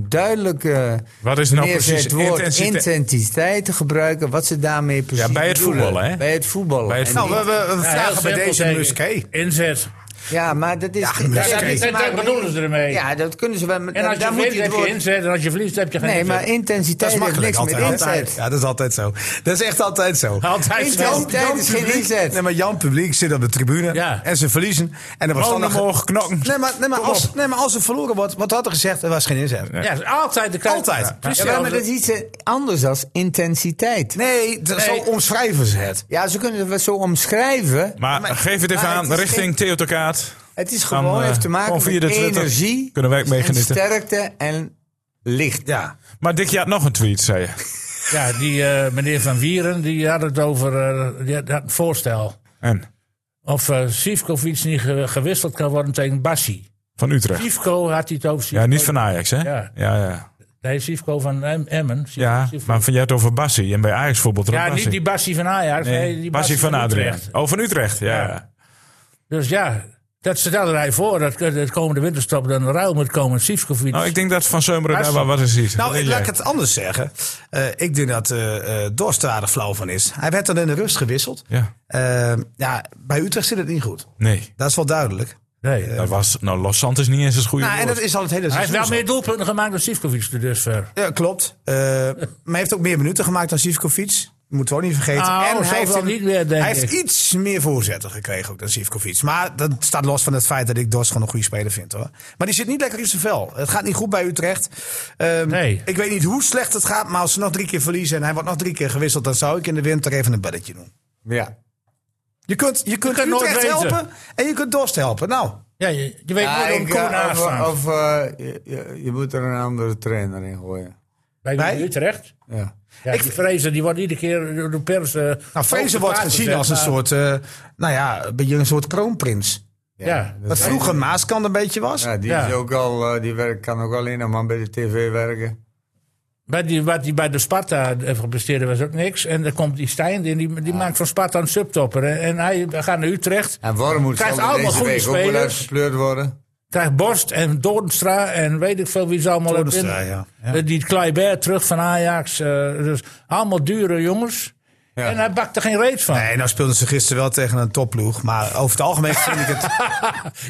[SPEAKER 5] duidelijk eh,
[SPEAKER 1] Wat is nou
[SPEAKER 5] neerzet
[SPEAKER 1] precies
[SPEAKER 5] het woord
[SPEAKER 1] intensiteit?
[SPEAKER 5] intensiteit. te gebruiken, wat ze daarmee precies
[SPEAKER 1] Ja, bij het
[SPEAKER 5] bedoelen.
[SPEAKER 1] voetballen, hè?
[SPEAKER 5] Bij het voetballen.
[SPEAKER 1] Bij het
[SPEAKER 5] En
[SPEAKER 4] Nou, we,
[SPEAKER 5] niet-
[SPEAKER 4] we, we
[SPEAKER 3] Ja, heel
[SPEAKER 4] vragen bij
[SPEAKER 3] simpel,
[SPEAKER 4] deze
[SPEAKER 3] denk ik.
[SPEAKER 4] Musquet.
[SPEAKER 3] Inzet.
[SPEAKER 5] ja, maar dat is... dat-
[SPEAKER 3] Ja, dat-
[SPEAKER 5] dat is-
[SPEAKER 3] dat- dat bedoelen ze ermee.
[SPEAKER 5] Ja, dat kunnen ze wel. maar
[SPEAKER 3] en als
[SPEAKER 5] daar- daar
[SPEAKER 3] je
[SPEAKER 5] moet
[SPEAKER 3] wint
[SPEAKER 5] je
[SPEAKER 3] heb
[SPEAKER 5] het
[SPEAKER 3] je
[SPEAKER 5] woord-
[SPEAKER 3] inzet. En als je verliest heb je geen
[SPEAKER 5] Nee,
[SPEAKER 3] inzet.
[SPEAKER 5] maar intensiteit
[SPEAKER 4] Dat is
[SPEAKER 5] heeft
[SPEAKER 4] makkelijk.
[SPEAKER 5] niks met
[SPEAKER 4] Altijd, altijd.
[SPEAKER 5] inzet.
[SPEAKER 4] Ja, dat is altijd zo. Dat is echt altijd zo.
[SPEAKER 3] Altijd zo.
[SPEAKER 5] Intensiteit is geen inzet.
[SPEAKER 4] Nee, maar Jan Publiek zit op de tribune
[SPEAKER 3] Ja.
[SPEAKER 4] en ze verliezen. En er was dan
[SPEAKER 1] Gewoon
[SPEAKER 4] nog...
[SPEAKER 1] omhoog knokken.
[SPEAKER 4] Nee maar, nee, maar als, nee, maar als ze verloren wordt, wat had er gezegd? Er was geen inzet.
[SPEAKER 3] Ja, is altijd de kans.
[SPEAKER 4] Altijd.
[SPEAKER 3] Ja,
[SPEAKER 5] Ja,
[SPEAKER 3] precies.
[SPEAKER 5] maar dat is iets eh, anders dan intensiteit.
[SPEAKER 4] Nee, dat- zo
[SPEAKER 3] Nee.
[SPEAKER 4] omschrijven ze het.
[SPEAKER 5] Ja, ze kunnen het wel zo omschrijven.
[SPEAKER 1] Maar,
[SPEAKER 5] Maar-
[SPEAKER 1] geef het even
[SPEAKER 5] maar
[SPEAKER 1] aan
[SPEAKER 5] het is
[SPEAKER 1] richting Theo ter Kaat.
[SPEAKER 5] Het is
[SPEAKER 1] Dan,
[SPEAKER 5] gewoon,
[SPEAKER 1] eh,
[SPEAKER 5] heeft te maken
[SPEAKER 1] gewoon via
[SPEAKER 5] met
[SPEAKER 1] de Twitter
[SPEAKER 5] energie,
[SPEAKER 1] kunnen wij ook mee
[SPEAKER 5] en
[SPEAKER 1] genieten.
[SPEAKER 5] sterkte en licht.
[SPEAKER 4] Ja.
[SPEAKER 1] Maar Dick, je had nog een tweet, zei je.
[SPEAKER 3] Ja, die eh, meneer Van Wieren die had het over eh, die had had een voorstel.
[SPEAKER 1] En?
[SPEAKER 3] Of eh Sivkovic niet ge- gewisseld kan worden tegen Bassi.
[SPEAKER 1] Van Utrecht.
[SPEAKER 3] Sivko had hij het over Sivko.
[SPEAKER 1] Ja, niet van Ajax, hè?
[SPEAKER 3] Ja.
[SPEAKER 1] ja. ja.
[SPEAKER 3] Nee, Sivko van Em- Emmen. Sivko-
[SPEAKER 1] Ja,
[SPEAKER 3] Sivko.
[SPEAKER 1] maar van jij het over Bassi. En bij Ajax bijvoorbeeld
[SPEAKER 3] ja
[SPEAKER 1] ook
[SPEAKER 3] niet die Bassi van Ajax. Nee, die
[SPEAKER 1] Bassi van Adriaan.
[SPEAKER 3] Utrecht.
[SPEAKER 1] Oh, van Utrecht, ja.
[SPEAKER 3] Ja. Dus ja, dat stelde hij voor dat de komende winterstop dan een ruil moet komen. Sivkovic.
[SPEAKER 1] Nou, ik denk dat Van Seumeren daar
[SPEAKER 3] Bassi.
[SPEAKER 1] wel wat in ziet. Wat
[SPEAKER 4] Nou,
[SPEAKER 1] denk
[SPEAKER 4] laat
[SPEAKER 1] jij?
[SPEAKER 4] ik het anders zeggen. Eh, ik denk dat eh eh, Dorst er aardig flauw van is. Hij werd dan in de rust gewisseld.
[SPEAKER 1] Ja.
[SPEAKER 4] Eh, ja, bij Utrecht zit het niet goed.
[SPEAKER 1] Nee,
[SPEAKER 4] Dat is wel duidelijk.
[SPEAKER 3] nee.
[SPEAKER 1] dat was... Nou, Los Santos niet eens een goede
[SPEAKER 4] Nou, en
[SPEAKER 1] woord.
[SPEAKER 4] dat is al het hele
[SPEAKER 3] hij
[SPEAKER 4] seizoen
[SPEAKER 3] heeft wel
[SPEAKER 4] zo.
[SPEAKER 3] meer doelpunten gemaakt dan Sivkovic tot dusver.
[SPEAKER 4] Ja, klopt. Eh, maar hij heeft ook meer minuten gemaakt dan Sivkovic. Moeten we ook niet vergeten.
[SPEAKER 3] Nou, zoveel
[SPEAKER 4] hij heeft,
[SPEAKER 3] niet meer, denk
[SPEAKER 4] hij heeft
[SPEAKER 3] ik.
[SPEAKER 4] iets meer voorzetten gekregen ook dan Sivkovic. Maar dat staat los van het feit dat ik Dorst gewoon een goede speler vind. Hoor. Maar die zit niet lekker in zijn vel. Het gaat niet goed bij Utrecht. Ehm,
[SPEAKER 3] Nee.
[SPEAKER 4] Ik weet niet hoe slecht het gaat. Maar als ze nog drie keer verliezen en hij wordt nog drie keer gewisseld... dan zou ik in de winter even een beddetje doen.
[SPEAKER 5] Ja.
[SPEAKER 4] Je kunt, je kunt
[SPEAKER 3] kan nooit
[SPEAKER 4] Utrecht
[SPEAKER 3] weten.
[SPEAKER 4] helpen en je kunt Dorst helpen. Nou,
[SPEAKER 3] Ja, je, je weet
[SPEAKER 5] Ja,
[SPEAKER 3] nooit hoe
[SPEAKER 5] ik,
[SPEAKER 3] het kon
[SPEAKER 5] eh,
[SPEAKER 3] aanslaan.
[SPEAKER 5] of of eh, je- je, je moet er een andere trainer in gooien.
[SPEAKER 3] Bij
[SPEAKER 4] Bij?
[SPEAKER 3] Utrecht.
[SPEAKER 5] Ja.
[SPEAKER 3] Ja, die Vrezen die wordt iedere keer door de pers... eh,
[SPEAKER 4] nou Vrezen
[SPEAKER 3] hoogte
[SPEAKER 4] wordt
[SPEAKER 3] paard
[SPEAKER 4] gezien
[SPEAKER 3] gezet,
[SPEAKER 4] als een
[SPEAKER 3] maar-
[SPEAKER 4] soort, eh, nou ja, een beetje een soort kroonprins.
[SPEAKER 3] Ja,
[SPEAKER 4] Wat vroeger Maaskant een beetje was.
[SPEAKER 5] Ja, die,
[SPEAKER 3] Ja.
[SPEAKER 5] Is ook al, eh, die werk, kan ook alleen nog maar bij de tv werken.
[SPEAKER 3] Bij die, wat hij bij de Sparta heeft gepresteerd was ook niks. En dan komt die Stijn, die, die maakt van Sparta een subtopper. En, en hij gaat naar Utrecht,
[SPEAKER 5] En Wormoed
[SPEAKER 3] Krijgt
[SPEAKER 5] zal er
[SPEAKER 3] allemaal
[SPEAKER 5] deze
[SPEAKER 3] goede
[SPEAKER 5] week ook wel
[SPEAKER 3] spelers.
[SPEAKER 5] uitgespleurd worden.
[SPEAKER 3] krijgt Borst en Doornstra en weet ik veel wie ze allemaal hebben.
[SPEAKER 4] Toornstra, ja.
[SPEAKER 3] Eh, Die Kleibert terug van Ajax. eh, dus allemaal dure jongens. En hij bakt er geen reet van.
[SPEAKER 4] Nee, nou speelden ze gisteren wel tegen een topploeg. Maar over het algemeen vind ik het...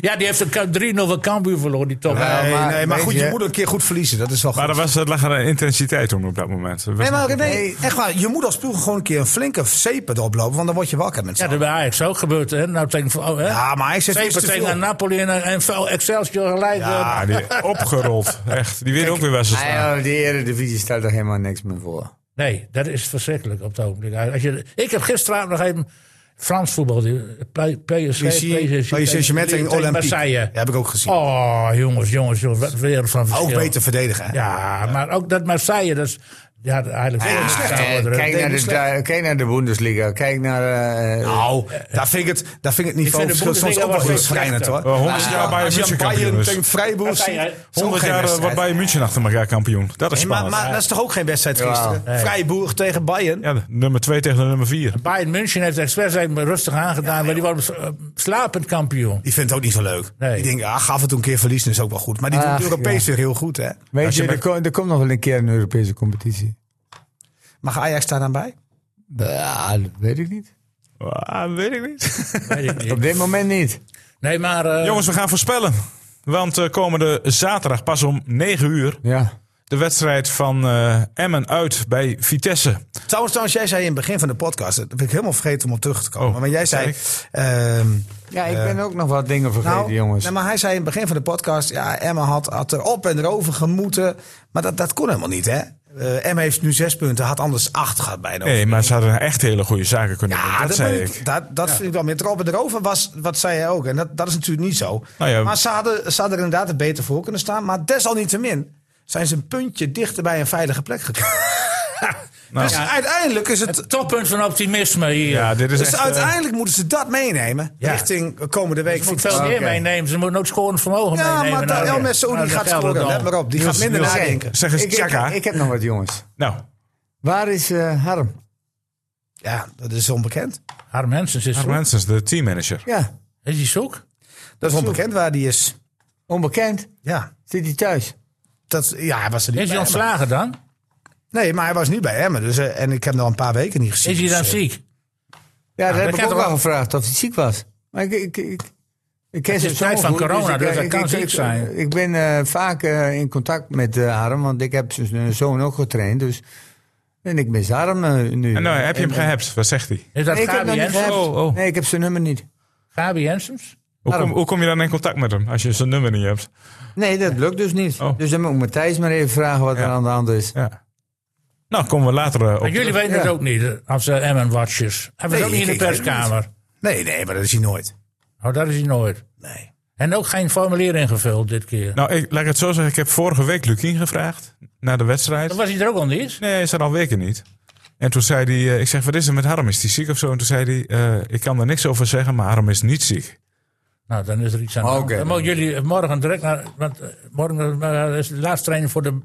[SPEAKER 3] Ja, die heeft een ka- 3-0 van Cambuur verloren, die top.
[SPEAKER 5] Ja,
[SPEAKER 4] Nee,
[SPEAKER 5] maar
[SPEAKER 4] nee, maar
[SPEAKER 5] weet
[SPEAKER 4] goed, je,
[SPEAKER 5] je-
[SPEAKER 4] moet een keer goed verliezen. Dat is wel goed.
[SPEAKER 1] Maar er, Ah, was, er lag een intensiteit toen op dat moment. Er was-
[SPEAKER 4] Nee, maar René, echt waar. Je moet als ploeg gewoon een keer een flinke zeep erop lopen. Want dan word je wakker met z'n
[SPEAKER 3] Ja, dat
[SPEAKER 4] allen.
[SPEAKER 3] bij Ajax ook gebeurd. Hè? Nou, tegen, oh, hè?
[SPEAKER 4] Ja, maar hij zegt
[SPEAKER 3] Zeven
[SPEAKER 4] iets te
[SPEAKER 3] tegen
[SPEAKER 4] veel.
[SPEAKER 3] Napoli en, en Excelsior gelijk.
[SPEAKER 1] Ja,
[SPEAKER 3] eh,
[SPEAKER 1] Ah, die opgerold. Echt. Die winnen ook weer wel eens
[SPEAKER 5] Ah, ja, die Eredivisie stelt er helemaal niks meer voor.
[SPEAKER 3] Nee, dat is verschrikkelijk op het ogenblik. Als je, ik heb gisteravond nog even Frans voetbal. die- P- PSG. PSG,
[SPEAKER 4] Paris Saint-Germain tegen Olympique.
[SPEAKER 3] Marseille.
[SPEAKER 4] Ja, heb ik ook gezien.
[SPEAKER 3] Oh, jongens, jongens, jongens. Wat weer van verschil.
[SPEAKER 4] Ook beter verdedigen. hè?
[SPEAKER 3] Ja, maar ook dat Marseille. Dat is, Ja, eigenlijk
[SPEAKER 4] Ja,
[SPEAKER 3] veel
[SPEAKER 4] slecht.
[SPEAKER 3] zou worden.
[SPEAKER 5] kijk,
[SPEAKER 4] deed
[SPEAKER 5] naar
[SPEAKER 4] niet
[SPEAKER 5] de,
[SPEAKER 4] slecht.
[SPEAKER 5] kijk naar de Bundesliga. Kijk naar. eh,
[SPEAKER 4] Nou, daar vind ik het, daar vind
[SPEAKER 3] vind de
[SPEAKER 4] ik het niveauverschil soms
[SPEAKER 3] Bundesliga
[SPEAKER 4] ook wel
[SPEAKER 3] wel
[SPEAKER 4] heel
[SPEAKER 3] veel
[SPEAKER 4] schrijnend hoor.
[SPEAKER 1] slechter. Eh, honderd
[SPEAKER 4] Nou,
[SPEAKER 1] jaar Bayern
[SPEAKER 4] als je
[SPEAKER 1] München
[SPEAKER 4] Bayern
[SPEAKER 1] kampioen is.
[SPEAKER 4] tegen Freiburg
[SPEAKER 3] Dat
[SPEAKER 4] ziet,
[SPEAKER 3] zei jij.
[SPEAKER 4] is ook
[SPEAKER 1] 100
[SPEAKER 4] geen
[SPEAKER 1] jaar eh,
[SPEAKER 4] wedstrijd.
[SPEAKER 1] wordt Bayern München achter elkaar kampioen. Dat is
[SPEAKER 4] Nee, maar,
[SPEAKER 1] spannend.
[SPEAKER 4] maar dat is toch ook geen wedstrijd
[SPEAKER 5] Ja.
[SPEAKER 4] gisteren?
[SPEAKER 3] Nee.
[SPEAKER 4] Freiburg tegen Bayern.
[SPEAKER 1] Ja, de nummer 2 tegen de nummer 4.
[SPEAKER 3] Bayern München heeft expres even rustig aangedaan, maar die worden eh, slapend kampioen.
[SPEAKER 4] Die vindt het ook niet zo leuk.
[SPEAKER 3] Nee.
[SPEAKER 4] Die denken, ah, gaf het een keer verliezen is ook wel goed. Maar die
[SPEAKER 5] Ach,
[SPEAKER 4] doet Europees weer heel goed, hè?
[SPEAKER 5] weet je, er, ko- er komt nog wel een keer een Europese competitie.
[SPEAKER 4] Mag Ajax daar dan bij?
[SPEAKER 5] Ja, dat weet ik niet.
[SPEAKER 1] Ah, weet ik niet.
[SPEAKER 3] Weet ik
[SPEAKER 5] Op
[SPEAKER 3] niet.
[SPEAKER 5] dit moment niet.
[SPEAKER 3] Nee, maar eh,
[SPEAKER 1] Jongens, we gaan voorspellen. Want eh, komende zaterdag pas om 9 uur
[SPEAKER 5] Ja.
[SPEAKER 1] de wedstrijd van eh, Emmen uit bij Vitesse.
[SPEAKER 4] Trouwens, trouwens, jij zei in het begin van de podcast, dat ben ik helemaal vergeten om op terug te komen.
[SPEAKER 1] Oh,
[SPEAKER 4] maar jij zei, ehm,
[SPEAKER 5] Ja,
[SPEAKER 1] Eh.
[SPEAKER 5] ik ben ook nog wat dingen vergeten,
[SPEAKER 4] nou,
[SPEAKER 5] jongens.
[SPEAKER 4] nee, maar hij zei in het begin van de podcast, ja, Emma had, had erop en erover gemoeten. Maar dat, dat kon helemaal niet, hè? Eh Emma heeft nu zes punten, had anders acht gehad bijna.
[SPEAKER 1] Nee, maar ze hadden echt hele goede zaken kunnen doen.
[SPEAKER 4] Ja,
[SPEAKER 1] Dat,
[SPEAKER 4] Ah, dat,
[SPEAKER 1] zei
[SPEAKER 4] ben
[SPEAKER 1] ik.
[SPEAKER 4] ik- dat, dat vind ik wel meer erop en erover was, wat zei jij ook. En dat, dat is natuurlijk niet zo.
[SPEAKER 1] Nou ja.
[SPEAKER 4] Maar ze hadden, ze hadden er inderdaad er beter voor kunnen staan. Maar desalniettemin zijn ze een puntje dichter bij een veilige plek gekomen.
[SPEAKER 1] Nou,
[SPEAKER 4] Dus uiteindelijk is het...
[SPEAKER 3] het toppunt van optimisme hier.
[SPEAKER 1] ja, dit is
[SPEAKER 4] Dus
[SPEAKER 1] echt, eh,
[SPEAKER 4] uiteindelijk moeten ze dat meenemen
[SPEAKER 3] Ja.
[SPEAKER 4] richting komende week.
[SPEAKER 3] Ik moet Dus veel meer meenemen. Ze moeten ook scorend vermogen
[SPEAKER 4] Ja,
[SPEAKER 3] meenemen.
[SPEAKER 4] maar
[SPEAKER 3] naar
[SPEAKER 4] dat
[SPEAKER 3] de-
[SPEAKER 4] El Messoudi
[SPEAKER 3] naar de
[SPEAKER 4] gaat scoren.
[SPEAKER 3] Gelderdoom.
[SPEAKER 4] Let maar op, die gaat minder
[SPEAKER 5] Niels,
[SPEAKER 4] nadenken.
[SPEAKER 1] Dus zeg eens,
[SPEAKER 5] ik, ik,
[SPEAKER 1] Chaka.
[SPEAKER 5] ik heb nog wat, jongens.
[SPEAKER 1] Nou,
[SPEAKER 5] Waar is eh, Harm?
[SPEAKER 4] Ja, dat is onbekend.
[SPEAKER 3] Harm Hensens is
[SPEAKER 1] Harm
[SPEAKER 3] zoek.
[SPEAKER 1] Hensens, de teammanager.
[SPEAKER 5] Ja,
[SPEAKER 3] Is hij zoek?
[SPEAKER 4] Dat is onbekend waar die is.
[SPEAKER 5] onbekend.
[SPEAKER 4] Ja,
[SPEAKER 5] Zit hij thuis?
[SPEAKER 3] Ah,
[SPEAKER 4] dat, ja hij was er niet
[SPEAKER 3] Is hij
[SPEAKER 4] bij Emmen.
[SPEAKER 3] ontslagen dan?
[SPEAKER 4] Nee, maar hij was niet bij Emmen. Dus, eh, en ik heb hem al een paar weken niet gezien.
[SPEAKER 3] Is hij dan
[SPEAKER 4] Dus, eh,
[SPEAKER 3] ziek?
[SPEAKER 5] Ja, dat heb
[SPEAKER 3] dat
[SPEAKER 5] ik ook
[SPEAKER 3] kan toch
[SPEAKER 5] al
[SPEAKER 3] wel.
[SPEAKER 5] gevraagd of hij ziek was. Maar ik, ik, ik, ik ken
[SPEAKER 3] Het
[SPEAKER 5] ze
[SPEAKER 3] is
[SPEAKER 5] zo
[SPEAKER 3] tijd van
[SPEAKER 5] goed,
[SPEAKER 3] corona,
[SPEAKER 5] ik-
[SPEAKER 3] dus
[SPEAKER 5] ik-
[SPEAKER 3] hij
[SPEAKER 5] ik-
[SPEAKER 3] kan
[SPEAKER 5] ik-
[SPEAKER 3] ziek
[SPEAKER 5] ik-
[SPEAKER 3] zijn.
[SPEAKER 5] Ik ben eh, vaak eh, in contact met eh, Harm, want ik heb zijn eh, zoon ook getraind. Dus, en ik mis Harm eh, nu.
[SPEAKER 1] En nou, heb je hem
[SPEAKER 5] en-
[SPEAKER 1] gehept? Wat zegt hij?
[SPEAKER 3] Is dat
[SPEAKER 5] Nee, ik heb
[SPEAKER 3] Gabi
[SPEAKER 5] hem niet
[SPEAKER 3] Hensens?
[SPEAKER 5] gehebt.
[SPEAKER 1] Oh, oh.
[SPEAKER 5] Nee, ik heb zijn nummer niet.
[SPEAKER 3] Gabi Hensens?
[SPEAKER 1] Hoe kom,
[SPEAKER 5] Harm.
[SPEAKER 1] hoe kom je dan in contact met hem als je zijn nummer niet hebt?
[SPEAKER 5] Nee, dat lukt dus niet.
[SPEAKER 1] Oh.
[SPEAKER 5] Dus dan moet ik Matthijs maar even vragen wat er
[SPEAKER 1] Ja.
[SPEAKER 5] aan de hand is.
[SPEAKER 1] Ja. Nou, komen we later eh, op.
[SPEAKER 3] Maar jullie weten het ook niet, eh, als uh, Emmen Watchers. Hij was
[SPEAKER 4] Nee,
[SPEAKER 3] ook niet in de
[SPEAKER 4] ik- ik weet het
[SPEAKER 3] perskamer.
[SPEAKER 4] Nee, nee, maar dat is hij nooit.
[SPEAKER 3] Oh, dat is hij nooit.
[SPEAKER 4] Nee.
[SPEAKER 3] En ook geen formulier ingevuld dit keer.
[SPEAKER 1] Nou, ik, laat ik het zo zeggen. Ik heb vorige week Lukien gevraagd naar de wedstrijd.
[SPEAKER 3] Dan was hij er ook al niet.
[SPEAKER 1] Nee, hij is er al weken niet. En toen zei hij, eh, ik zeg, wat is er met Harm? Is die ziek of zo? En toen zei hij, eh, ik kan er niks over zeggen, maar Harm is niet ziek.
[SPEAKER 3] Nou, dan is er iets aan de hand.
[SPEAKER 5] Oké.
[SPEAKER 3] Dan mogen jullie morgen direct naar... Want eh, morgen eh, is de laatste training voor de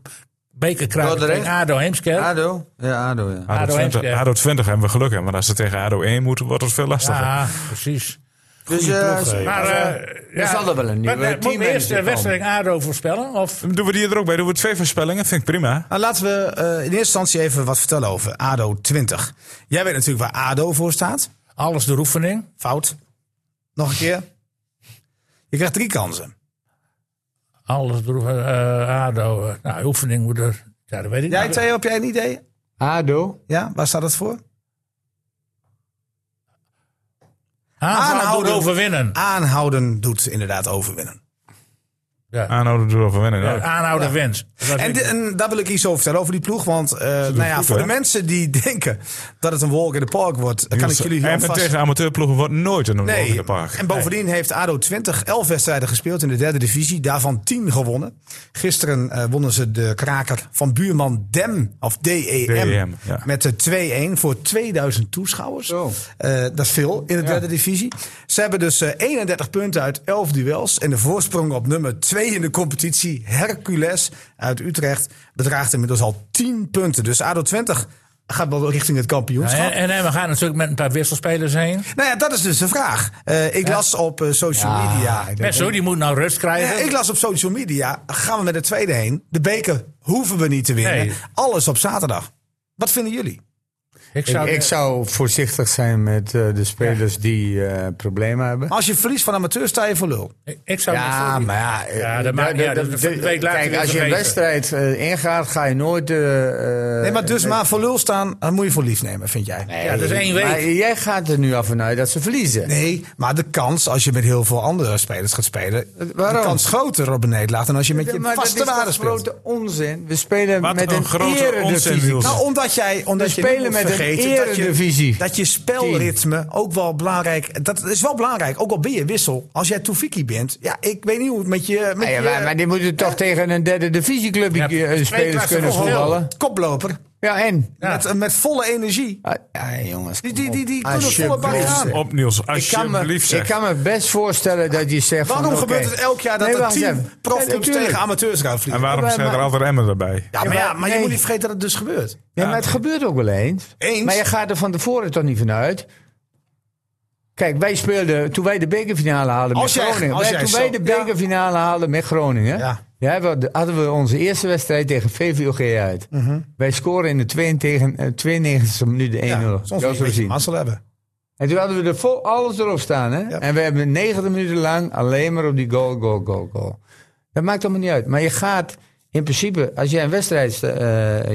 [SPEAKER 3] bekerkruid
[SPEAKER 5] Dordrecht?
[SPEAKER 3] tegen ADO Heemskerk.
[SPEAKER 5] Ado? Ja, Ado, ja.
[SPEAKER 1] ADO
[SPEAKER 3] ADO
[SPEAKER 1] 20,
[SPEAKER 3] Heemskerk.
[SPEAKER 1] ADO 20 hebben we geluk, hè. Maar als ze tegen ADO 1 moeten, wordt het veel lastiger.
[SPEAKER 3] Ja, precies.
[SPEAKER 5] Dus eh,
[SPEAKER 4] Nou,
[SPEAKER 3] Maar eh ja,
[SPEAKER 5] zal er wel een nieuwe
[SPEAKER 3] maar, eh, Moet we
[SPEAKER 5] teammanager
[SPEAKER 3] eerst de
[SPEAKER 5] komen.
[SPEAKER 3] wedstrijd ADO voorspellen? Of
[SPEAKER 1] Doen we die er ook bij? Doen we twee voorspellingen? Vind ik prima.
[SPEAKER 4] Nou, laten we eh, in eerste instantie even wat vertellen over ADO 20. Jij weet natuurlijk waar ADO voor staat.
[SPEAKER 3] alles de oefening?
[SPEAKER 4] Fout. Nog een keer. Je krijgt drie kansen.
[SPEAKER 3] Alles de oefening, eh, ADO. eh, nou, oefening moet er... Ja, dat weet ik
[SPEAKER 4] Jij,
[SPEAKER 3] niet.
[SPEAKER 4] Theo, heb jij een idee?
[SPEAKER 5] Ado?
[SPEAKER 4] Ja, waar staat dat voor?
[SPEAKER 3] Aanval
[SPEAKER 4] aanhouden.
[SPEAKER 3] doet overwinnen.
[SPEAKER 4] Aanhouden doet inderdaad overwinnen.
[SPEAKER 3] Ja.
[SPEAKER 1] Aanhouden door overwinnen.
[SPEAKER 3] Ja,
[SPEAKER 1] Nou,
[SPEAKER 3] Eh, aanhouden wint. Dat
[SPEAKER 4] En,
[SPEAKER 3] vind
[SPEAKER 4] di-
[SPEAKER 3] ik-
[SPEAKER 4] en daar wil ik iets over vertellen, over die ploeg. Want eh, nou ja,
[SPEAKER 1] goed,
[SPEAKER 4] voor
[SPEAKER 1] hè?
[SPEAKER 4] de mensen die denken dat het een walk in the park wordt, dan kan ik
[SPEAKER 1] Niels,
[SPEAKER 4] jullie hier
[SPEAKER 1] en
[SPEAKER 4] alvast...
[SPEAKER 1] tegen amateurploegen wordt nooit een walk in
[SPEAKER 4] Nee,
[SPEAKER 1] de park.
[SPEAKER 4] en bovendien heeft ADO 20 11 wedstrijden gespeeld in de derde divisie. Daarvan 10 gewonnen. Gisteren eh, wonnen ze de kraker van buurman Dem, of DEM,
[SPEAKER 1] DEM, ja.
[SPEAKER 4] met de 2-1 voor 2000 toeschouwers.
[SPEAKER 5] Zo.
[SPEAKER 4] Eh, dat is veel in de derde divisie. Ze hebben dus eh, 31 punten uit 11 duels. En de voorsprong op nummer 2 in de competitie, Hercules uit Utrecht, bedraagt inmiddels al 10 punten. Dus ADO 20 gaat wel richting het kampioenschap.
[SPEAKER 3] en, en, en we gaan natuurlijk met een paar wisselspelers heen.
[SPEAKER 4] Nou ja, dat is dus de vraag. Eh, ik las op eh, social media.
[SPEAKER 3] Messo, die moet nou rust
[SPEAKER 4] Ja,
[SPEAKER 3] krijgen.
[SPEAKER 4] ik las op social media. Gaan we met de tweede heen? De beker hoeven we niet te winnen.
[SPEAKER 3] Nee.
[SPEAKER 4] Alles op zaterdag. Wat vinden jullie?
[SPEAKER 3] Ik
[SPEAKER 5] Ik, ik zou voorzichtig zijn met eh, de spelers die eh, problemen hebben.
[SPEAKER 4] Maar als je verliest van amateur, sta je voor lul.
[SPEAKER 3] ik- ik zou
[SPEAKER 5] Ja,
[SPEAKER 3] Messo-
[SPEAKER 5] maar ja. eh,
[SPEAKER 3] Ja, dat maakt- ja, dat- dat- een week later
[SPEAKER 5] Kijk,
[SPEAKER 3] weer
[SPEAKER 5] als je een
[SPEAKER 3] vergeten.
[SPEAKER 5] wedstrijd eh, ingaat, ga je nooit. eh, eh,
[SPEAKER 4] Nee, maar dus
[SPEAKER 5] met-
[SPEAKER 4] maar voor lul staan, dan moet je voor lief nemen, vind jij?
[SPEAKER 3] ja, dat is één week.
[SPEAKER 5] Maar jij gaat er nu af en uit dat ze verliezen.
[SPEAKER 4] Nee, maar de kans als je met heel veel andere spelers gaat spelen...
[SPEAKER 5] waarom?
[SPEAKER 4] de kans groter op een nederlaag dan als je met
[SPEAKER 5] Ja,
[SPEAKER 4] je
[SPEAKER 5] maar
[SPEAKER 4] vaste
[SPEAKER 5] dat is
[SPEAKER 4] waarde
[SPEAKER 5] toch
[SPEAKER 4] speelt.
[SPEAKER 5] grote onzin. We spelen
[SPEAKER 1] Wat
[SPEAKER 5] met
[SPEAKER 1] een
[SPEAKER 5] een,
[SPEAKER 1] grote onzin,
[SPEAKER 5] eredivisie.
[SPEAKER 1] Niels.
[SPEAKER 4] Nou, omdat jij omdat
[SPEAKER 5] We
[SPEAKER 4] je niet
[SPEAKER 5] spelen
[SPEAKER 4] moet
[SPEAKER 5] met een
[SPEAKER 4] vergeten dat je,
[SPEAKER 5] eredivisie.
[SPEAKER 4] dat je spelritme ook wel belangrijk... Dat is wel belangrijk, ook al ben je wissel. Als jij Toefiki bent, ja, ik weet niet hoe het met je... Met
[SPEAKER 5] Ah Ja,
[SPEAKER 4] je
[SPEAKER 5] maar, maar die moeten toch tegen een derde divisieclub die, eh,
[SPEAKER 3] twee
[SPEAKER 5] spelers
[SPEAKER 3] klassen
[SPEAKER 5] kunnen
[SPEAKER 3] verschil.
[SPEAKER 5] voetballen.
[SPEAKER 4] koploper.
[SPEAKER 5] Ja, en?
[SPEAKER 4] Met, met volle energie.
[SPEAKER 5] Ah, ja, jongens.
[SPEAKER 4] Die,
[SPEAKER 5] kom
[SPEAKER 4] die,
[SPEAKER 5] op.
[SPEAKER 4] die, die kunnen volle bak
[SPEAKER 5] Alsjeblieft,
[SPEAKER 4] aan.
[SPEAKER 5] zeg.
[SPEAKER 1] Op Niels,
[SPEAKER 5] Ik kan, me,
[SPEAKER 1] alsjeblieft
[SPEAKER 5] ik
[SPEAKER 1] zeg.
[SPEAKER 5] kan me best voorstellen dat je zegt.
[SPEAKER 4] Waarom
[SPEAKER 5] van,
[SPEAKER 4] gebeurt
[SPEAKER 5] oké.
[SPEAKER 4] het elk jaar dat
[SPEAKER 5] Nee,
[SPEAKER 4] er
[SPEAKER 5] wacht
[SPEAKER 4] tien
[SPEAKER 5] even. Nee,
[SPEAKER 4] profclubs
[SPEAKER 5] natuurlijk.
[SPEAKER 4] tegen amateurs gaan
[SPEAKER 1] En
[SPEAKER 4] vliegen?
[SPEAKER 1] waarom
[SPEAKER 5] maar-
[SPEAKER 1] zijn er
[SPEAKER 5] maar-
[SPEAKER 1] altijd remmen erbij?
[SPEAKER 4] Ja, maar, ja, maar je
[SPEAKER 5] Nee.
[SPEAKER 4] moet niet vergeten dat het dus gebeurt.
[SPEAKER 5] Nee, maar het gebeurt ook wel eens.
[SPEAKER 4] Eens?
[SPEAKER 5] Maar je gaat er van tevoren toch niet vanuit. Kijk, wij speelden toen wij de bekerfinale haalden met
[SPEAKER 4] Als jij-
[SPEAKER 5] Groningen.
[SPEAKER 4] als
[SPEAKER 5] Wij-
[SPEAKER 4] jij
[SPEAKER 5] toen
[SPEAKER 4] zo-
[SPEAKER 5] wij de
[SPEAKER 4] ja.
[SPEAKER 5] bekerfinale haalden met Groningen.
[SPEAKER 4] Ja.
[SPEAKER 5] we- de- hadden we onze eerste wedstrijd tegen VVOG uit.
[SPEAKER 4] Mhm.
[SPEAKER 5] Wij scoren in de 92e minuut de 1-0. Zo
[SPEAKER 4] soms moet je een
[SPEAKER 5] zullen we
[SPEAKER 4] beetje
[SPEAKER 5] zien.
[SPEAKER 4] mazzel hebben.
[SPEAKER 5] En toen hadden we er vol alles erop staan. Hè? En we hebben 90 minuten lang alleen maar op die goal, goal, goal, goal. Dat maakt allemaal niet uit. Maar je gaat in principe, als jij een wedstrijd... eh,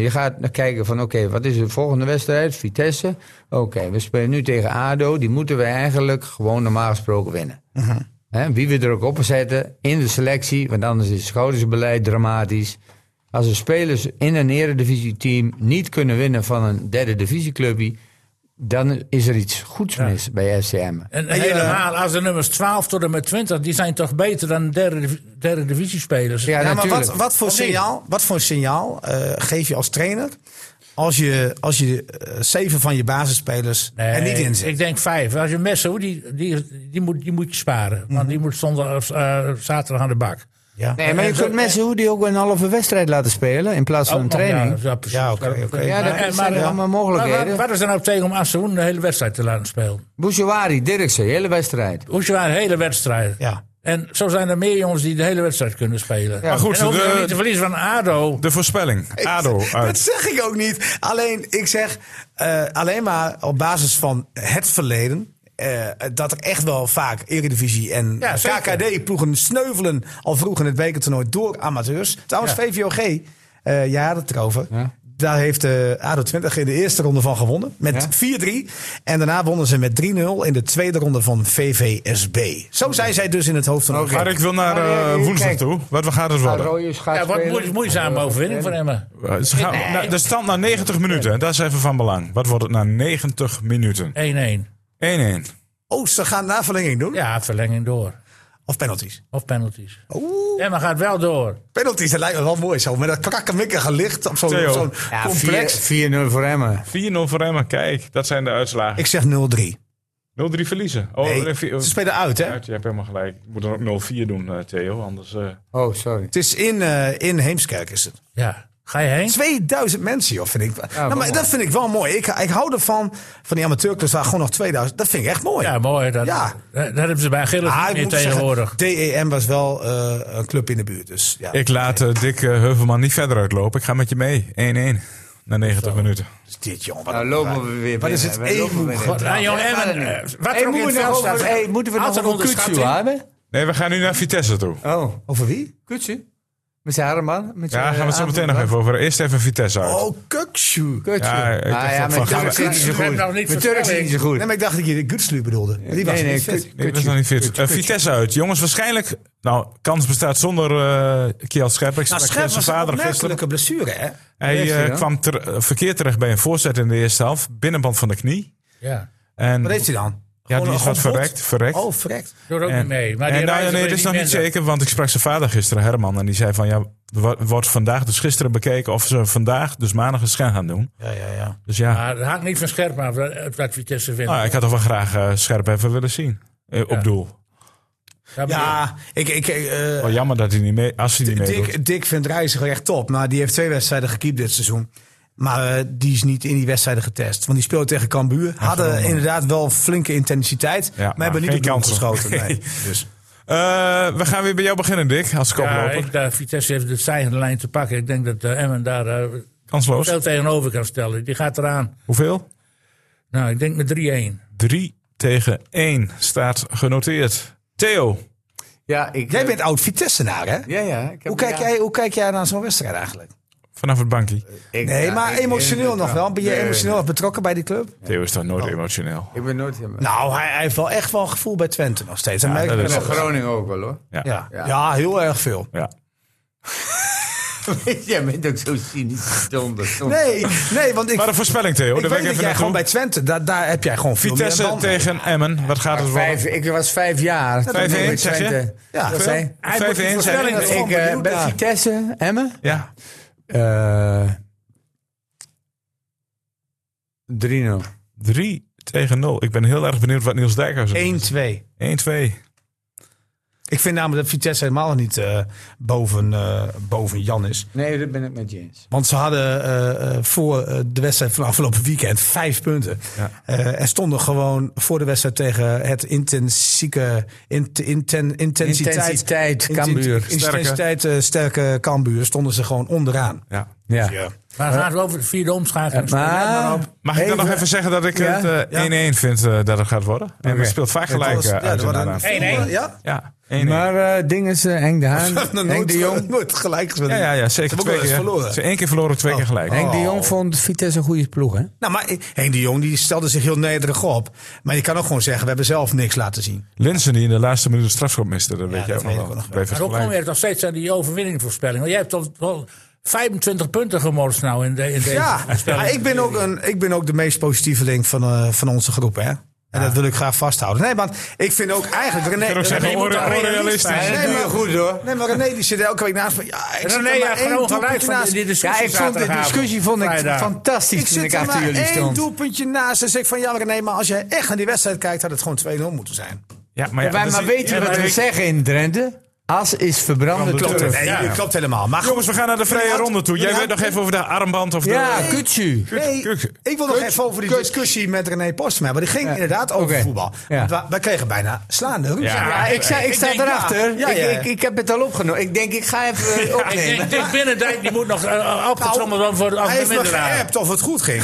[SPEAKER 5] je gaat naar kijken van oké, wat is de volgende wedstrijd? Vitesse. Oké, we spelen nu tegen ADO. Die moeten we eigenlijk gewoon normaal gesproken winnen. Hè, wie we er ook op zetten in de selectie. Want anders is het schoudersbeleid dramatisch. Als de spelers in een eredivisieteam niet kunnen winnen van een derde divisieclubje... dan is er iets goeds mis bij SCM.
[SPEAKER 3] En, helemaal, als de nummers 12 tot en met 20, die zijn toch beter dan derde, div- derde divisiespelers.
[SPEAKER 5] Ja,
[SPEAKER 4] Ja, maar
[SPEAKER 5] natuurlijk.
[SPEAKER 4] wat, wat voor signaal, wat voor signaal eh, geef je als trainer als je, als je eh, zeven van je basisspelers
[SPEAKER 3] Nee,
[SPEAKER 4] er niet in zet?
[SPEAKER 3] Ik denk vijf. Als je Messo, die, die, die, moet, die moet je sparen. Want die moet zondag, eh, zaterdag aan de bak.
[SPEAKER 4] Ja.
[SPEAKER 5] Nee, maar je
[SPEAKER 3] En zo-
[SPEAKER 5] kunt mensen hoe die ook een halve wedstrijd laten spelen in plaats van een
[SPEAKER 3] Oh, oh,
[SPEAKER 5] training.
[SPEAKER 3] Ja, ja, precies.
[SPEAKER 4] Ja, oké, oké.
[SPEAKER 5] Ja, dat zijn er allemaal mogelijkheden.
[SPEAKER 3] Maar, wat- wat is er nou tegen om Assehoen de hele wedstrijd te laten spelen?
[SPEAKER 5] Bouchouari, Dirkse, hele wedstrijd.
[SPEAKER 3] Hoe zwaar hele wedstrijd.
[SPEAKER 4] Ja.
[SPEAKER 3] En zo zijn er meer jongens die de hele wedstrijd kunnen spelen.
[SPEAKER 1] Maar goed,
[SPEAKER 3] en ook
[SPEAKER 1] de-
[SPEAKER 3] niet te verliezen van ADO.
[SPEAKER 1] De voorspelling. ADO
[SPEAKER 4] Dat
[SPEAKER 1] uit.
[SPEAKER 4] zeg ik ook niet. Alleen, ik zeg eh, alleen maar op basis van het verleden. eh, dat er echt wel vaak Eredivisie en
[SPEAKER 3] Ja, zeker.
[SPEAKER 4] KKD-ploegen sneuvelen al vroeg in het bekertoernooi door amateurs. Trouwens, VVOG, eh jij had het erover. Daar heeft eh ADO 20 in de eerste ronde van gewonnen. Met 4-3. En daarna wonnen ze met 3-0 in de tweede ronde van VVSB. Zo zijn zij dus in het hoofd van de
[SPEAKER 1] Maar ik wil naar
[SPEAKER 5] Maar, eh,
[SPEAKER 1] eh,
[SPEAKER 5] kijk.
[SPEAKER 1] woensdag toe. Wat we gaan het worden?
[SPEAKER 5] Arroyos gaat
[SPEAKER 3] Ja, wat
[SPEAKER 5] spelen.
[SPEAKER 3] moe- moeizame overwinning voor hem.
[SPEAKER 1] Eh, ze gaan- nou, de stand na 90 minuten, hè, dat is even van belang. Wat wordt het na 90 minuten?
[SPEAKER 3] 1-1.
[SPEAKER 1] 1-1.
[SPEAKER 4] Oh, ze gaan na verlenging doen?
[SPEAKER 3] Ja, verlenging door.
[SPEAKER 4] Of penalties?
[SPEAKER 3] Of penalties.
[SPEAKER 4] Oeh.
[SPEAKER 3] En maar gaat wel door.
[SPEAKER 4] Penalties, dat lijkt me wel mooi zo. Met dat krakkemikkige licht op zo'n
[SPEAKER 1] Theo.
[SPEAKER 4] op zo'n
[SPEAKER 5] Ja,
[SPEAKER 4] complex.
[SPEAKER 5] 4 4-0 voor Emmen.
[SPEAKER 1] 4-0 voor Emmen, kijk, dat zijn de uitslagen.
[SPEAKER 4] Ik zeg 0-3. Nee,
[SPEAKER 1] 0-3 verliezen. Oh, nee, vier-
[SPEAKER 4] ze spelen uit, hè?
[SPEAKER 1] uit, je hebt helemaal gelijk. Ik moet dan ook 0-4 doen, eh, Theo, anders... eh,
[SPEAKER 5] Oh, sorry.
[SPEAKER 4] Het is in, eh, in Heemskerk is het.
[SPEAKER 3] Ja. Ga je heen?
[SPEAKER 4] 2000 mensen, joh, vind ik. nou, maar
[SPEAKER 5] mooi.
[SPEAKER 4] dat vind ik wel mooi. Ik, ik hou ervan, van die amateurclubs waar gewoon nog 2000... Dat vind ik echt mooi.
[SPEAKER 3] Ja, mooi. Dat,
[SPEAKER 4] Ja.
[SPEAKER 3] dat hebben ze bij Achilles
[SPEAKER 4] Ah,
[SPEAKER 3] niet
[SPEAKER 4] ik
[SPEAKER 3] meer
[SPEAKER 4] moet zeggen,
[SPEAKER 3] tegenwoordig.
[SPEAKER 4] DEM was wel eh, een club in de buurt. Dus, ja.
[SPEAKER 1] Ik laat eh, Dick eh, Heuvelman niet verder uitlopen. Ik ga met je mee. 1-1. Na 90 minuten.
[SPEAKER 4] Dus dit, jongen. Wat,
[SPEAKER 5] Nou lopen we weer
[SPEAKER 4] wat is het? Eén
[SPEAKER 3] Wat, nou, jongen, Emmen, eh, wat er ook in
[SPEAKER 5] moeten
[SPEAKER 3] het
[SPEAKER 5] we
[SPEAKER 3] veld
[SPEAKER 5] nog
[SPEAKER 3] staat.
[SPEAKER 5] over, hey, moeten we nog
[SPEAKER 3] Altijd
[SPEAKER 5] over Kutsu
[SPEAKER 3] onderschatting.
[SPEAKER 5] hebben?
[SPEAKER 1] Nee, we gaan nu naar Vitesse toe.
[SPEAKER 5] Oh,
[SPEAKER 4] Over wie?
[SPEAKER 5] Kutsu? Met zijn harenman? Met
[SPEAKER 1] Ja,
[SPEAKER 5] zijn,
[SPEAKER 1] daar gaan we het zo
[SPEAKER 5] eh,
[SPEAKER 1] meteen nog even over. Eerst even Vitesse uit.
[SPEAKER 4] Oh, Kukshu.
[SPEAKER 5] Kutsu.
[SPEAKER 1] Ja, ik dacht
[SPEAKER 5] ah, ja,
[SPEAKER 1] ook
[SPEAKER 5] met
[SPEAKER 1] van, gaan
[SPEAKER 5] Turks
[SPEAKER 1] we-
[SPEAKER 5] is niet zo
[SPEAKER 3] We hebben nog
[SPEAKER 5] goed.
[SPEAKER 3] niet
[SPEAKER 5] Met Turks is
[SPEAKER 3] vertellen.
[SPEAKER 5] niet zo goed.
[SPEAKER 4] Nee, maar ik dacht dat je de Gutslu bedoelde. Die was
[SPEAKER 5] Nee, nee,
[SPEAKER 4] niet fit.
[SPEAKER 5] Kut-
[SPEAKER 1] Nee, dat is
[SPEAKER 5] Kutsu.
[SPEAKER 1] nog niet fit. Eh, Vitesse uit. Jongens, waarschijnlijk... Nou, kans bestaat zonder eh Kjell Scherp. Ik sprak
[SPEAKER 4] Nou, Scherp
[SPEAKER 1] zijn
[SPEAKER 4] was een
[SPEAKER 1] vader gisteren.
[SPEAKER 4] opmerkelijke blessure, hè?
[SPEAKER 1] Hij
[SPEAKER 5] Heeft hij,
[SPEAKER 1] eh,
[SPEAKER 5] ja?
[SPEAKER 1] kwam ter- eh, verkeerd terecht bij een voorzet in de eerste helft. Binnenband van de knie.
[SPEAKER 3] Ja.
[SPEAKER 1] En
[SPEAKER 4] Wat heeft hij dan?
[SPEAKER 1] ja, die
[SPEAKER 4] Gewoon-
[SPEAKER 1] is wat
[SPEAKER 4] gewoon
[SPEAKER 1] verrekt. verrekt.
[SPEAKER 4] bot? Oh, verrekt.
[SPEAKER 3] Doet ook
[SPEAKER 1] En-
[SPEAKER 3] niet mee. Maar die
[SPEAKER 1] en nou, ja,
[SPEAKER 3] reizen
[SPEAKER 1] nee,
[SPEAKER 3] weer
[SPEAKER 1] dat is nog niet
[SPEAKER 3] minder.
[SPEAKER 1] zeker, want ik sprak zijn vader gisteren, Herman, en die zei van ja, wo- wordt vandaag dus gisteren bekeken of ze vandaag, dus maandag, een schijn gaan doen.
[SPEAKER 4] Ja, ja, ja.
[SPEAKER 1] Dus ja,
[SPEAKER 3] Maar het hangt niet van scherp af dat, dat Vitesse vindt.
[SPEAKER 1] nou, ja, ik had toch wel graag eh, scherp even willen zien. eh, Op doel.
[SPEAKER 3] Dat bedoel ik.
[SPEAKER 4] Ja, ik... ik eh,
[SPEAKER 1] Wel Oh, jammer dat hij niet mee, als hij niet meedoet.
[SPEAKER 4] Dick, Dick vindt Reiziger echt top. Maar die heeft twee wedstrijden gekiept dit seizoen. Maar eh, die is niet in die wedstrijden getest. Want die speelde tegen Cambuur. Hadden inderdaad wel flinke intensiteit.
[SPEAKER 1] maar
[SPEAKER 4] maar hebben niet
[SPEAKER 1] geen
[SPEAKER 4] op doel
[SPEAKER 1] kansen.
[SPEAKER 4] geschoten. Nee.
[SPEAKER 1] Nee.
[SPEAKER 4] Dus.
[SPEAKER 1] Eh, we gaan weer bij jou beginnen, Dick, als
[SPEAKER 3] Ja,
[SPEAKER 1] koploper.
[SPEAKER 3] ik, daar, Vitesse heeft de zijde lijn te pakken. Ik denk dat eh, Emmen daar eh,
[SPEAKER 1] Kansloos.
[SPEAKER 3] veel tegenover kan stellen. Die gaat eraan.
[SPEAKER 1] Hoeveel?
[SPEAKER 3] Nou, ik denk met 3-1.
[SPEAKER 1] 3 tegen 1 staat genoteerd. Theo,
[SPEAKER 5] Ja, ik...
[SPEAKER 4] Jij bent oud Vitessenaar, hè?
[SPEAKER 5] Ja, ja. ik heb-
[SPEAKER 4] Hoe kijk,
[SPEAKER 5] ja.
[SPEAKER 4] jij, hoe kijk jij naar zo'n wedstrijd eigenlijk?
[SPEAKER 1] vanaf het bankje.
[SPEAKER 5] Ik-
[SPEAKER 4] Nee,
[SPEAKER 5] ja,
[SPEAKER 4] maar
[SPEAKER 5] ik-
[SPEAKER 4] emotioneel
[SPEAKER 5] ik-
[SPEAKER 4] nog wel. Ben je
[SPEAKER 5] Nee,
[SPEAKER 4] emotioneel nog betrokken bij die club?
[SPEAKER 1] Theo is toch nooit
[SPEAKER 4] Oh.
[SPEAKER 1] emotioneel.
[SPEAKER 5] Ik ben nooit... Ja,
[SPEAKER 4] Nou, hij, hij heeft wel echt wel een gevoel bij Twente nog steeds. Dat merk ik
[SPEAKER 1] dat
[SPEAKER 4] wel.
[SPEAKER 1] is
[SPEAKER 5] Met Groningen ook wel, hoor.
[SPEAKER 1] Ja.
[SPEAKER 4] ja.
[SPEAKER 1] Ja.
[SPEAKER 5] Ja.
[SPEAKER 4] ja, heel erg veel.
[SPEAKER 5] Jij bent ook zo cynisch. Donder, donder.
[SPEAKER 4] Nee, nee, want ik,
[SPEAKER 1] Maar een voorspelling, Theo.
[SPEAKER 4] ik
[SPEAKER 1] Daar ben
[SPEAKER 4] weet
[SPEAKER 1] ik
[SPEAKER 4] dat
[SPEAKER 1] even
[SPEAKER 4] jij gewoon
[SPEAKER 1] naartoe.
[SPEAKER 4] bij Twente, daar, daar heb jij gewoon veel meer
[SPEAKER 1] Vitesse
[SPEAKER 4] band mee.
[SPEAKER 1] tegen Emmen. Wat gaat het worden?
[SPEAKER 5] Vijf, ik was vijf jaar. toen
[SPEAKER 1] Vijf
[SPEAKER 5] ik
[SPEAKER 1] één,
[SPEAKER 5] bij
[SPEAKER 1] zeg je?
[SPEAKER 5] Twente-
[SPEAKER 4] Ja,
[SPEAKER 5] Dat zijn.
[SPEAKER 3] Hij moet
[SPEAKER 1] 5-1
[SPEAKER 3] die
[SPEAKER 1] zijn.
[SPEAKER 3] voorspelling
[SPEAKER 5] Ik
[SPEAKER 4] gewoon
[SPEAKER 5] eh,
[SPEAKER 4] benieuwd
[SPEAKER 5] bij
[SPEAKER 4] naar.
[SPEAKER 5] Eh, Vitesse, Emmen.
[SPEAKER 1] Ja.
[SPEAKER 5] eh, 3-0.
[SPEAKER 1] 3 tegen 0. Ik ben heel erg benieuwd wat Niels Dijkhuizen doet.
[SPEAKER 4] 1-2.
[SPEAKER 1] 1-2.
[SPEAKER 4] Ik vind namelijk dat Vitesse helemaal niet eh, boven, eh, boven Jan is.
[SPEAKER 5] Nee, dat ben ik met je eens.
[SPEAKER 4] Want ze hadden eh, eh, voor eh, de wedstrijd van afgelopen weekend vijf punten.
[SPEAKER 1] Ja.
[SPEAKER 4] Eh, en stonden gewoon voor de wedstrijd tegen het intensieke, int- inten- intensiteit,
[SPEAKER 5] Intensiteit, Cambuur.
[SPEAKER 4] Inten- Intensiteit eh, sterke Cambuur stonden ze gewoon onderaan.
[SPEAKER 1] Ja.
[SPEAKER 5] Ja. Eh,
[SPEAKER 3] Maar gaan we over de vierde omschakeling spelen? Let maar
[SPEAKER 5] Maar,
[SPEAKER 3] op.
[SPEAKER 1] Mag ik dan nog even zeggen dat ik
[SPEAKER 5] Ja?
[SPEAKER 1] het eh, 1-1 vind eh, dat het gaat worden? En
[SPEAKER 5] Oké.
[SPEAKER 1] het speelt vaak
[SPEAKER 4] Dat
[SPEAKER 1] gelijk
[SPEAKER 4] was-
[SPEAKER 1] eh,
[SPEAKER 4] ja,
[SPEAKER 1] uit
[SPEAKER 4] dat
[SPEAKER 1] inderdaad.
[SPEAKER 4] waren volle- Ja?
[SPEAKER 1] Ja, 1-1.
[SPEAKER 5] maar eh, ding is eh, Henk de Haan,
[SPEAKER 4] Nog
[SPEAKER 5] Henk
[SPEAKER 4] nooit-
[SPEAKER 5] de Jong.
[SPEAKER 4] Nooit gelijk gespeeld.
[SPEAKER 1] ja, ja, ja, zeker.
[SPEAKER 4] Ze hebben ook
[SPEAKER 1] twee
[SPEAKER 4] wel eens
[SPEAKER 1] keer
[SPEAKER 4] verloren.
[SPEAKER 1] Ze één keer verloren, twee keer gelijk.
[SPEAKER 5] Henk de Jong vond Vitesse een goede ploeg, hè?
[SPEAKER 4] Nou, maar Henk de Jong die stelde zich heel nederig op. Maar je kan ook gewoon zeggen, we hebben zelf niks laten zien.
[SPEAKER 1] Linsen die in de laatste minuut de strafschop miste, dat weet je
[SPEAKER 4] dat
[SPEAKER 1] ook nog
[SPEAKER 4] weet ik
[SPEAKER 1] wel.
[SPEAKER 4] nog.
[SPEAKER 1] Bleef het
[SPEAKER 3] Maar hoe kom
[SPEAKER 1] gelijk.
[SPEAKER 3] je nog steeds aan die overwinningvoorspelling? Want jij hebt tot wel 25 punten gemorst nou in, de, in deze
[SPEAKER 4] Ja,
[SPEAKER 3] voorspelling.
[SPEAKER 4] maar ik ben, ook een, ik ben ook de meest positieveling van, eh, van onze groep, hè. En dat wil ik graag vasthouden. Nee, want ik vind ook eigenlijk... René,
[SPEAKER 1] Ik kan ook zeggen,
[SPEAKER 3] je moet
[SPEAKER 1] onre-
[SPEAKER 3] toch realistisch
[SPEAKER 1] onrealistisch.
[SPEAKER 3] zijn?
[SPEAKER 4] nee, maar,
[SPEAKER 5] goed, hoor.
[SPEAKER 4] nee, maar René die zit elke week naast me. Ja, ik zit
[SPEAKER 3] René,
[SPEAKER 4] er
[SPEAKER 3] ja,
[SPEAKER 4] maar één
[SPEAKER 3] gewoon gelijk
[SPEAKER 4] doelpuntje
[SPEAKER 3] van
[SPEAKER 4] naast.
[SPEAKER 3] die
[SPEAKER 5] Ja,
[SPEAKER 3] discussie.
[SPEAKER 5] ik vond de
[SPEAKER 3] zaterdagavond.
[SPEAKER 5] discussie vond ik
[SPEAKER 3] Vrijdag.
[SPEAKER 5] fantastisch
[SPEAKER 4] Ik
[SPEAKER 5] toen
[SPEAKER 4] zit
[SPEAKER 5] ik
[SPEAKER 4] er
[SPEAKER 5] achter
[SPEAKER 4] maar
[SPEAKER 5] jullie
[SPEAKER 4] één
[SPEAKER 5] stond.
[SPEAKER 4] doelpuntje naast. En zeg ik van, ja René, maar als jij echt naar die wedstrijd kijkt... had het gewoon 2-0 moeten zijn.
[SPEAKER 1] Ja, maar, ja,
[SPEAKER 5] Wij
[SPEAKER 4] dus
[SPEAKER 1] dat
[SPEAKER 5] maar
[SPEAKER 1] zie-
[SPEAKER 5] weten
[SPEAKER 1] ja,
[SPEAKER 5] wat
[SPEAKER 1] dat
[SPEAKER 5] we
[SPEAKER 1] ik-
[SPEAKER 5] zeggen in Drenthe. As is verbrande turf.
[SPEAKER 4] Nee,
[SPEAKER 1] Ja.
[SPEAKER 4] dat klopt helemaal. Maar
[SPEAKER 1] Jongens, we gaan naar de vrije
[SPEAKER 4] Jullie
[SPEAKER 1] ronde toe. Jij
[SPEAKER 4] had-
[SPEAKER 1] weet nog even over de armband of
[SPEAKER 5] Ja,
[SPEAKER 1] de...
[SPEAKER 5] kutsu.
[SPEAKER 4] Nee,
[SPEAKER 1] Kut.
[SPEAKER 4] ik wil nog even over die discussie met René Postma. Maar die ging inderdaad over
[SPEAKER 5] Oké.
[SPEAKER 4] voetbal.
[SPEAKER 5] Ja.
[SPEAKER 4] Want we- we kregen bijna slaande ruzie.
[SPEAKER 1] Ja.
[SPEAKER 5] Ja, ik, sta, ik sta
[SPEAKER 4] denk, ja.
[SPEAKER 5] erachter.
[SPEAKER 4] Ja, ja.
[SPEAKER 5] Ik, ik, ik heb het al opgenomen. Ik denk, ik ga even eh,
[SPEAKER 3] Ik
[SPEAKER 5] opnemen.
[SPEAKER 3] denk, Dick Binnendijk die moet nog eh, eh, opgetrommeld worden voor de
[SPEAKER 4] Nou, hij heeft me
[SPEAKER 3] afgewindenaar.
[SPEAKER 4] geappt of het goed ging.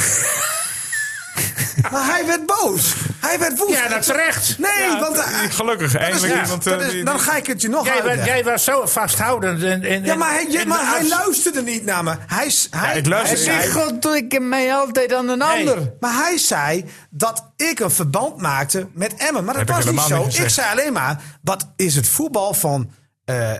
[SPEAKER 4] maar hij werd boos. Hij werd woest.
[SPEAKER 3] Ja, dat is terecht.
[SPEAKER 4] Nee,
[SPEAKER 1] Ja,
[SPEAKER 4] want... eh,
[SPEAKER 1] Gelukkig,
[SPEAKER 4] dat is-
[SPEAKER 1] eindelijk
[SPEAKER 4] ja,
[SPEAKER 1] iemand... eh,
[SPEAKER 4] dat is-
[SPEAKER 1] die-
[SPEAKER 4] dan
[SPEAKER 1] die-
[SPEAKER 4] ga ik het je nog
[SPEAKER 3] Jij, bent,
[SPEAKER 4] uitleggen.
[SPEAKER 3] jij was zo vasthoudend. In, in,
[SPEAKER 4] ja, maar hij, ja,
[SPEAKER 3] in
[SPEAKER 4] maar
[SPEAKER 3] de
[SPEAKER 4] hij
[SPEAKER 3] afs-
[SPEAKER 4] luisterde niet naar me. Hij, s- hij,
[SPEAKER 1] ik luister-
[SPEAKER 4] hij
[SPEAKER 5] Zeg,
[SPEAKER 4] zei-
[SPEAKER 5] God, doe ik mij altijd aan een ander.
[SPEAKER 4] Maar hij zei dat ik een verband maakte met Emmen. Maar dat
[SPEAKER 1] Heb ik
[SPEAKER 4] was niet
[SPEAKER 1] helemaal
[SPEAKER 4] zo.
[SPEAKER 1] niet gezegd.
[SPEAKER 4] ik zei alleen maar, wat is het voetbal van... eh,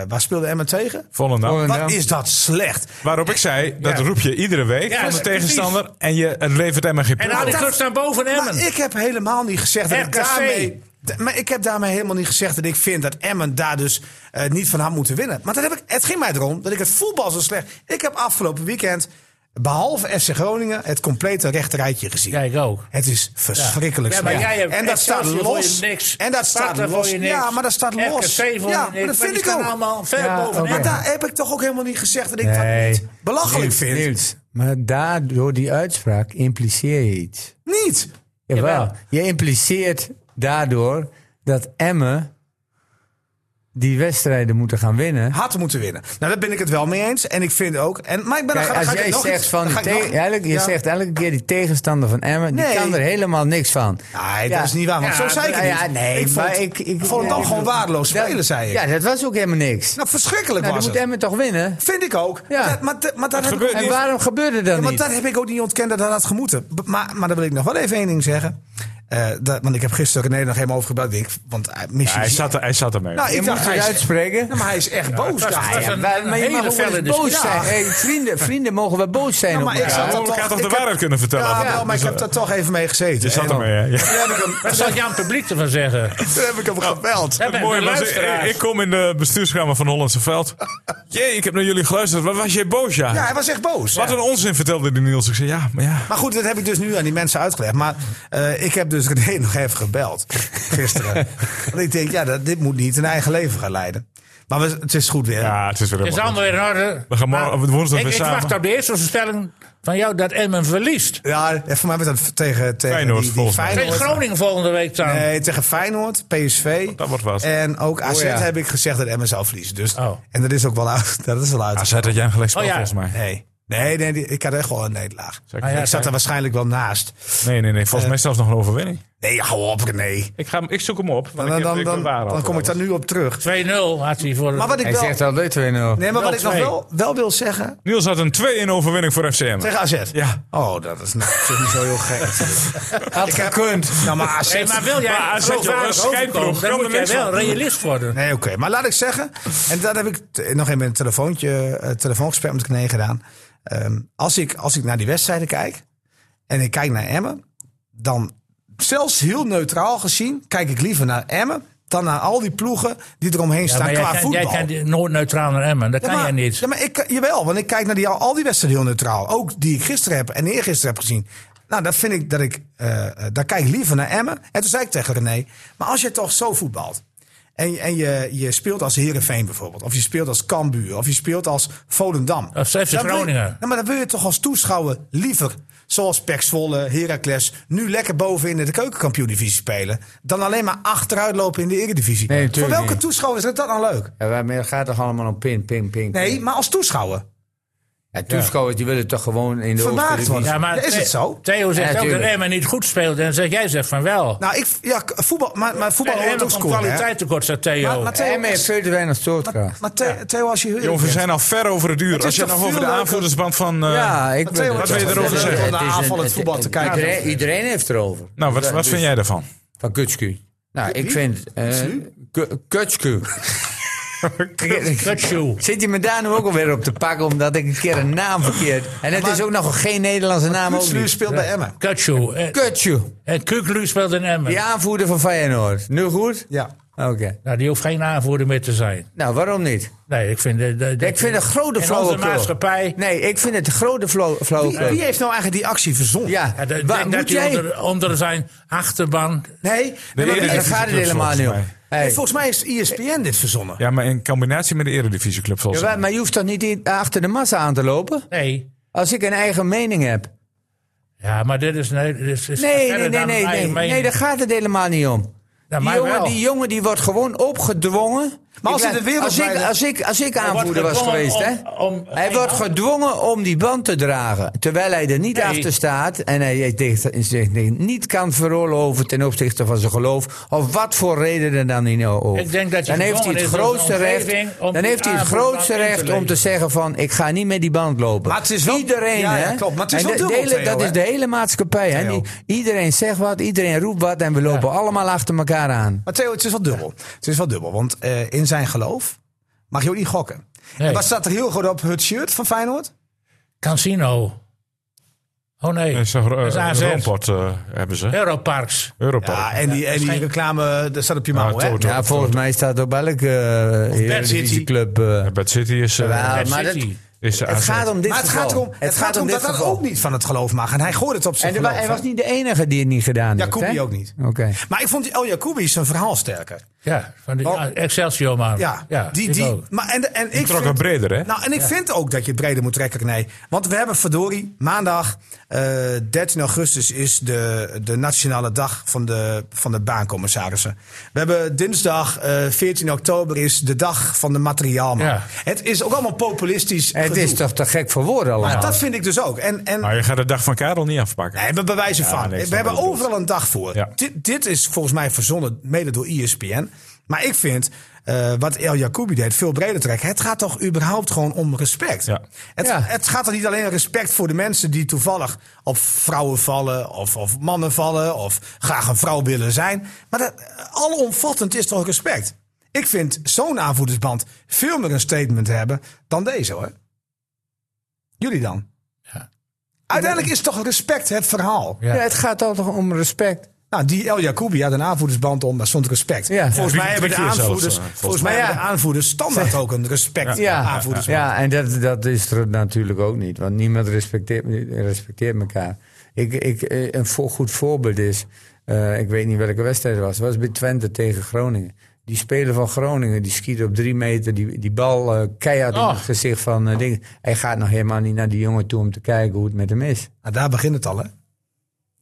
[SPEAKER 4] eh, waar speelde Emmen tegen?
[SPEAKER 1] Volendam.
[SPEAKER 5] Volendam.
[SPEAKER 4] Wat is dat slecht?
[SPEAKER 1] Waarop ik zei, dat roep je iedere week
[SPEAKER 3] Ja,
[SPEAKER 1] van de
[SPEAKER 3] precies.
[SPEAKER 1] tegenstander. En je, het levert hem geen
[SPEAKER 3] En
[SPEAKER 1] punten
[SPEAKER 3] al die
[SPEAKER 1] op.
[SPEAKER 3] clubs staan boven
[SPEAKER 4] Maar
[SPEAKER 3] Emmen.
[SPEAKER 4] ik heb helemaal niet gezegd dat ik
[SPEAKER 3] RKC.
[SPEAKER 4] daarmee... d- Maar ik heb daarmee helemaal niet gezegd dat ik vind dat Emmen daar dus eh, niet van had moeten winnen. Maar dat heb ik, het ging mij erom dat ik het voetbal zo slecht... Ik heb afgelopen weekend, behalve FC Groningen, het complete rechterrijtje gezien.
[SPEAKER 3] Ja, ik ook.
[SPEAKER 4] Het is verschrikkelijk
[SPEAKER 3] Ja, maar
[SPEAKER 4] slecht.
[SPEAKER 3] jij hebt
[SPEAKER 4] en dat staat
[SPEAKER 3] Excelsior voor je
[SPEAKER 4] los.
[SPEAKER 3] niks.
[SPEAKER 4] En dat staat
[SPEAKER 3] Sparta voor
[SPEAKER 4] los.
[SPEAKER 3] je niks.
[SPEAKER 4] Ja, maar dat staat
[SPEAKER 3] RKC
[SPEAKER 4] los.
[SPEAKER 3] voor je niks.
[SPEAKER 4] ja, maar
[SPEAKER 3] Maar
[SPEAKER 4] dat
[SPEAKER 3] die
[SPEAKER 4] vind ik
[SPEAKER 3] staan
[SPEAKER 4] ook. Oh,
[SPEAKER 3] allemaal ver
[SPEAKER 5] Ja,
[SPEAKER 3] boven
[SPEAKER 5] oké.
[SPEAKER 4] Maar
[SPEAKER 3] Emmen.
[SPEAKER 4] daar heb ik toch ook helemaal niet gezegd dat ik dat niet belachelijk
[SPEAKER 5] Niels,
[SPEAKER 4] vind.
[SPEAKER 5] Niels, maar daardoor die uitspraak impliceer je iets.
[SPEAKER 4] Niet.
[SPEAKER 5] Jawel.
[SPEAKER 3] Jawel.
[SPEAKER 5] Je impliceert daardoor dat Emmen die wedstrijden moeten gaan winnen.
[SPEAKER 4] Had moeten winnen. Nou, daar ben ik het wel mee eens. En ik vind ook. En, maar ik ben
[SPEAKER 5] Kijk,
[SPEAKER 4] dan ga-
[SPEAKER 5] als
[SPEAKER 4] ga ik
[SPEAKER 5] jij
[SPEAKER 4] nog
[SPEAKER 5] zegt
[SPEAKER 4] iets-
[SPEAKER 5] van,
[SPEAKER 4] dan
[SPEAKER 5] die
[SPEAKER 4] ga ik
[SPEAKER 5] te-
[SPEAKER 4] nog-
[SPEAKER 5] eigenlijk- je
[SPEAKER 4] Ja.
[SPEAKER 5] zegt elke keer die tegenstander van Emmen, die
[SPEAKER 4] Nee.
[SPEAKER 5] kan er helemaal niks van.
[SPEAKER 4] Nee,
[SPEAKER 5] Ja.
[SPEAKER 4] dat is niet waar. Want
[SPEAKER 5] Ja,
[SPEAKER 4] zo zei ik het
[SPEAKER 5] ja,
[SPEAKER 4] niet.
[SPEAKER 5] nee,
[SPEAKER 4] ik vond,
[SPEAKER 5] maar ik- ik-
[SPEAKER 4] vond het dan
[SPEAKER 5] ja,
[SPEAKER 4] gewoon
[SPEAKER 5] ik-
[SPEAKER 4] waardeloos
[SPEAKER 5] Dat-
[SPEAKER 4] spelen, zei ik.
[SPEAKER 5] Ja, dat was ook helemaal niks.
[SPEAKER 4] Nou, verschrikkelijk
[SPEAKER 5] Nou, dan
[SPEAKER 4] was
[SPEAKER 5] moet
[SPEAKER 4] het.
[SPEAKER 5] Emmen toch winnen?
[SPEAKER 4] Vind ik ook.
[SPEAKER 5] Ja.
[SPEAKER 4] Dat- maar dat- maar dat heb ik
[SPEAKER 1] gebeurt
[SPEAKER 4] ook-
[SPEAKER 5] En waarom gebeurde dat
[SPEAKER 4] Ja,
[SPEAKER 5] niet?
[SPEAKER 4] want dat heb ik ook niet ontkend dat dat had gemoeten. B- Maar, maar dan wil ik nog wel even één ding zeggen. Eh, dat, want ik heb gisteren René nog helemaal overgebeld. Ik, denk, want eh, hij
[SPEAKER 1] Ja, hij, zat er, hij zat ermee.
[SPEAKER 4] Nou,
[SPEAKER 5] je
[SPEAKER 4] ik dacht,
[SPEAKER 5] moet
[SPEAKER 4] hij
[SPEAKER 5] het
[SPEAKER 4] is,
[SPEAKER 5] uitspreken.
[SPEAKER 4] Nou, maar hij is echt boos.
[SPEAKER 3] dat is-
[SPEAKER 4] daar.
[SPEAKER 3] dat is
[SPEAKER 4] Ja,
[SPEAKER 3] een-
[SPEAKER 5] Wij- maar je
[SPEAKER 3] hele
[SPEAKER 5] mag ook wel
[SPEAKER 3] felle
[SPEAKER 5] eens boos
[SPEAKER 3] discussie.
[SPEAKER 5] zijn.
[SPEAKER 3] Ja.
[SPEAKER 5] Hey, vrienden, vrienden mogen wel boos zijn
[SPEAKER 4] Nou,
[SPEAKER 5] op
[SPEAKER 4] maar ik
[SPEAKER 1] ja,
[SPEAKER 5] elkaar.
[SPEAKER 4] zat
[SPEAKER 1] we
[SPEAKER 4] dat
[SPEAKER 1] elkaar toch
[SPEAKER 4] toch-
[SPEAKER 1] de
[SPEAKER 4] ik heb-
[SPEAKER 1] waarheid kunnen vertellen.
[SPEAKER 4] Ja, wel,
[SPEAKER 1] Ja,
[SPEAKER 4] maar ik
[SPEAKER 1] dus,
[SPEAKER 4] heb daar toch even mee gezeten.
[SPEAKER 1] je zat
[SPEAKER 4] En dan-
[SPEAKER 1] ermee, hè? Ja.
[SPEAKER 4] Toen heb ik hem,
[SPEAKER 3] Wat zou Jan Publiek ervan zeggen?
[SPEAKER 4] toen heb ik hem gebeld.
[SPEAKER 3] Ja,
[SPEAKER 1] Mooi,
[SPEAKER 3] de
[SPEAKER 1] maar ze-
[SPEAKER 3] luisteraars.
[SPEAKER 1] eh, ik kom in de bestuurskamer van Hollandse Veld. Jee, ik heb naar jullie geluisterd. Wat was jij boos, ja?
[SPEAKER 4] Ja, hij was echt boos.
[SPEAKER 1] Wat een onzin vertelde die Niels. Ik zei, ja, maar ja.
[SPEAKER 4] Maar goed, dat heb ik dus nu aan die mensen uitgelegd. Maar eh, ik heb dus René nog even gebeld gisteren. Want ik denk, ja, dat, dit moet niet een eigen leven gaan leiden. Maar we, het is goed weer.
[SPEAKER 1] Ja, het is weer
[SPEAKER 3] Het is
[SPEAKER 1] helemaal...
[SPEAKER 3] allemaal weer in orde.
[SPEAKER 1] We gaan morgen-
[SPEAKER 3] Maar
[SPEAKER 1] woensdag
[SPEAKER 3] ik,
[SPEAKER 1] weer
[SPEAKER 3] ik
[SPEAKER 1] samen.
[SPEAKER 3] wacht op de eerste stelling van jou dat Emmen verliest.
[SPEAKER 4] Ja, en voor mij was dat tegen, tegen
[SPEAKER 1] Feyenoord,
[SPEAKER 4] die- die
[SPEAKER 1] volgens mij.
[SPEAKER 3] Tegen Groningen volgende week dan.
[SPEAKER 4] Nee, tegen Feyenoord, PSV.
[SPEAKER 1] Dat wordt wat.
[SPEAKER 4] En ook AZ
[SPEAKER 5] Oh, ja.
[SPEAKER 4] heb ik gezegd dat Emmen zou verliezen. Dus,
[SPEAKER 3] Oh.
[SPEAKER 4] En dat is ook wel uit. Dat is wel uit.
[SPEAKER 1] Ah, zei dat jij een gelijk spel,
[SPEAKER 3] Oh, ja.
[SPEAKER 1] volgens mij.
[SPEAKER 4] Nee, nee, nee die- ik had echt wel een nederlaag.
[SPEAKER 1] Zeg ik-
[SPEAKER 3] Ah, ja,
[SPEAKER 4] ik zat er
[SPEAKER 3] kijk.
[SPEAKER 4] waarschijnlijk wel naast.
[SPEAKER 1] Nee, nee, nee.
[SPEAKER 4] Eh.
[SPEAKER 1] Volgens mij zelfs nog een overwinning.
[SPEAKER 4] Nee, hou op, nee.
[SPEAKER 1] Ik, ga, hem- ik zoek hem op. want
[SPEAKER 4] Dan,
[SPEAKER 1] ik
[SPEAKER 4] dan,
[SPEAKER 1] heb-
[SPEAKER 4] dan,
[SPEAKER 1] ik
[SPEAKER 4] dan,
[SPEAKER 1] bewaar altijd
[SPEAKER 4] kom ik daar
[SPEAKER 1] alles.
[SPEAKER 4] nu op terug.
[SPEAKER 3] 2-0 had hij voor
[SPEAKER 4] Maar wat ik
[SPEAKER 5] Hij
[SPEAKER 4] wel,
[SPEAKER 5] zegt altijd 2-0.
[SPEAKER 4] nee, maar wat
[SPEAKER 3] wel
[SPEAKER 4] ik nog
[SPEAKER 3] twee.
[SPEAKER 4] wel, wel wil zeggen
[SPEAKER 1] Niels had een 2-1 overwinning voor FCM.
[SPEAKER 4] Tegen AZ?
[SPEAKER 1] Ja.
[SPEAKER 4] Oh, dat is nou, op zich niet zo heel gek.
[SPEAKER 5] Had gekund.
[SPEAKER 4] nou, maar AZ...
[SPEAKER 3] Hey, maar wil jij
[SPEAKER 1] Maar AZ,
[SPEAKER 3] geloofwaardig
[SPEAKER 1] jongens,
[SPEAKER 3] overkomen,
[SPEAKER 1] schijnploeg,
[SPEAKER 3] dan
[SPEAKER 1] kan
[SPEAKER 3] moet
[SPEAKER 1] er
[SPEAKER 3] jij
[SPEAKER 1] niks
[SPEAKER 3] wel
[SPEAKER 1] van.
[SPEAKER 3] realist worden.
[SPEAKER 4] Nee, oké. Maar laat ik zeggen... En daar heb ik t- nog even een telefoontje, eh, telefoongesprek met Knee gedaan. Ehm, als, ik, als ik naar die wedstrijden kijk... En ik kijk naar Emmen... Dan, zelfs heel neutraal gezien... Kijk ik liever naar Emmen... Dan naar al die ploegen die eromheen
[SPEAKER 3] Ja,
[SPEAKER 4] staan
[SPEAKER 3] maar
[SPEAKER 4] qua
[SPEAKER 3] jij, kan, jij
[SPEAKER 4] voetbal.
[SPEAKER 3] kan die- nooit neutraal naar Emmen, dat
[SPEAKER 4] Ja,
[SPEAKER 3] kan
[SPEAKER 4] maar,
[SPEAKER 3] jij niet.
[SPEAKER 4] Ja, maar ik, jawel, want ik kijk naar die, al die wedstrijden heel neutraal. Ook die ik gisteren heb en eergisteren heb gezien. Nou, dat vind ik dat ik. eh, eh, daar kijk ik liever naar Emmen. En toen zei ik tegen René. Maar als je toch zo voetbalt. En, en je, je speelt als Herenveen bijvoorbeeld. Of je speelt als Cambuur. Of je speelt als Volendam.
[SPEAKER 3] Als FC
[SPEAKER 4] Dan wil je-
[SPEAKER 3] Groningen.
[SPEAKER 4] nou, maar dan wil je toch als toeschouwer liever. Zoals Pek Zwolle, Heracles. Nu lekker bovenin in de keukenkampioen-divisie spelen. Dan alleen maar achteruit lopen in de Eredivisie.
[SPEAKER 5] Nee,
[SPEAKER 4] Voor
[SPEAKER 5] natuurlijk
[SPEAKER 4] welke
[SPEAKER 5] niet.
[SPEAKER 4] toeschouwer is dat dan leuk?
[SPEAKER 5] Ja, maar het gaat toch allemaal om ping, ping, ping.
[SPEAKER 4] Nee, maar als toeschouwer.
[SPEAKER 5] Ja, toeschouwers die willen toch gewoon in de
[SPEAKER 4] Vermaakt
[SPEAKER 5] Oosterdivisie.
[SPEAKER 4] worden.
[SPEAKER 3] Ja, maar
[SPEAKER 4] Is het zo?
[SPEAKER 3] Theo zegt
[SPEAKER 5] Ja,
[SPEAKER 3] ook dat
[SPEAKER 5] tuurlijk.
[SPEAKER 3] Emmen niet goed speelt. En zeg, jij zegt van wel.
[SPEAKER 4] Nou, ik, ja, k- voetbal, maar, maar voetbal
[SPEAKER 3] en
[SPEAKER 4] hoort
[SPEAKER 3] Emmen
[SPEAKER 4] ook
[SPEAKER 3] komt
[SPEAKER 4] scoren. hè?
[SPEAKER 3] kwaliteit tekort, zegt Theo.
[SPEAKER 4] Maar- maar Theo,
[SPEAKER 5] Emmen heeft veel te weinig
[SPEAKER 4] maar,
[SPEAKER 5] stootkracht.
[SPEAKER 4] maar Theo, Theo, als je...
[SPEAKER 1] Jongen, we zijn al ver over het uur.
[SPEAKER 4] is
[SPEAKER 1] Als je
[SPEAKER 4] toch
[SPEAKER 1] nog over de
[SPEAKER 4] veel leuker-
[SPEAKER 1] aanvoerdersband van... eh,
[SPEAKER 5] ja, ik
[SPEAKER 4] Theo,
[SPEAKER 5] wil
[SPEAKER 1] wat wil je erover zeggen?
[SPEAKER 4] Om naar
[SPEAKER 5] is een-
[SPEAKER 4] aanvallend voetbal te kijken.
[SPEAKER 5] Iedereen, iedereen heeft erover.
[SPEAKER 1] nou, wat,
[SPEAKER 5] Dus-
[SPEAKER 1] wat vind jij daarvan?
[SPEAKER 5] Van Kutsku. Nou, ik vind... eh, Ku- Kutsku.
[SPEAKER 3] Kutsjoe.
[SPEAKER 5] Zit je me daar nu ook alweer op te pakken omdat ik een keer een naam verkeerd... En het is ook nog geen Nederlandse naam ook
[SPEAKER 4] Kutslu
[SPEAKER 5] niet.
[SPEAKER 4] speelt bij Emmen.
[SPEAKER 3] Kutsjoe. En-
[SPEAKER 5] Kutsku.
[SPEAKER 3] En Kuklu speelt in Emmen.
[SPEAKER 5] Die aanvoerder van Feyenoord. Nu goed?
[SPEAKER 4] Ja.
[SPEAKER 5] Oké.
[SPEAKER 3] Nou, die hoeft geen aanvoerder meer te zijn.
[SPEAKER 5] Nou, waarom niet?
[SPEAKER 3] Nee, ik vind... dat- dat- dat-
[SPEAKER 5] Ik vind het een grote
[SPEAKER 3] In onze
[SPEAKER 5] flauwekul.
[SPEAKER 3] maatschappij...
[SPEAKER 5] Nee, ik vind het een grote flau-
[SPEAKER 4] Wie,
[SPEAKER 5] flauwekul.
[SPEAKER 4] wie heeft nou eigenlijk die actie verzonnen?
[SPEAKER 5] Ja,
[SPEAKER 3] Ja, dat- ik
[SPEAKER 5] waar
[SPEAKER 3] denk dat
[SPEAKER 5] moet
[SPEAKER 3] hij
[SPEAKER 5] jij...
[SPEAKER 3] onder, onder zijn achterban...
[SPEAKER 4] Nee, nee,
[SPEAKER 5] Daar
[SPEAKER 4] maar-
[SPEAKER 1] Eredivisie
[SPEAKER 5] gaat het
[SPEAKER 1] clubs,
[SPEAKER 5] helemaal niet om.
[SPEAKER 1] volgens
[SPEAKER 5] Hey.
[SPEAKER 4] nee, volgens mij is E ESPN dit verzonnen.
[SPEAKER 1] Ja, maar in combinatie met de Eredivisieclub volgens mij.
[SPEAKER 5] Jawel, maar je hoeft toch niet in- achter de massa aan te lopen?
[SPEAKER 3] Nee.
[SPEAKER 5] Als ik een eigen mening heb.
[SPEAKER 3] Ja, maar dit is... Nee, dit is, is
[SPEAKER 5] Nee,
[SPEAKER 3] verder
[SPEAKER 5] nee, nee,
[SPEAKER 3] dan
[SPEAKER 5] nee,
[SPEAKER 3] mijn
[SPEAKER 5] nee,
[SPEAKER 3] mening.
[SPEAKER 5] nee, daar gaat het helemaal niet om.
[SPEAKER 3] Ja,
[SPEAKER 5] die,
[SPEAKER 3] mij
[SPEAKER 5] jongen,
[SPEAKER 3] wel.
[SPEAKER 5] die jongen die wordt gewoon opgedwongen.
[SPEAKER 4] Maar als
[SPEAKER 5] Ik
[SPEAKER 4] hij
[SPEAKER 5] laat-
[SPEAKER 4] de wereld
[SPEAKER 5] als ik,
[SPEAKER 4] bij-
[SPEAKER 5] als ik, als ik
[SPEAKER 3] wordt
[SPEAKER 5] aanvoerder was
[SPEAKER 3] gedwongen
[SPEAKER 5] geweest, hè?
[SPEAKER 3] om- om-
[SPEAKER 5] hij
[SPEAKER 3] geen
[SPEAKER 5] wordt
[SPEAKER 3] hand-
[SPEAKER 5] gedwongen om die band te dragen. Terwijl hij er niet
[SPEAKER 3] Nee.
[SPEAKER 5] achter staat en hij tegen- zich niet kan veroorloven ten opzichte van zijn geloof. Of wat voor reden er dan in ook.
[SPEAKER 3] Ik denk dat hij
[SPEAKER 5] dan heeft
[SPEAKER 3] gedwongen
[SPEAKER 5] hij het
[SPEAKER 3] is door
[SPEAKER 5] grootste
[SPEAKER 3] zijn
[SPEAKER 5] recht.
[SPEAKER 3] omgeving om
[SPEAKER 5] Dan
[SPEAKER 3] die
[SPEAKER 5] heeft hij het
[SPEAKER 3] aanvoerder
[SPEAKER 5] grootste
[SPEAKER 3] dan in te
[SPEAKER 5] recht om te
[SPEAKER 3] leven.
[SPEAKER 5] zeggen van ik ga niet met die band lopen.
[SPEAKER 4] Maar het is wel-
[SPEAKER 5] iedereen,
[SPEAKER 4] Ja, ja,
[SPEAKER 5] hè?
[SPEAKER 4] klopt. Maar het is
[SPEAKER 5] En
[SPEAKER 4] wel
[SPEAKER 5] de- de
[SPEAKER 4] dubbel,
[SPEAKER 5] hele- Dat
[SPEAKER 4] Theo,
[SPEAKER 5] is de
[SPEAKER 4] hè?
[SPEAKER 5] hele maatschappij. Hè?
[SPEAKER 4] Theo.
[SPEAKER 5] Die- Iedereen zegt wat, iedereen roept wat en we lopen allemaal achter elkaar aan.
[SPEAKER 4] Maar Theo, het is wel dubbel. Het is wel dubbel, want eh, in zijn geloof mag je ook niet gokken.
[SPEAKER 3] Nee.
[SPEAKER 4] En wat staat er heel goed op het shirt van Feyenoord?
[SPEAKER 3] Casino. Oh nee.
[SPEAKER 1] Nee, zo'n
[SPEAKER 3] Dat
[SPEAKER 1] ro-
[SPEAKER 3] is
[SPEAKER 1] eh,
[SPEAKER 3] AZ.
[SPEAKER 1] Roompot eh, hebben ze.
[SPEAKER 3] Europarks.
[SPEAKER 1] Europark.
[SPEAKER 4] Ja, en die, en die
[SPEAKER 3] waarschijnlijk.
[SPEAKER 4] reclame, eh, daar staat op je
[SPEAKER 1] Ja,
[SPEAKER 4] mouw, hè?
[SPEAKER 1] Toto.
[SPEAKER 5] Ja, volgens mij staat op elke eh, Eredivisieclub... eh,
[SPEAKER 1] Bad City is... eh,
[SPEAKER 5] wel,
[SPEAKER 3] Bad
[SPEAKER 5] Ah, maar dat-
[SPEAKER 3] City.
[SPEAKER 1] is de
[SPEAKER 5] Het
[SPEAKER 1] AZ.
[SPEAKER 5] gaat om dit
[SPEAKER 4] Maar het
[SPEAKER 5] geval.
[SPEAKER 4] gaat erom, het gaat erom
[SPEAKER 5] dit
[SPEAKER 4] dat dat
[SPEAKER 5] geval.
[SPEAKER 4] ook niet van het geloof mag. En hij gooit het op zijn
[SPEAKER 5] En er wa-
[SPEAKER 4] geloof.
[SPEAKER 5] hij
[SPEAKER 4] hè?
[SPEAKER 5] was niet de enige die het niet gedaan
[SPEAKER 4] Ja,
[SPEAKER 5] heeft.
[SPEAKER 4] Koepi
[SPEAKER 5] hè?
[SPEAKER 4] ook niet.
[SPEAKER 5] Oké.
[SPEAKER 4] Maar ik vond die oh El Jacoubi zijn verhaal sterker.
[SPEAKER 3] Ja, van die
[SPEAKER 4] Oh.
[SPEAKER 3] ja, Excelsior man.
[SPEAKER 4] Ja, die,
[SPEAKER 3] ik
[SPEAKER 4] die,
[SPEAKER 3] ook.
[SPEAKER 4] maar en, en ik
[SPEAKER 1] trok
[SPEAKER 4] vind-
[SPEAKER 1] het breder, hè?
[SPEAKER 4] Nou, en ik vind ook dat je het breder moet trekken, nee. Want we hebben verdorie, maandag eh, 13 augustus is de, de nationale dag van de, van de baancommissarissen. We hebben dinsdag eh, 14 oktober is de dag van de materiaalman.
[SPEAKER 3] Ja.
[SPEAKER 4] Het is ook allemaal populistisch
[SPEAKER 5] Het
[SPEAKER 4] gedoe.
[SPEAKER 5] is toch te gek voor woorden allemaal.
[SPEAKER 4] Maar dat vind ik dus ook. En, en
[SPEAKER 1] Maar je gaat de dag van Karel niet afpakken.
[SPEAKER 4] Nee, we bewijzen
[SPEAKER 1] Ja,
[SPEAKER 4] van.
[SPEAKER 1] niks
[SPEAKER 4] we hebben
[SPEAKER 1] wat je
[SPEAKER 4] overal een dag voor.
[SPEAKER 1] Ja.
[SPEAKER 4] Dit, dit is volgens mij verzonnen, mede door E ESPN. Maar ik vind eh, wat El Jacoubi deed veel breder trekken. Het gaat toch überhaupt gewoon om respect.
[SPEAKER 1] Ja.
[SPEAKER 4] Het,
[SPEAKER 5] Ja.
[SPEAKER 4] het gaat er niet alleen om respect voor de mensen die toevallig op vrouwen vallen, of, of mannen vallen, of graag een vrouw willen zijn. Maar dat, alomvattend is toch respect. Ik vind zo'n aanvoerdersband veel meer een statement hebben dan deze hoor. Jullie dan? Uiteindelijk is toch respect het verhaal.
[SPEAKER 5] Ja, het gaat toch om respect.
[SPEAKER 4] Nou, die El Jacoubi had een aanvoerdersband om, maar stond respect.
[SPEAKER 5] Ja.
[SPEAKER 4] Volgens
[SPEAKER 1] Ja,
[SPEAKER 4] mij
[SPEAKER 1] drie-
[SPEAKER 4] hebben de
[SPEAKER 1] drie keer zelfs,
[SPEAKER 4] aanvoerders,
[SPEAKER 1] eh, volgens
[SPEAKER 4] volgens mij
[SPEAKER 5] mij.
[SPEAKER 4] hebben de aanvoerders standaard ook een respect
[SPEAKER 5] Ja, ja,
[SPEAKER 4] aanvoerdersband.
[SPEAKER 5] en dat, dat is er natuurlijk ook niet. Want niemand respecteert, respecteert elkaar. Ik, ik, eh, een vo- goed voorbeeld is, eh, ik weet niet welke wedstrijd het was. Het was bij Twente tegen Groningen. Die speler van Groningen, die schiet op drie meter die, die bal eh, keihard in
[SPEAKER 3] Oh.
[SPEAKER 5] het gezicht van eh, dingen. Hij gaat nog helemaal niet naar die jongen toe om te kijken hoe het met hem is.
[SPEAKER 4] Nou, daar begint het al, hè?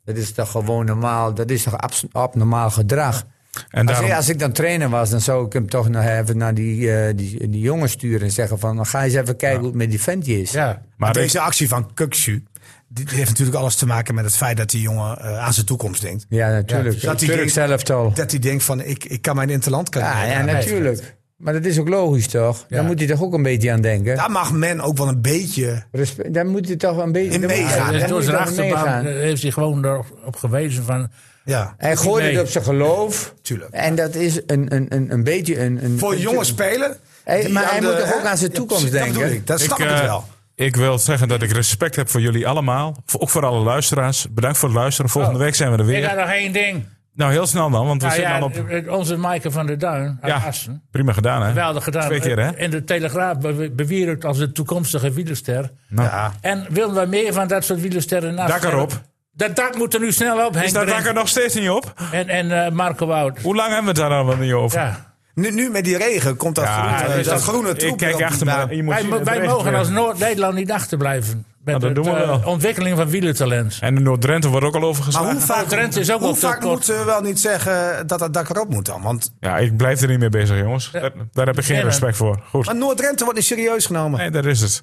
[SPEAKER 5] Dat is toch gewoon normaal, dat is toch abs- abnormaal gedrag.
[SPEAKER 1] En
[SPEAKER 5] Als,
[SPEAKER 1] daarom...
[SPEAKER 5] als ik dan trainer was, dan zou ik hem toch nog even naar die, eh, die, die jongen sturen en zeggen van... ga eens even kijken hoe het met die ventje is.
[SPEAKER 3] Ja.
[SPEAKER 1] Maar ik-
[SPEAKER 4] Deze actie van Kukshu, die die heeft natuurlijk alles te maken met het feit dat die jongen eh, aan zijn toekomst denkt.
[SPEAKER 5] Ja, natuurlijk.
[SPEAKER 4] dat
[SPEAKER 5] dat
[SPEAKER 4] die
[SPEAKER 5] Turks
[SPEAKER 4] denkt-
[SPEAKER 5] elftal.
[SPEAKER 4] Dat hij denkt van, ik, ik kan mijn interland kan.
[SPEAKER 5] Ja, ja, natuurlijk. Maar dat is ook logisch, toch? Daar moet hij toch ook een beetje aan denken.
[SPEAKER 4] Daar mag men ook wel een beetje...
[SPEAKER 5] Respe- daar moet hij toch wel een beetje...
[SPEAKER 4] In
[SPEAKER 5] daar moet-
[SPEAKER 4] meegaan.
[SPEAKER 5] daar
[SPEAKER 3] Dus
[SPEAKER 5] moet
[SPEAKER 3] door
[SPEAKER 5] hij
[SPEAKER 3] zijn
[SPEAKER 5] toch in meegaan.
[SPEAKER 3] achterban eh, heeft hij gewoon erop gewezen van...
[SPEAKER 4] Ja,
[SPEAKER 5] Hij gooit
[SPEAKER 3] mee.
[SPEAKER 5] het op zijn geloof.
[SPEAKER 4] Tuurlijk.
[SPEAKER 5] En dat is een, een, een, een beetje een... een
[SPEAKER 4] voor
[SPEAKER 5] een-
[SPEAKER 4] jonge spelers.
[SPEAKER 5] Hey,
[SPEAKER 4] die
[SPEAKER 5] maar
[SPEAKER 4] aan
[SPEAKER 5] hij
[SPEAKER 4] de-
[SPEAKER 5] moet toch ook
[SPEAKER 4] hè?
[SPEAKER 5] aan zijn
[SPEAKER 4] Ja,
[SPEAKER 5] toekomst
[SPEAKER 4] precies, Dat,
[SPEAKER 5] denken?
[SPEAKER 4] bedoel ik. dat snap ik,
[SPEAKER 1] eh,
[SPEAKER 4] het wel.
[SPEAKER 1] Ik wil zeggen dat ik respect heb voor jullie allemaal. Ook voor alle luisteraars. Bedankt voor het luisteren. Volgende week zijn we er
[SPEAKER 3] Ik had
[SPEAKER 1] weer.
[SPEAKER 3] nog één ding.
[SPEAKER 1] Nou, heel snel dan, want we
[SPEAKER 3] Nou
[SPEAKER 1] zitten
[SPEAKER 3] Oh. ja,
[SPEAKER 1] al op...
[SPEAKER 3] eh, Onze Maaike van der Duin uit Assen.
[SPEAKER 1] prima gedaan, hè?
[SPEAKER 3] Geweldig gedaan.
[SPEAKER 1] Twee keer, hè?
[SPEAKER 3] En de Telegraaf be- bewierkt als de toekomstige wielerster.
[SPEAKER 1] Nou,
[SPEAKER 3] En willen we meer van dat soort wielersterren? Nou,
[SPEAKER 1] Dak erop.
[SPEAKER 3] Dat dak moet er nu snel op. Henk
[SPEAKER 1] Is dat
[SPEAKER 3] Brink
[SPEAKER 1] dak er nog steeds niet op?
[SPEAKER 3] En, en eh, Marco Wout.
[SPEAKER 1] Hoe lang hebben we het daar dan wel niet over?
[SPEAKER 3] Ja.
[SPEAKER 4] Nu, nu met die regen komt dat
[SPEAKER 1] Ja,
[SPEAKER 4] groene,
[SPEAKER 1] dus
[SPEAKER 4] dat,
[SPEAKER 1] dat-
[SPEAKER 4] groene troep
[SPEAKER 1] Ik kijk
[SPEAKER 4] weer op
[SPEAKER 1] achter
[SPEAKER 4] die
[SPEAKER 1] me.
[SPEAKER 4] baan.
[SPEAKER 1] Je moet
[SPEAKER 3] Wij,
[SPEAKER 1] zien
[SPEAKER 3] mo-
[SPEAKER 1] dat
[SPEAKER 3] wij
[SPEAKER 1] het
[SPEAKER 3] mogen
[SPEAKER 1] regent.
[SPEAKER 3] als Noord-Nederland niet achterblijven. Met
[SPEAKER 1] Nou, dat
[SPEAKER 3] het,
[SPEAKER 1] doen we
[SPEAKER 3] eh,
[SPEAKER 1] wel.
[SPEAKER 3] ontwikkeling van wielertalent.
[SPEAKER 1] En de Noord-Drenthe wordt ook al overgeslagen.
[SPEAKER 4] Maar hoe vaak,
[SPEAKER 3] Drenthe is ook
[SPEAKER 4] hoe
[SPEAKER 3] wel
[SPEAKER 4] vaak
[SPEAKER 3] tekort.
[SPEAKER 4] moeten we wel niet zeggen eh, dat dat dak erop moet dan? Want
[SPEAKER 1] Ja, ik blijf er niet mee bezig, jongens. Daar, daar heb ik geen
[SPEAKER 3] Nee, maar-
[SPEAKER 1] respect voor. Goed.
[SPEAKER 4] maar Noord-Drenthe wordt niet serieus genomen.
[SPEAKER 1] Nee, daar is het.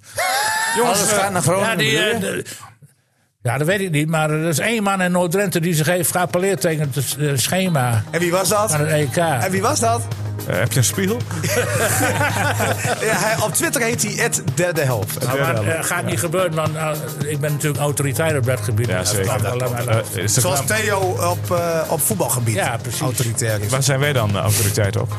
[SPEAKER 5] Alles gaat naar Groningen.
[SPEAKER 3] Ja, die,
[SPEAKER 5] bedoel
[SPEAKER 3] eh,
[SPEAKER 5] je?
[SPEAKER 3] de- ja, dat weet ik niet. Maar er is één man in Noord-Drenthe die zich heeft geappelleerd tegen het eh, schema
[SPEAKER 4] En wie was dat?
[SPEAKER 3] van het EK.
[SPEAKER 4] En wie was dat?
[SPEAKER 1] Eh, heb je een spiegel?
[SPEAKER 4] Ja, hij, op Twitter heet hij het derde help.
[SPEAKER 3] Nou, maar eh, gaat niet gebeuren, want eh, ik ben natuurlijk autoriteit op dat gebied.
[SPEAKER 1] Ja,
[SPEAKER 3] Dat
[SPEAKER 1] zeker.
[SPEAKER 3] kan wel, maar-
[SPEAKER 1] Eh, is de
[SPEAKER 4] Zoals
[SPEAKER 1] naam-
[SPEAKER 4] Theo op, eh, op voetbalgebied
[SPEAKER 3] Ja, precies.
[SPEAKER 4] autoritair is.
[SPEAKER 1] Waar zijn wij dan de autoriteit op?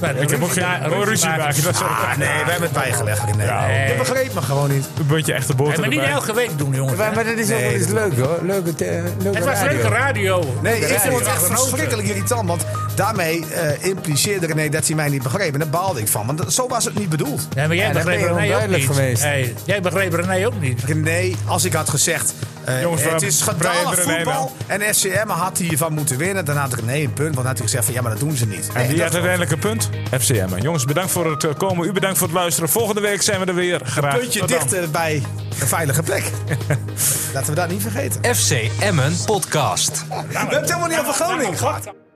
[SPEAKER 3] maar
[SPEAKER 1] Ik heb ook
[SPEAKER 3] ruzie
[SPEAKER 1] geen
[SPEAKER 3] maken-
[SPEAKER 1] oh, ruzie maken. Dat is
[SPEAKER 4] Ah, nee, we hebben het bijgelegd. Nee.
[SPEAKER 3] Nee.
[SPEAKER 4] Dat begreep me gewoon niet.
[SPEAKER 1] een beetje echte
[SPEAKER 3] Hey,
[SPEAKER 1] boter
[SPEAKER 3] maar niet
[SPEAKER 1] erbij.
[SPEAKER 3] elke week doen, jongens.
[SPEAKER 5] Maar, maar dat is ook wel eens leuk hoor. Leuke, te- leuke
[SPEAKER 3] Het was
[SPEAKER 5] radio.
[SPEAKER 3] leuke radio.
[SPEAKER 4] Nee, ik vond het echt
[SPEAKER 3] Genoten.
[SPEAKER 4] verschrikkelijk irritant. Want daarmee eh, impliceerde René dat hij mij niet begreep. En daar baalde ik van. Want dat- zo was het niet bedoeld.
[SPEAKER 3] Nee, maar jij
[SPEAKER 5] Ja, dan
[SPEAKER 3] begreep
[SPEAKER 5] ben
[SPEAKER 3] René
[SPEAKER 5] je
[SPEAKER 3] ook niet.
[SPEAKER 5] onduidelijk geweest.
[SPEAKER 3] Hey, jij begreep René ook niet.
[SPEAKER 4] Nee, als ik had gezegd. eh,
[SPEAKER 1] Jongens,
[SPEAKER 4] het
[SPEAKER 1] we
[SPEAKER 4] is
[SPEAKER 1] breien
[SPEAKER 4] gedaan
[SPEAKER 1] René
[SPEAKER 4] voetbal. En SCM had hiervan moeten winnen. Daarna had René een punt. Want dan had hij gezegd: van ja, maar dat doen ze niet.
[SPEAKER 1] En
[SPEAKER 4] Nee,
[SPEAKER 1] die
[SPEAKER 4] dat-
[SPEAKER 1] had uiteindelijk een punt. FCM. Jongens, bedankt voor het eh, komen. U bedankt voor het luisteren. Volgende week zijn we er weer. Graag.
[SPEAKER 4] puntje
[SPEAKER 1] Tot dan.
[SPEAKER 4] dichter bij een veilige plek. Laten we dat niet vergeten.
[SPEAKER 2] FC Emmen Podcast.
[SPEAKER 4] We hebben het helemaal niet over Groningen gehad.